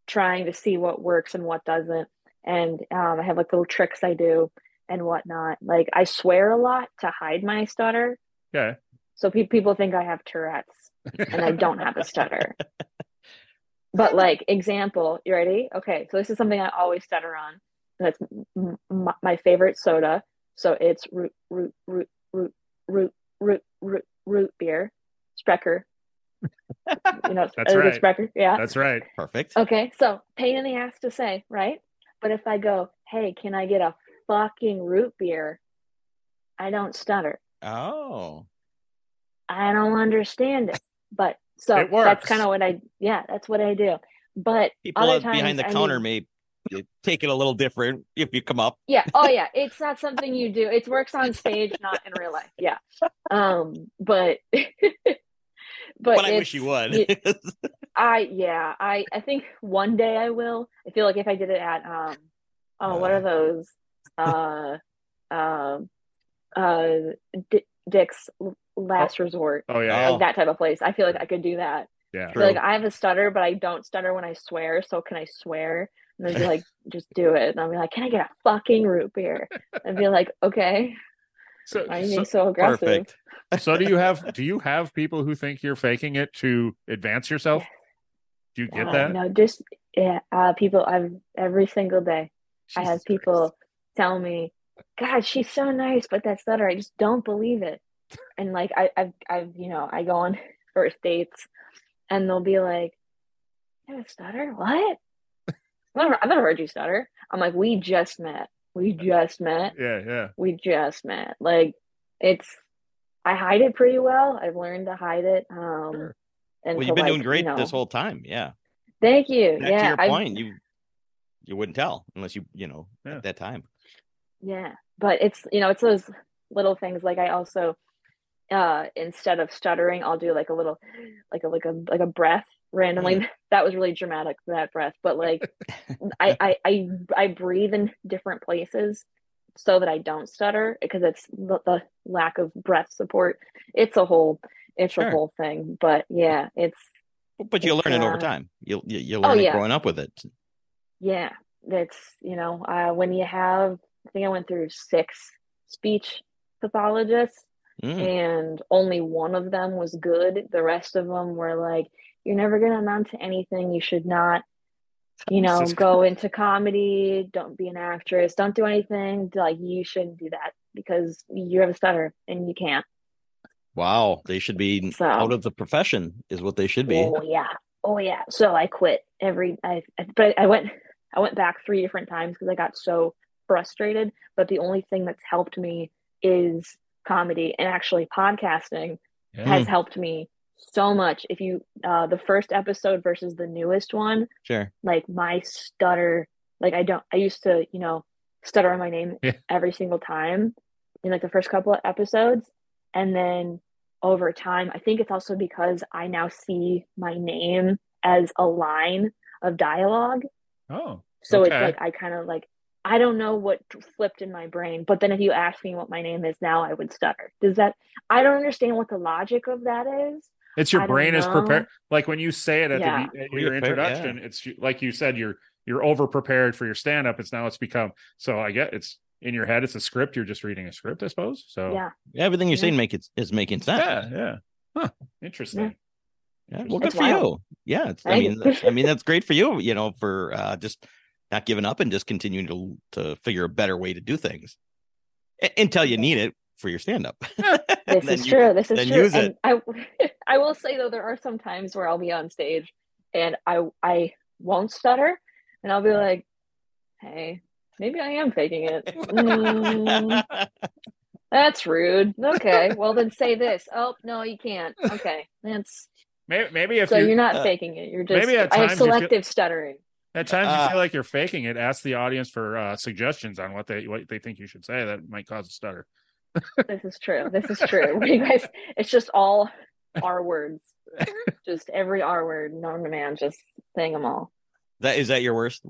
[SPEAKER 5] trying to see what works and what doesn't. And um, I have like little tricks I do and whatnot. Like I swear a lot to hide my stutter.
[SPEAKER 3] Okay.
[SPEAKER 5] So pe- people think I have Tourette's and I don't have a stutter. But like example, you ready? Okay, so this is something I always stutter on. And that's m- m- my favorite soda. So it's root root root root root root root root beer, Sprecher. You
[SPEAKER 3] (laughs)
[SPEAKER 5] know,
[SPEAKER 3] That's
[SPEAKER 5] uh, the
[SPEAKER 3] right.
[SPEAKER 5] Sprecher. Yeah.
[SPEAKER 3] (laughs) That's right.
[SPEAKER 4] Perfect.
[SPEAKER 5] Okay, so pain in the ass to say, right? But if I go, hey, can I get a fucking root beer? I don't stutter.
[SPEAKER 4] Oh,
[SPEAKER 5] I don't understand it. But so
[SPEAKER 3] It
[SPEAKER 5] that's
[SPEAKER 3] works.
[SPEAKER 5] kind of what I, yeah, that's what I do. But
[SPEAKER 4] people
[SPEAKER 5] other
[SPEAKER 4] out behind
[SPEAKER 5] times
[SPEAKER 4] the
[SPEAKER 5] I
[SPEAKER 4] counter
[SPEAKER 5] need-
[SPEAKER 4] may take it a little different if you come up.
[SPEAKER 5] yeah, oh yeah, it's not something you do. It works on stage, not in real life. Yeah. Um, but (laughs) but,
[SPEAKER 4] But, I wish you
[SPEAKER 5] it's-
[SPEAKER 4] would. (laughs)
[SPEAKER 5] it- I yeah, I I think one day I will. I feel like if I did it at um oh what
[SPEAKER 4] Uh.
[SPEAKER 5] are those uh um uh D- Dick's last resort
[SPEAKER 3] Oh yeah.
[SPEAKER 4] Oh.
[SPEAKER 5] like that type of place. I feel like I could do that.
[SPEAKER 3] Yeah.
[SPEAKER 5] So, like I have a stutter, but I don't stutter when I swear. So can I swear?
[SPEAKER 3] (laughs)
[SPEAKER 5] And they'd be like, just do it. And I'll be like, can I get a fucking root beer? And be like,
[SPEAKER 3] (laughs)
[SPEAKER 5] okay.
[SPEAKER 3] So,
[SPEAKER 5] Why are you
[SPEAKER 3] so
[SPEAKER 5] being so aggressive?
[SPEAKER 4] Perfect.
[SPEAKER 3] so do you have do you have people who think you're faking it to advance yourself? Do you get
[SPEAKER 5] Uh,
[SPEAKER 3] that?
[SPEAKER 5] No, just yeah. Uh, people, I've every single day. I
[SPEAKER 3] Jesus
[SPEAKER 5] have
[SPEAKER 3] Christ.
[SPEAKER 5] people tell me, "God, she's so nice," but that's stutter. I just don't believe it. And like I, I've, I've, you know, I go on (laughs) first dates, and they'll be like, "You have a stutter? What? I've never, I've never heard you stutter." I'm like, "We just met. We just met.
[SPEAKER 3] Yeah, yeah.
[SPEAKER 5] We just met." Like, it's. I hide it pretty well. I've learned to hide it. Um,
[SPEAKER 4] Sure.
[SPEAKER 5] and
[SPEAKER 4] Well,
[SPEAKER 5] to,
[SPEAKER 4] you've been
[SPEAKER 5] like,
[SPEAKER 4] doing
[SPEAKER 5] you
[SPEAKER 4] great
[SPEAKER 5] know-
[SPEAKER 4] this whole time. Yeah.
[SPEAKER 5] Thank you.
[SPEAKER 4] Back
[SPEAKER 5] yeah,
[SPEAKER 4] to your
[SPEAKER 5] I've-
[SPEAKER 4] point, you you wouldn't tell unless you you know
[SPEAKER 3] Yeah.
[SPEAKER 4] at that time.
[SPEAKER 5] Yeah, but it's you know it's those little things. Like I also, uh, instead of stuttering, I'll do like a little, like a like a like a breath randomly. (laughs) That was really dramatic that breath, but like I I I I breathe in different places so that I don't stutter because it's the, the lack of breath support. It's a whole it's a
[SPEAKER 4] Sure.
[SPEAKER 5] whole thing, but yeah, it's
[SPEAKER 4] (laughs) But you will
[SPEAKER 5] It's,
[SPEAKER 4] learn it over
[SPEAKER 5] uh,
[SPEAKER 4] time. You'll you, you
[SPEAKER 5] Oh,
[SPEAKER 4] learn
[SPEAKER 5] yeah.
[SPEAKER 4] it growing up with it.
[SPEAKER 5] yeah, that's you know, uh, when you have I think I went through six speech pathologists.
[SPEAKER 4] Mm.
[SPEAKER 5] and only one of them was good. The rest of them were like, "You're never going to amount to anything. You should not, you know,
[SPEAKER 3] Jesus
[SPEAKER 5] go into comedy. Don't be an actress. Don't do anything. Like you shouldn't do that because you have a stutter and you can't."
[SPEAKER 4] Wow, they should be
[SPEAKER 5] So-
[SPEAKER 4] out of the profession, is what they should be.
[SPEAKER 5] Oh yeah, oh yeah. So I quit every. I I- but I went I went back three different times because I got so frustrated. But the only thing that's helped me is comedy and actually podcasting
[SPEAKER 6] Yeah.
[SPEAKER 5] has helped me so much. If you uh the first episode versus the newest one,
[SPEAKER 4] Sure.
[SPEAKER 5] like my stutter, like I don't I used to, you know, stutter on my name
[SPEAKER 3] Yeah.
[SPEAKER 5] every single time in like the first couple of episodes and then over time, I think it's also because I now see my name as a line of dialogue.
[SPEAKER 3] Oh,
[SPEAKER 5] So it's
[SPEAKER 3] Okay.
[SPEAKER 5] like I kind of like I don't know what flipped in my brain, but then if you ask me what my name is now, I would stutter. Does that? I don't understand what the logic of that is.
[SPEAKER 3] it's your
[SPEAKER 5] I don't
[SPEAKER 3] brain is prepared.
[SPEAKER 5] know.
[SPEAKER 3] Like when you say it at,
[SPEAKER 5] Yeah.
[SPEAKER 3] the, be- at
[SPEAKER 4] Well,
[SPEAKER 3] your
[SPEAKER 4] you're fair- yeah.
[SPEAKER 3] introduction, it's like you said, you're you're over prepared for your stand up. It's now it's become so. I get it's in your head. It's a script. You're just reading a script, I suppose. So
[SPEAKER 5] Yeah,
[SPEAKER 4] Everything you're
[SPEAKER 5] Yeah.
[SPEAKER 4] saying make it is making sense.
[SPEAKER 3] yeah, yeah. Huh. Interesting.
[SPEAKER 5] Yeah.
[SPEAKER 4] Yeah, well, good
[SPEAKER 5] That's
[SPEAKER 4] for
[SPEAKER 5] wild.
[SPEAKER 4] you. Yeah, it's, I
[SPEAKER 5] Right?
[SPEAKER 4] mean, that's- I mean, that's great for you. You know, for uh, just not giving up and just continuing to to figure a better way to do things A- until you need it for your stand (laughs) up.
[SPEAKER 5] this
[SPEAKER 4] (laughs)
[SPEAKER 5] is true. This is
[SPEAKER 4] then
[SPEAKER 5] true.
[SPEAKER 4] use it.
[SPEAKER 5] And I, (laughs) I will say though, there are some times where I'll be on stage and I, I won't stutter, and I'll be like, "Hey, maybe I am
[SPEAKER 4] (laughs)
[SPEAKER 5] faking it." Mm, that's rude. Okay, well then say this. Oh no, you can't. Okay, that's
[SPEAKER 3] Maybe, maybe if
[SPEAKER 5] so
[SPEAKER 3] you
[SPEAKER 5] you're not
[SPEAKER 4] uh,
[SPEAKER 5] faking it. You're just
[SPEAKER 3] maybe at
[SPEAKER 5] I have
[SPEAKER 3] times you feel-
[SPEAKER 5] selective stuttering.
[SPEAKER 3] At times you
[SPEAKER 4] Uh,
[SPEAKER 3] feel like you're faking it. Ask the audience for uh, suggestions on what they what they think you should say that might cause a stutter.
[SPEAKER 5] This is true. This is true. (laughs) you guys, it's just all R
[SPEAKER 3] (laughs)
[SPEAKER 5] words. Just every R word, known to man, just saying them all.
[SPEAKER 4] That is that your worst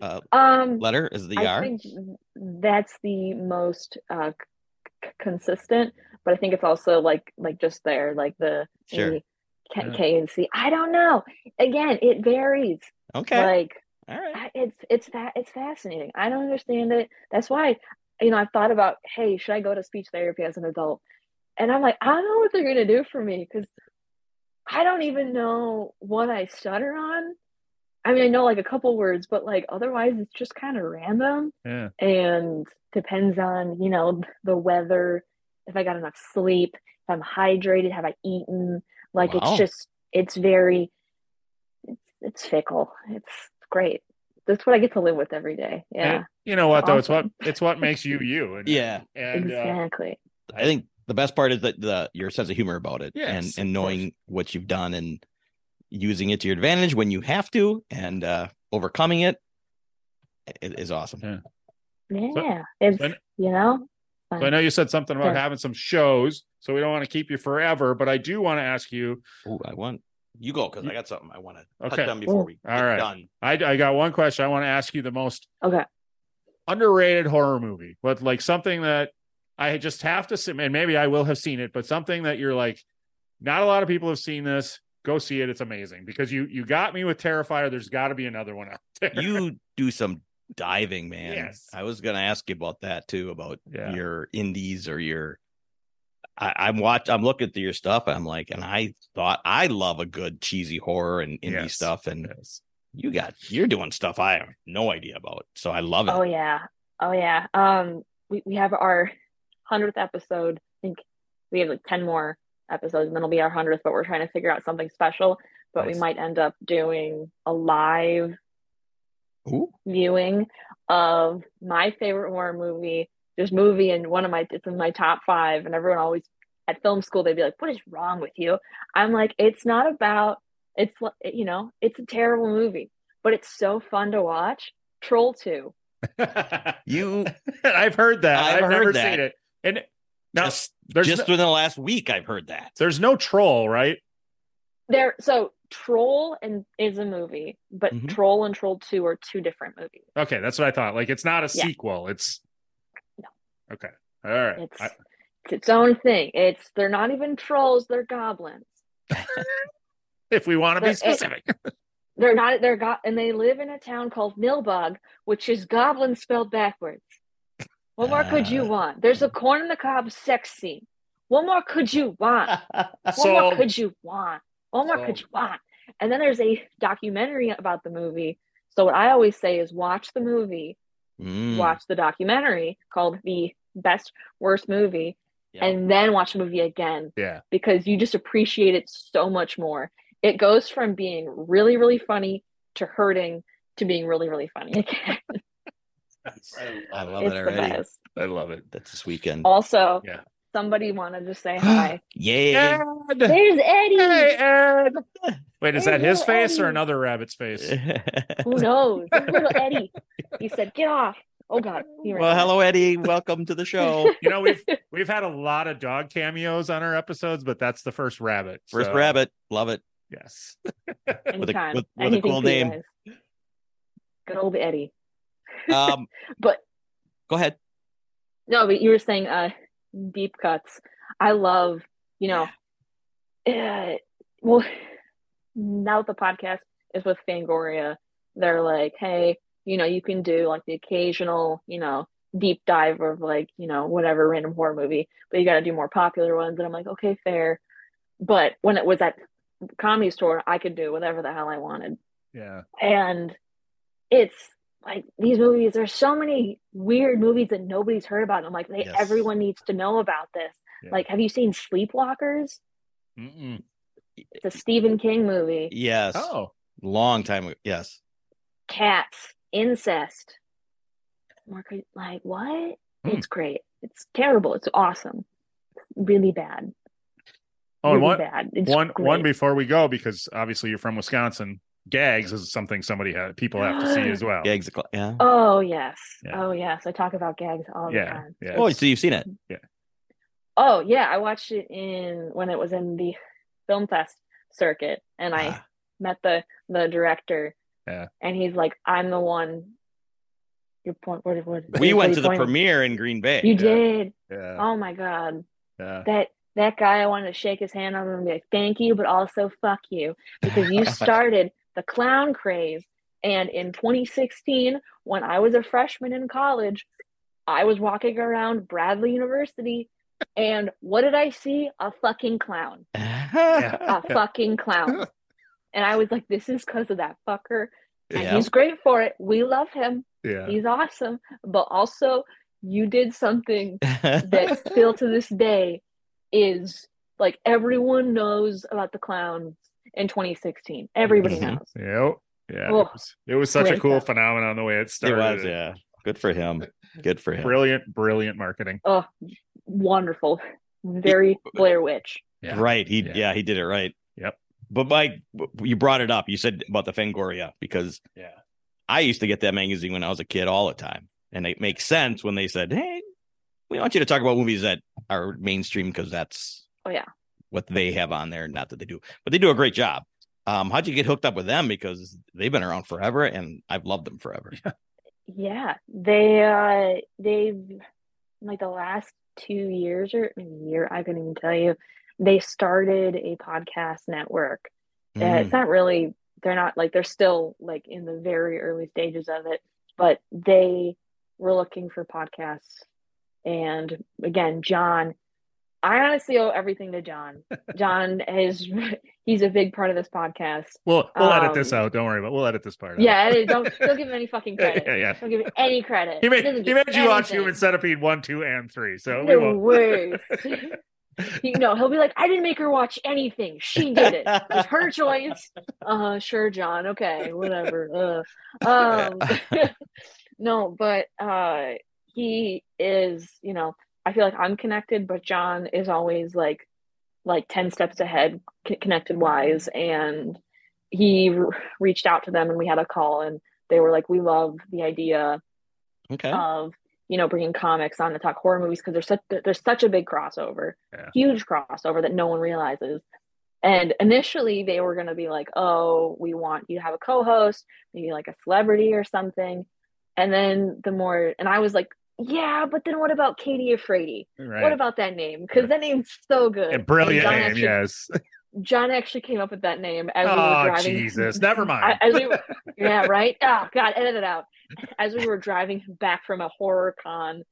[SPEAKER 4] uh,
[SPEAKER 5] Um,
[SPEAKER 4] letter? Is the E
[SPEAKER 5] I
[SPEAKER 4] R?
[SPEAKER 5] think that's the most uh, c- c- consistent, but I think it's also like like just there, like the
[SPEAKER 4] Sure.
[SPEAKER 5] the K,
[SPEAKER 3] Yeah.
[SPEAKER 5] K and C. I don't know. Again, it varies.
[SPEAKER 4] Okay.
[SPEAKER 5] Like
[SPEAKER 4] All right.
[SPEAKER 5] I- it's it's fa- it's fascinating. I don't understand it. That's why, you know, I've thought about, hey, should I go to speech therapy as an adult? And I'm like, I don't know what they're gonna do for me because I don't even know what I stutter on. I mean, I know like a couple words, but like otherwise, it's just kind of random
[SPEAKER 3] Yeah.
[SPEAKER 5] and depends on, you know, the weather, if I got enough sleep, if I'm hydrated, have I eaten? Like
[SPEAKER 4] Wow.
[SPEAKER 5] it's just, it's very, it's, it's fickle. It's great. That's what I get to live with every day. Yeah,
[SPEAKER 3] And you know what though? It's what
[SPEAKER 5] Awesome.
[SPEAKER 3] it's what makes you you. And,
[SPEAKER 4] Yeah.
[SPEAKER 3] And uh,
[SPEAKER 5] exactly.
[SPEAKER 4] I think the best part is that the your sense of humor about it
[SPEAKER 3] Yes,
[SPEAKER 4] and and
[SPEAKER 3] of
[SPEAKER 4] knowing what you've done and using it to your advantage when you have to and uh overcoming it i- is awesome.
[SPEAKER 3] Yeah.
[SPEAKER 5] Yeah,
[SPEAKER 3] So-
[SPEAKER 5] it's,
[SPEAKER 3] so I kn-
[SPEAKER 5] you know,
[SPEAKER 3] so I know you said something about
[SPEAKER 5] Sure.
[SPEAKER 3] having some shows, so we don't want to keep you forever. But I do want to ask you.
[SPEAKER 4] Ooh, I want you go because I got something I want to
[SPEAKER 3] Okay.
[SPEAKER 4] touch on before
[SPEAKER 5] Ooh.
[SPEAKER 4] we
[SPEAKER 3] All
[SPEAKER 4] get
[SPEAKER 3] right.
[SPEAKER 4] done.
[SPEAKER 3] I I got one question. I want to ask you the most
[SPEAKER 5] okay.
[SPEAKER 3] underrated horror movie, but like something that I just have to see, and maybe I will have seen it, but something that you're like, not a lot of people have seen this. Go see it; it's amazing because you you got me with Terrifier. There's got to be another one out there.
[SPEAKER 4] You do some diving, man.
[SPEAKER 3] Yes.
[SPEAKER 4] I was gonna ask you about that too, about
[SPEAKER 3] Yeah. (laughs)
[SPEAKER 4] your indies or your I, I'm watch I'm looking through your stuff and I'm like, and I thought I love a good cheesy horror and indie
[SPEAKER 3] Yes.
[SPEAKER 4] stuff and
[SPEAKER 3] Yes.
[SPEAKER 4] you got you're doing stuff I have no idea about. So I love it.
[SPEAKER 5] Oh yeah. Oh yeah. Um we, we have our hundredth episode. I think we have like ten more episodes and that'll be our hundredth, but we're trying to figure out something special. But we
[SPEAKER 4] Nice.
[SPEAKER 5] might end up doing a live
[SPEAKER 4] Ooh.
[SPEAKER 5] viewing of my favorite horror movie. There's movie and one of my it's in my top five and everyone always at film school they'd be like, What is wrong with you? I'm like, it's not about it's li- you know, it's a terrible movie, but it's so fun to watch. Troll two.
[SPEAKER 4] You
[SPEAKER 3] I've heard that. I've,
[SPEAKER 4] I've heard
[SPEAKER 3] never
[SPEAKER 4] that.
[SPEAKER 3] seen it. And now
[SPEAKER 4] just
[SPEAKER 3] there's
[SPEAKER 4] just
[SPEAKER 3] no,
[SPEAKER 4] within the last week I've heard that.
[SPEAKER 3] there's no troll, right?
[SPEAKER 5] There, so Troll and is a movie, but
[SPEAKER 3] Mm-hmm.
[SPEAKER 4] Mhm.
[SPEAKER 5] Troll and Troll Two are two different movies.
[SPEAKER 3] Okay, that's what I thought. Like it's not a
[SPEAKER 5] Yeah.
[SPEAKER 3] sequel. It's
[SPEAKER 5] No.
[SPEAKER 3] okay. All right.
[SPEAKER 5] It's
[SPEAKER 3] I-
[SPEAKER 5] it's its own thing. It's they're not even trolls; they're goblins.
[SPEAKER 3] if we want to be
[SPEAKER 5] It-
[SPEAKER 3] specific,
[SPEAKER 5] They're not. They're got, and they live in a town called Nilbog, which is goblin spelled backwards. What more could you
[SPEAKER 4] Ah.
[SPEAKER 5] want? There's a corn in the cob sex scene. What more could you
[SPEAKER 3] (laughs)
[SPEAKER 5] want? What more
[SPEAKER 3] so
[SPEAKER 5] could you want? What more could
[SPEAKER 3] So-
[SPEAKER 5] you want? And then there's a documentary about the movie. So what I always say is watch the movie
[SPEAKER 4] Mm.
[SPEAKER 5] watch the documentary called the best worst movie
[SPEAKER 4] Yeah.
[SPEAKER 5] and then watch the movie again
[SPEAKER 4] (laughs)
[SPEAKER 3] yeah,
[SPEAKER 5] because you just appreciate it so much more it goes from being really really funny to hurting to being really really funny again
[SPEAKER 4] I love
[SPEAKER 5] it's
[SPEAKER 4] it
[SPEAKER 5] the
[SPEAKER 4] already.
[SPEAKER 5] (laughs) best Oh,
[SPEAKER 3] I love it.
[SPEAKER 4] That's this weekend.
[SPEAKER 5] also
[SPEAKER 3] Yeah.
[SPEAKER 5] somebody want to
[SPEAKER 4] (gasps)
[SPEAKER 5] just say hi?
[SPEAKER 4] yeah. (laughs)
[SPEAKER 3] Ed!
[SPEAKER 5] There's Eddie.
[SPEAKER 3] Hey, Ed! Wait, is
[SPEAKER 5] Hey,
[SPEAKER 3] that his
[SPEAKER 5] little
[SPEAKER 3] face or
[SPEAKER 5] Eddie.
[SPEAKER 3] another rabbit's face?
[SPEAKER 5] (laughs) Who knows?
[SPEAKER 4] (laughs)
[SPEAKER 5] This little Eddie. He said, "Get off." Oh God. He ran
[SPEAKER 4] well,
[SPEAKER 5] off.
[SPEAKER 4] hello, Eddie. Welcome
[SPEAKER 5] (laughs)
[SPEAKER 4] to the show.
[SPEAKER 3] You know, we've we've had a lot of dog cameos on our episodes, but that's the first rabbit.
[SPEAKER 4] First
[SPEAKER 3] so,
[SPEAKER 4] rabbit. Love it.
[SPEAKER 3] Yes.
[SPEAKER 4] with a-
[SPEAKER 5] Anytime.
[SPEAKER 4] with- with a
[SPEAKER 5] Anything
[SPEAKER 4] cool
[SPEAKER 5] for you
[SPEAKER 4] name.
[SPEAKER 5] guys. Good old Eddie.
[SPEAKER 4] Um,
[SPEAKER 5] But
[SPEAKER 4] go
[SPEAKER 5] (laughs)
[SPEAKER 4] ahead.
[SPEAKER 5] No, but you were saying uh deep cuts. I love, you know, uh, well, now that the podcast is with Fangoria, they're like, hey, you know, you can do like the occasional, you know, deep dive of like, you know, whatever random horror movie, but you got to do more popular ones. And I'm like, okay, fair. But when it was at Comedy Store, I could do whatever the hell I wanted
[SPEAKER 3] Yeah.
[SPEAKER 5] and it's like these movies there's so many weird movies that nobody's heard about and i'm like they,
[SPEAKER 4] Yes.
[SPEAKER 5] everyone needs to know about this
[SPEAKER 3] Yeah.
[SPEAKER 5] like have you seen sleepwalkers
[SPEAKER 3] Mm-mm.
[SPEAKER 5] it's a stephen king movie
[SPEAKER 4] Yes.
[SPEAKER 3] Oh,
[SPEAKER 4] Long time. ago. Yes.
[SPEAKER 5] cats incest Mark, like what
[SPEAKER 3] Hmm.
[SPEAKER 5] it's great it's terrible it's awesome it's really bad
[SPEAKER 3] oh, and
[SPEAKER 5] really
[SPEAKER 3] one
[SPEAKER 5] bad it's
[SPEAKER 3] one one
[SPEAKER 5] great.
[SPEAKER 3] before we go because obviously you're from Wisconsin. Gags is something somebody ha- people have to
[SPEAKER 5] (gasps)
[SPEAKER 3] see as well.
[SPEAKER 4] Gags. the cl- Yeah.
[SPEAKER 5] oh yes
[SPEAKER 3] Yeah.
[SPEAKER 5] oh yes i talk about gags all the
[SPEAKER 3] yeah,
[SPEAKER 5] time
[SPEAKER 3] yeah.
[SPEAKER 4] Oh, so you've seen it.
[SPEAKER 5] Oh yeah, I watched it in when it was in the film fest circuit, and I
[SPEAKER 4] Ah.
[SPEAKER 5] met the the director.
[SPEAKER 3] Yeah.
[SPEAKER 5] And he's like, "I'm the one." Your point. What? What?
[SPEAKER 4] We
[SPEAKER 5] what
[SPEAKER 4] went
[SPEAKER 5] you
[SPEAKER 4] to the
[SPEAKER 5] pointed-
[SPEAKER 4] premiere in Green Bay.
[SPEAKER 5] You (laughs)
[SPEAKER 3] yeah.
[SPEAKER 5] did.
[SPEAKER 3] yeah,
[SPEAKER 5] Oh my god,
[SPEAKER 3] yeah.
[SPEAKER 5] that that guy! I wanted to shake his hand. I'm gonna be like, "Thank you," but also "fuck you," because you started the clown craze. And in 2016, when I was a freshman in college, I was walking around Bradley University, and what did I see? A fucking clown.
[SPEAKER 4] yeah. (laughs)
[SPEAKER 5] A fucking clown. And I was like, this is because of that fucker. And
[SPEAKER 4] Yeah.
[SPEAKER 5] he's great for it. We love him.
[SPEAKER 3] yeah.
[SPEAKER 5] He's awesome. But also, you did something that
[SPEAKER 4] (laughs)
[SPEAKER 5] still to this day is like everyone knows about the clowns in 2016. Everybody
[SPEAKER 4] Mhm.
[SPEAKER 5] knows.
[SPEAKER 3] Yep. Yeah.
[SPEAKER 5] Oh,
[SPEAKER 3] it, was, it was such a
[SPEAKER 5] great
[SPEAKER 3] cool
[SPEAKER 5] stuff.
[SPEAKER 3] phenomenon the way it
[SPEAKER 4] It
[SPEAKER 3] started.
[SPEAKER 4] was. Yeah. Good for him. Good for him.
[SPEAKER 3] Brilliant, brilliant marketing.
[SPEAKER 5] Oh, wonderful. Very Blair Witch.
[SPEAKER 3] Yeah.
[SPEAKER 4] Right. He
[SPEAKER 3] Yeah.
[SPEAKER 4] yeah. he did it right.
[SPEAKER 3] Yep.
[SPEAKER 4] But Mike, w- you brought it up. You said about the Fangoria because
[SPEAKER 3] Yeah.
[SPEAKER 4] I used to get that magazine when I was a kid all the time, and it makes sense when they said, "Hey, we want you to talk about movies that are mainstream because that's
[SPEAKER 5] Oh, yeah.
[SPEAKER 4] what they have on there. Not that they do, but they do a great job." Um, how'd you get hooked up with them? Because they've been around forever, and I've loved them forever.
[SPEAKER 5] Yeah, they uh they've like the last two years or maybe a year, I couldn't even tell you, they started a podcast network. Uh,
[SPEAKER 4] Mm.
[SPEAKER 5] it's not really they're not like they're still like in the very early stages of it, but they were looking for podcasts. And again, John, I honestly owe everything
[SPEAKER 3] (laughs)
[SPEAKER 5] to John. John is he's a big part of this podcast.
[SPEAKER 3] We'll we'll edit this
[SPEAKER 5] Um,
[SPEAKER 3] out. Don't worry about. it. We'll edit this part.
[SPEAKER 5] Yeah,
[SPEAKER 3] out.
[SPEAKER 5] I don't
[SPEAKER 3] (laughs)
[SPEAKER 5] don't give him any fucking
[SPEAKER 3] yeah,
[SPEAKER 5] credit.
[SPEAKER 3] yeah, yeah.
[SPEAKER 5] Don't give him any credit.
[SPEAKER 3] He made
[SPEAKER 5] doesn't
[SPEAKER 3] he
[SPEAKER 5] get
[SPEAKER 3] made you watch
[SPEAKER 5] anything.
[SPEAKER 3] Human Centipede one, two, and three. So we
[SPEAKER 5] The
[SPEAKER 3] won't.
[SPEAKER 5] worst.
[SPEAKER 3] (laughs)
[SPEAKER 5] (laughs) you know, he'll be like, "I didn't make her watch anything. She did it. It was her choice." Uh, sure, John. Okay, whatever. Uh, um, (laughs) no, but uh, he is. You know, I feel like I'm connected, but John is always like, like ten steps ahead, c- connected wise, and he re- reached out to them, and we had a call, and they were like, "We love the idea."
[SPEAKER 4] Okay.
[SPEAKER 5] of you know bringing comics on to talk horror movies because there's such there's such a big crossover
[SPEAKER 3] Yeah.
[SPEAKER 5] huge crossover that no one realizes and initially they were going to be like oh we want you to have a co-host maybe like a celebrity or something and then the more and i was like yeah but then what about katie Afraidy?
[SPEAKER 3] Right.
[SPEAKER 5] what about that name because that name's so good
[SPEAKER 3] A brilliant
[SPEAKER 5] And John
[SPEAKER 3] name,
[SPEAKER 5] actually,
[SPEAKER 3] yes.
[SPEAKER 5] john actually came up with that name as we were
[SPEAKER 3] Oh
[SPEAKER 5] driving
[SPEAKER 3] Jesus, never
[SPEAKER 5] (laughs) I,
[SPEAKER 3] mind.
[SPEAKER 5] as
[SPEAKER 3] (laughs)
[SPEAKER 5] we were, yeah, right. Oh God, edit it out. As we were driving back from a horror con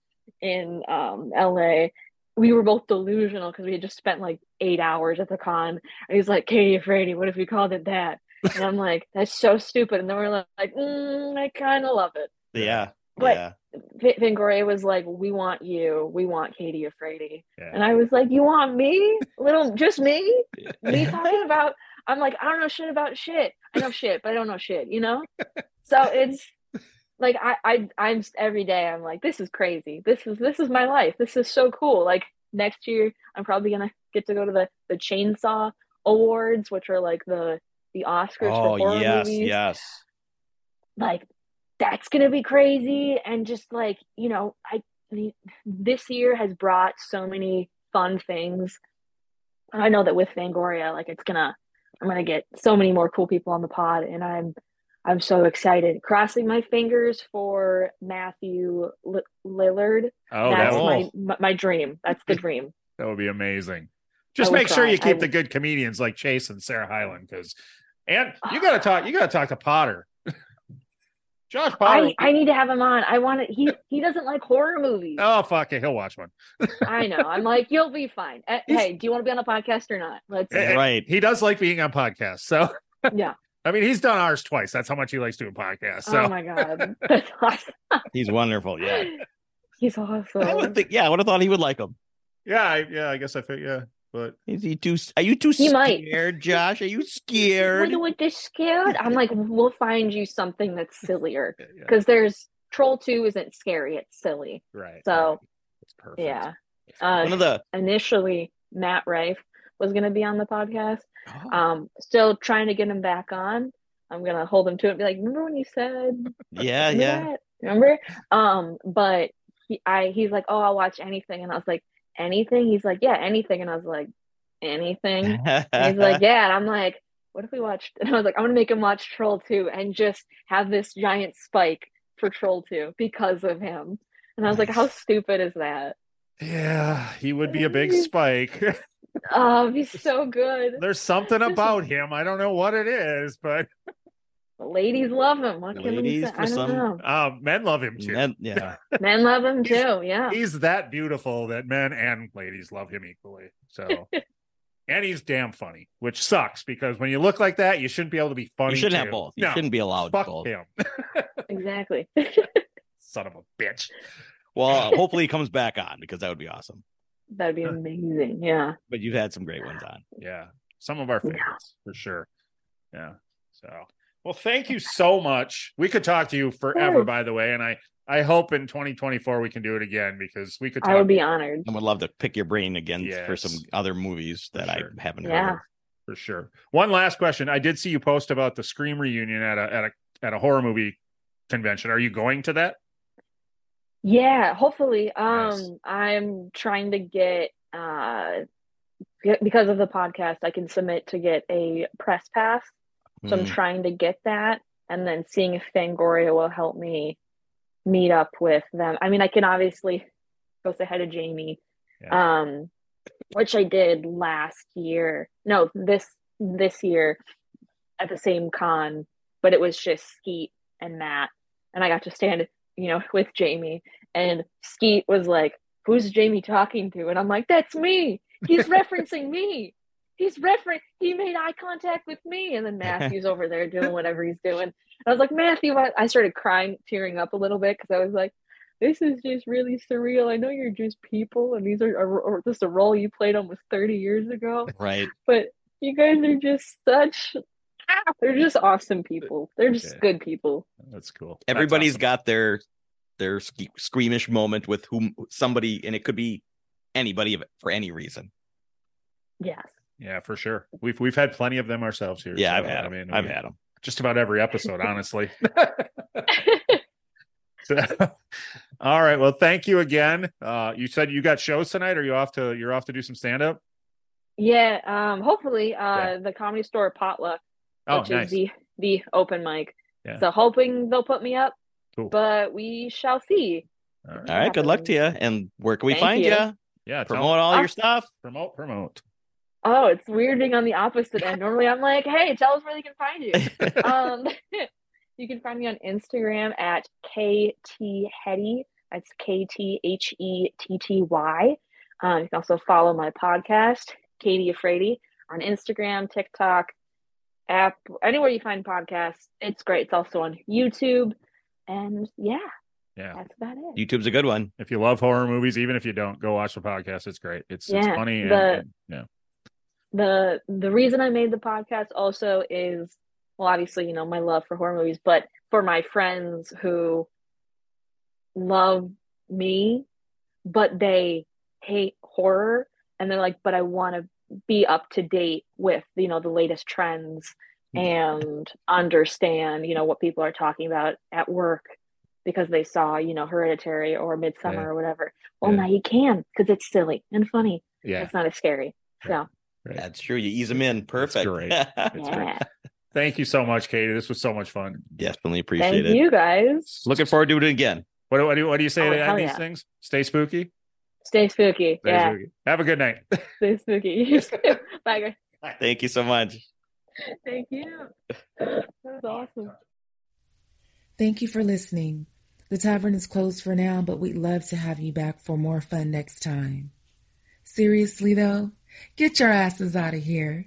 [SPEAKER 5] in um, LA, we were both delusional because we had just spent like eight hours at the con. And he's like, "Katie Afraidy, what if we called it that?" And I'm like, "That's so stupid." And then we're like, mm, "I kind of love it."
[SPEAKER 4] yeah.
[SPEAKER 5] But-
[SPEAKER 4] yeah.
[SPEAKER 5] V- Vangoria was like, "We want you. We want Katie Afraidy."
[SPEAKER 3] Yeah.
[SPEAKER 5] And I was like, "You want me? Little, just me? me
[SPEAKER 4] Yeah.
[SPEAKER 5] talking about I'm like, I don't know shit about shit. I know shit, but I don't know shit, you know? So it's like I, I I'm every day I'm like, this is crazy. This is this is my life. This is so cool. Like next year I'm probably gonna get to go to the the Chainsaw Awards, which are like the the Oscars for
[SPEAKER 4] (laughs) Oh
[SPEAKER 5] horror
[SPEAKER 4] yes,
[SPEAKER 5] movies.
[SPEAKER 4] yes.
[SPEAKER 5] Like that's gonna be crazy, and just like you know, I I mean, this year has brought so many fun things. And I know that with Fangoria, like it's gonna, I'm gonna get so many more cool people on the pod, and I'm, I'm so excited. Crossing my fingers for Matthew L- Lillard.
[SPEAKER 3] Oh, that
[SPEAKER 5] That's
[SPEAKER 4] will-
[SPEAKER 3] would,
[SPEAKER 5] my, my my dream. That's
[SPEAKER 3] (laughs)
[SPEAKER 5] the dream.
[SPEAKER 3] that would be amazing. Just
[SPEAKER 5] will
[SPEAKER 3] make sure
[SPEAKER 5] try.
[SPEAKER 3] you
[SPEAKER 5] I
[SPEAKER 3] keep
[SPEAKER 5] will.
[SPEAKER 3] the good comedians like Chase and Sarah Hyland because, and you
[SPEAKER 5] (sighs)
[SPEAKER 3] gotta talk. You gotta talk to Potter. (laughs) Josh Potter.
[SPEAKER 5] I, I need to have him on. I want to. He he doesn't like horror movies.
[SPEAKER 3] oh fuck it, he'll watch one.
[SPEAKER 5] I know. I'm like, you'll be fine. Eh,
[SPEAKER 3] He's-
[SPEAKER 5] Hey, do you want to be on the podcast or not? Let's.
[SPEAKER 3] Eh,
[SPEAKER 4] Right.
[SPEAKER 3] He does like being on podcasts, so (laughs)
[SPEAKER 5] Yeah.
[SPEAKER 3] I mean he's done ours twice. That's how much he likes doing podcasts. So
[SPEAKER 5] Oh my god, (laughs) that's awesome.
[SPEAKER 4] He's wonderful. Yeah.
[SPEAKER 5] He's awesome.
[SPEAKER 4] I would think. Yeah, I would have thought he would like him.
[SPEAKER 3] yeah, I, yeah, I guess I think yeah, but
[SPEAKER 4] Is he too? Are you too
[SPEAKER 5] He might.
[SPEAKER 4] scared, Josh? Are you
[SPEAKER 5] We're
[SPEAKER 4] scared?
[SPEAKER 5] doing this scared. I'm like, we'll find you
[SPEAKER 4] (laughs)
[SPEAKER 5] something that's sillier
[SPEAKER 3] yeah,
[SPEAKER 5] because there's Troll Two isn't scary; it's silly.
[SPEAKER 3] right.
[SPEAKER 5] So
[SPEAKER 3] it's perfect.
[SPEAKER 5] yeah. Uh,
[SPEAKER 4] One of the
[SPEAKER 5] initially, Matt Rife was going to be on the podcast.
[SPEAKER 4] Oh,
[SPEAKER 5] Um, still trying to get him back on. I'm gonna hold him to it. And be like, remember when you said
[SPEAKER 4] yeah,
[SPEAKER 5] Remember
[SPEAKER 4] Uh, yeah.
[SPEAKER 5] that? Remember? Um, but he, I, he's like, oh, I'll watch anything, and I was like, anything. He's like, yeah, anything, and I was like, anything. And he's
[SPEAKER 4] (laughs)
[SPEAKER 5] like, yeah, and I'm like, what if we watched? (laughs) And I was like, I'm gonna make him watch Troll Two and just have this giant spike for Troll Two because of him. And I was like, how stupid is that?
[SPEAKER 3] Yeah, he would be a big spike. (laughs)
[SPEAKER 5] Oh, he's so good.
[SPEAKER 3] There's something about him. I don't know what it is, but
[SPEAKER 5] The Ladies love him. What can we
[SPEAKER 4] Ladies
[SPEAKER 5] say?
[SPEAKER 4] for
[SPEAKER 5] I don't
[SPEAKER 4] some- uh,
[SPEAKER 5] know.
[SPEAKER 3] uh, men love him too.
[SPEAKER 4] Men- yeah.
[SPEAKER 5] Men love him
[SPEAKER 3] He's-
[SPEAKER 5] too.
[SPEAKER 4] (laughs)
[SPEAKER 5] Yeah.
[SPEAKER 3] He's that beautiful that men and ladies love him equally.
[SPEAKER 5] (laughs)
[SPEAKER 3] So, and he's damn funny, which sucks because when you look like that, you shouldn't be able to be funny.
[SPEAKER 4] You shouldn't
[SPEAKER 3] too.
[SPEAKER 4] have both. You
[SPEAKER 3] No,
[SPEAKER 4] shouldn't be allowed
[SPEAKER 3] fuck
[SPEAKER 4] both.
[SPEAKER 3] him, (laughs)
[SPEAKER 5] Exactly.
[SPEAKER 3] son of a bitch. (laughs)
[SPEAKER 4] Well, uh, hopefully he comes back on because that would be awesome.
[SPEAKER 5] That'd
[SPEAKER 4] Uh,
[SPEAKER 5] be amazing. Yeah.
[SPEAKER 4] But you've had some great ones on.
[SPEAKER 3] Yeah, some of our favorites for sure. Yeah. So, well, thank you so much. We could talk to you forever,
[SPEAKER 5] course.
[SPEAKER 3] by the way, and I I hope in 2024 we can do it again because we could. Talk
[SPEAKER 5] I would be honored.
[SPEAKER 4] I would love to pick your brain again for some
[SPEAKER 3] Yes.
[SPEAKER 4] other movies that
[SPEAKER 3] sure.
[SPEAKER 4] I haven't
[SPEAKER 5] Yeah.
[SPEAKER 4] heard. Of.
[SPEAKER 3] for sure. One last question. I did see you post about the Scream reunion at a at a at a horror movie convention. Are you going to that?
[SPEAKER 5] Yeah, hopefully. Um,
[SPEAKER 3] Nice.
[SPEAKER 5] I'm trying to get uh be- because of the podcast, I can submit to get a press pass. So I'm
[SPEAKER 4] Mm.
[SPEAKER 5] trying to get that and then seeing if Fangoria will help me meet up with them. I mean, I can obviously go say hi to Jamie.
[SPEAKER 3] Yeah.
[SPEAKER 5] Um, which I did last year. No, this this year at the same con, but it was just Skeet and Matt. And I got to stand, you know, with Jamie. And Skeet was like, Who's Jamie talking to? And I'm like, That's me. He's referencing me. He's referring he made eye contact with me. And then Matthew's over there doing whatever he's doing. And I was like, Matthew, what I started crying, tearing up a little bit because I was like, this is just really surreal. I know you're just people, and these are are- are just a role you played almost 30 years ago,
[SPEAKER 4] Right.
[SPEAKER 5] but you guys are just such, ah, they're just awesome people. They're just
[SPEAKER 3] Yeah.
[SPEAKER 5] good people.
[SPEAKER 3] That's cool.
[SPEAKER 4] Everybody's
[SPEAKER 3] Everybody's
[SPEAKER 4] got their their ske- squeamish moment with whom somebody, and it could be anybody of- for any reason.
[SPEAKER 5] Yes.
[SPEAKER 3] yeah, for sure. We've we've had plenty of them ourselves here.
[SPEAKER 4] Yeah,
[SPEAKER 3] so,
[SPEAKER 4] I've had.
[SPEAKER 3] I
[SPEAKER 4] 'em.
[SPEAKER 3] mean,
[SPEAKER 4] I've
[SPEAKER 3] we-
[SPEAKER 4] had them.
[SPEAKER 3] just about every episode,
[SPEAKER 4] (laughs)
[SPEAKER 3] honestly. So, (laughs) all right. Well, thank you again. Uh, you said you got shows tonight. Are you off to you're off to do some stand up?
[SPEAKER 5] (laughs) Yeah, um, hopefully, uh,
[SPEAKER 3] Yeah.
[SPEAKER 5] the comedy store potluck,
[SPEAKER 3] Oh,
[SPEAKER 5] which
[SPEAKER 3] nice.
[SPEAKER 5] is the the open mic.
[SPEAKER 3] Yeah.
[SPEAKER 5] So hoping they'll put me up,
[SPEAKER 3] Cool.
[SPEAKER 5] but we shall see.
[SPEAKER 3] All right.
[SPEAKER 4] All right. Good luck to you. And where can we
[SPEAKER 5] Thank
[SPEAKER 4] find
[SPEAKER 5] you.
[SPEAKER 4] ya?
[SPEAKER 3] Yeah, tell-
[SPEAKER 4] Promote all your
[SPEAKER 5] Awesome. (laughs)
[SPEAKER 4] stuff.
[SPEAKER 3] promote, promote.
[SPEAKER 5] Oh, it's weird being on the opposite end. Normally, I'm like, hey, tell us where they can find you.
[SPEAKER 4] (laughs)
[SPEAKER 5] um, (laughs) you can find me on Instagram at KT Hetty. That's K T H E T T Y. Um, you can also follow my podcast, Katie Afraidy, on Instagram, TikTok, app, anywhere you find podcasts. It's great. It's also on YouTube. And yeah,
[SPEAKER 3] Yeah.
[SPEAKER 5] that's about it.
[SPEAKER 4] YouTube's a good one.
[SPEAKER 3] If you love horror movies, even if you don't, go watch the podcast. It's great. It's it's
[SPEAKER 5] Yeah,
[SPEAKER 3] funny and,
[SPEAKER 5] the-
[SPEAKER 3] and- yeah.
[SPEAKER 5] the the reason I made the podcast also is well obviously you know my love for horror movies but for my friends who love me but they hate horror and they're like, but I want to be up to date with, you know, the latest trends
[SPEAKER 3] Hmm.
[SPEAKER 5] and understand, you know, what people are talking about at work because they saw, you know, Hereditary or Midsummer
[SPEAKER 4] Yeah.
[SPEAKER 5] or whatever. Well,
[SPEAKER 3] Yeah.
[SPEAKER 5] now you can because it's silly and funny.
[SPEAKER 3] Yeah.
[SPEAKER 5] It's not as scary. So,
[SPEAKER 3] Right.
[SPEAKER 4] That's true. You ease them in. Perfect. (laughs)
[SPEAKER 3] great. That's great.
[SPEAKER 5] yeah.
[SPEAKER 3] Thank you so much, Katie. This was so much fun.
[SPEAKER 4] Definitely appreciate
[SPEAKER 5] Thank
[SPEAKER 4] it.
[SPEAKER 5] you guys.
[SPEAKER 4] Looking forward to it again.
[SPEAKER 3] What, do- what, do, what do you say
[SPEAKER 5] Oh,
[SPEAKER 3] to end
[SPEAKER 5] hell
[SPEAKER 3] these
[SPEAKER 5] yeah.
[SPEAKER 3] things? Stay spooky.
[SPEAKER 5] Stay spooky.
[SPEAKER 3] Stay
[SPEAKER 5] yeah.
[SPEAKER 3] spooky. Have a good night.
[SPEAKER 5] Stay spooky. You too. Bye, guys.
[SPEAKER 4] Thank you so much.
[SPEAKER 5] Thank you. That was awesome.
[SPEAKER 2] Thank you for listening. The tavern is closed for now, but we'd love to have you back for more fun next time. Seriously, though, get your asses out of here.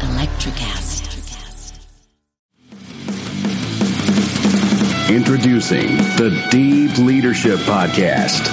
[SPEAKER 7] Electric acid.
[SPEAKER 8] Introducing the Deep Leadership Podcast.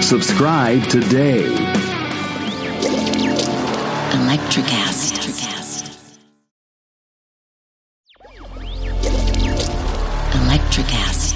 [SPEAKER 8] Subscribe today.
[SPEAKER 7] Electric acid. Electric acid.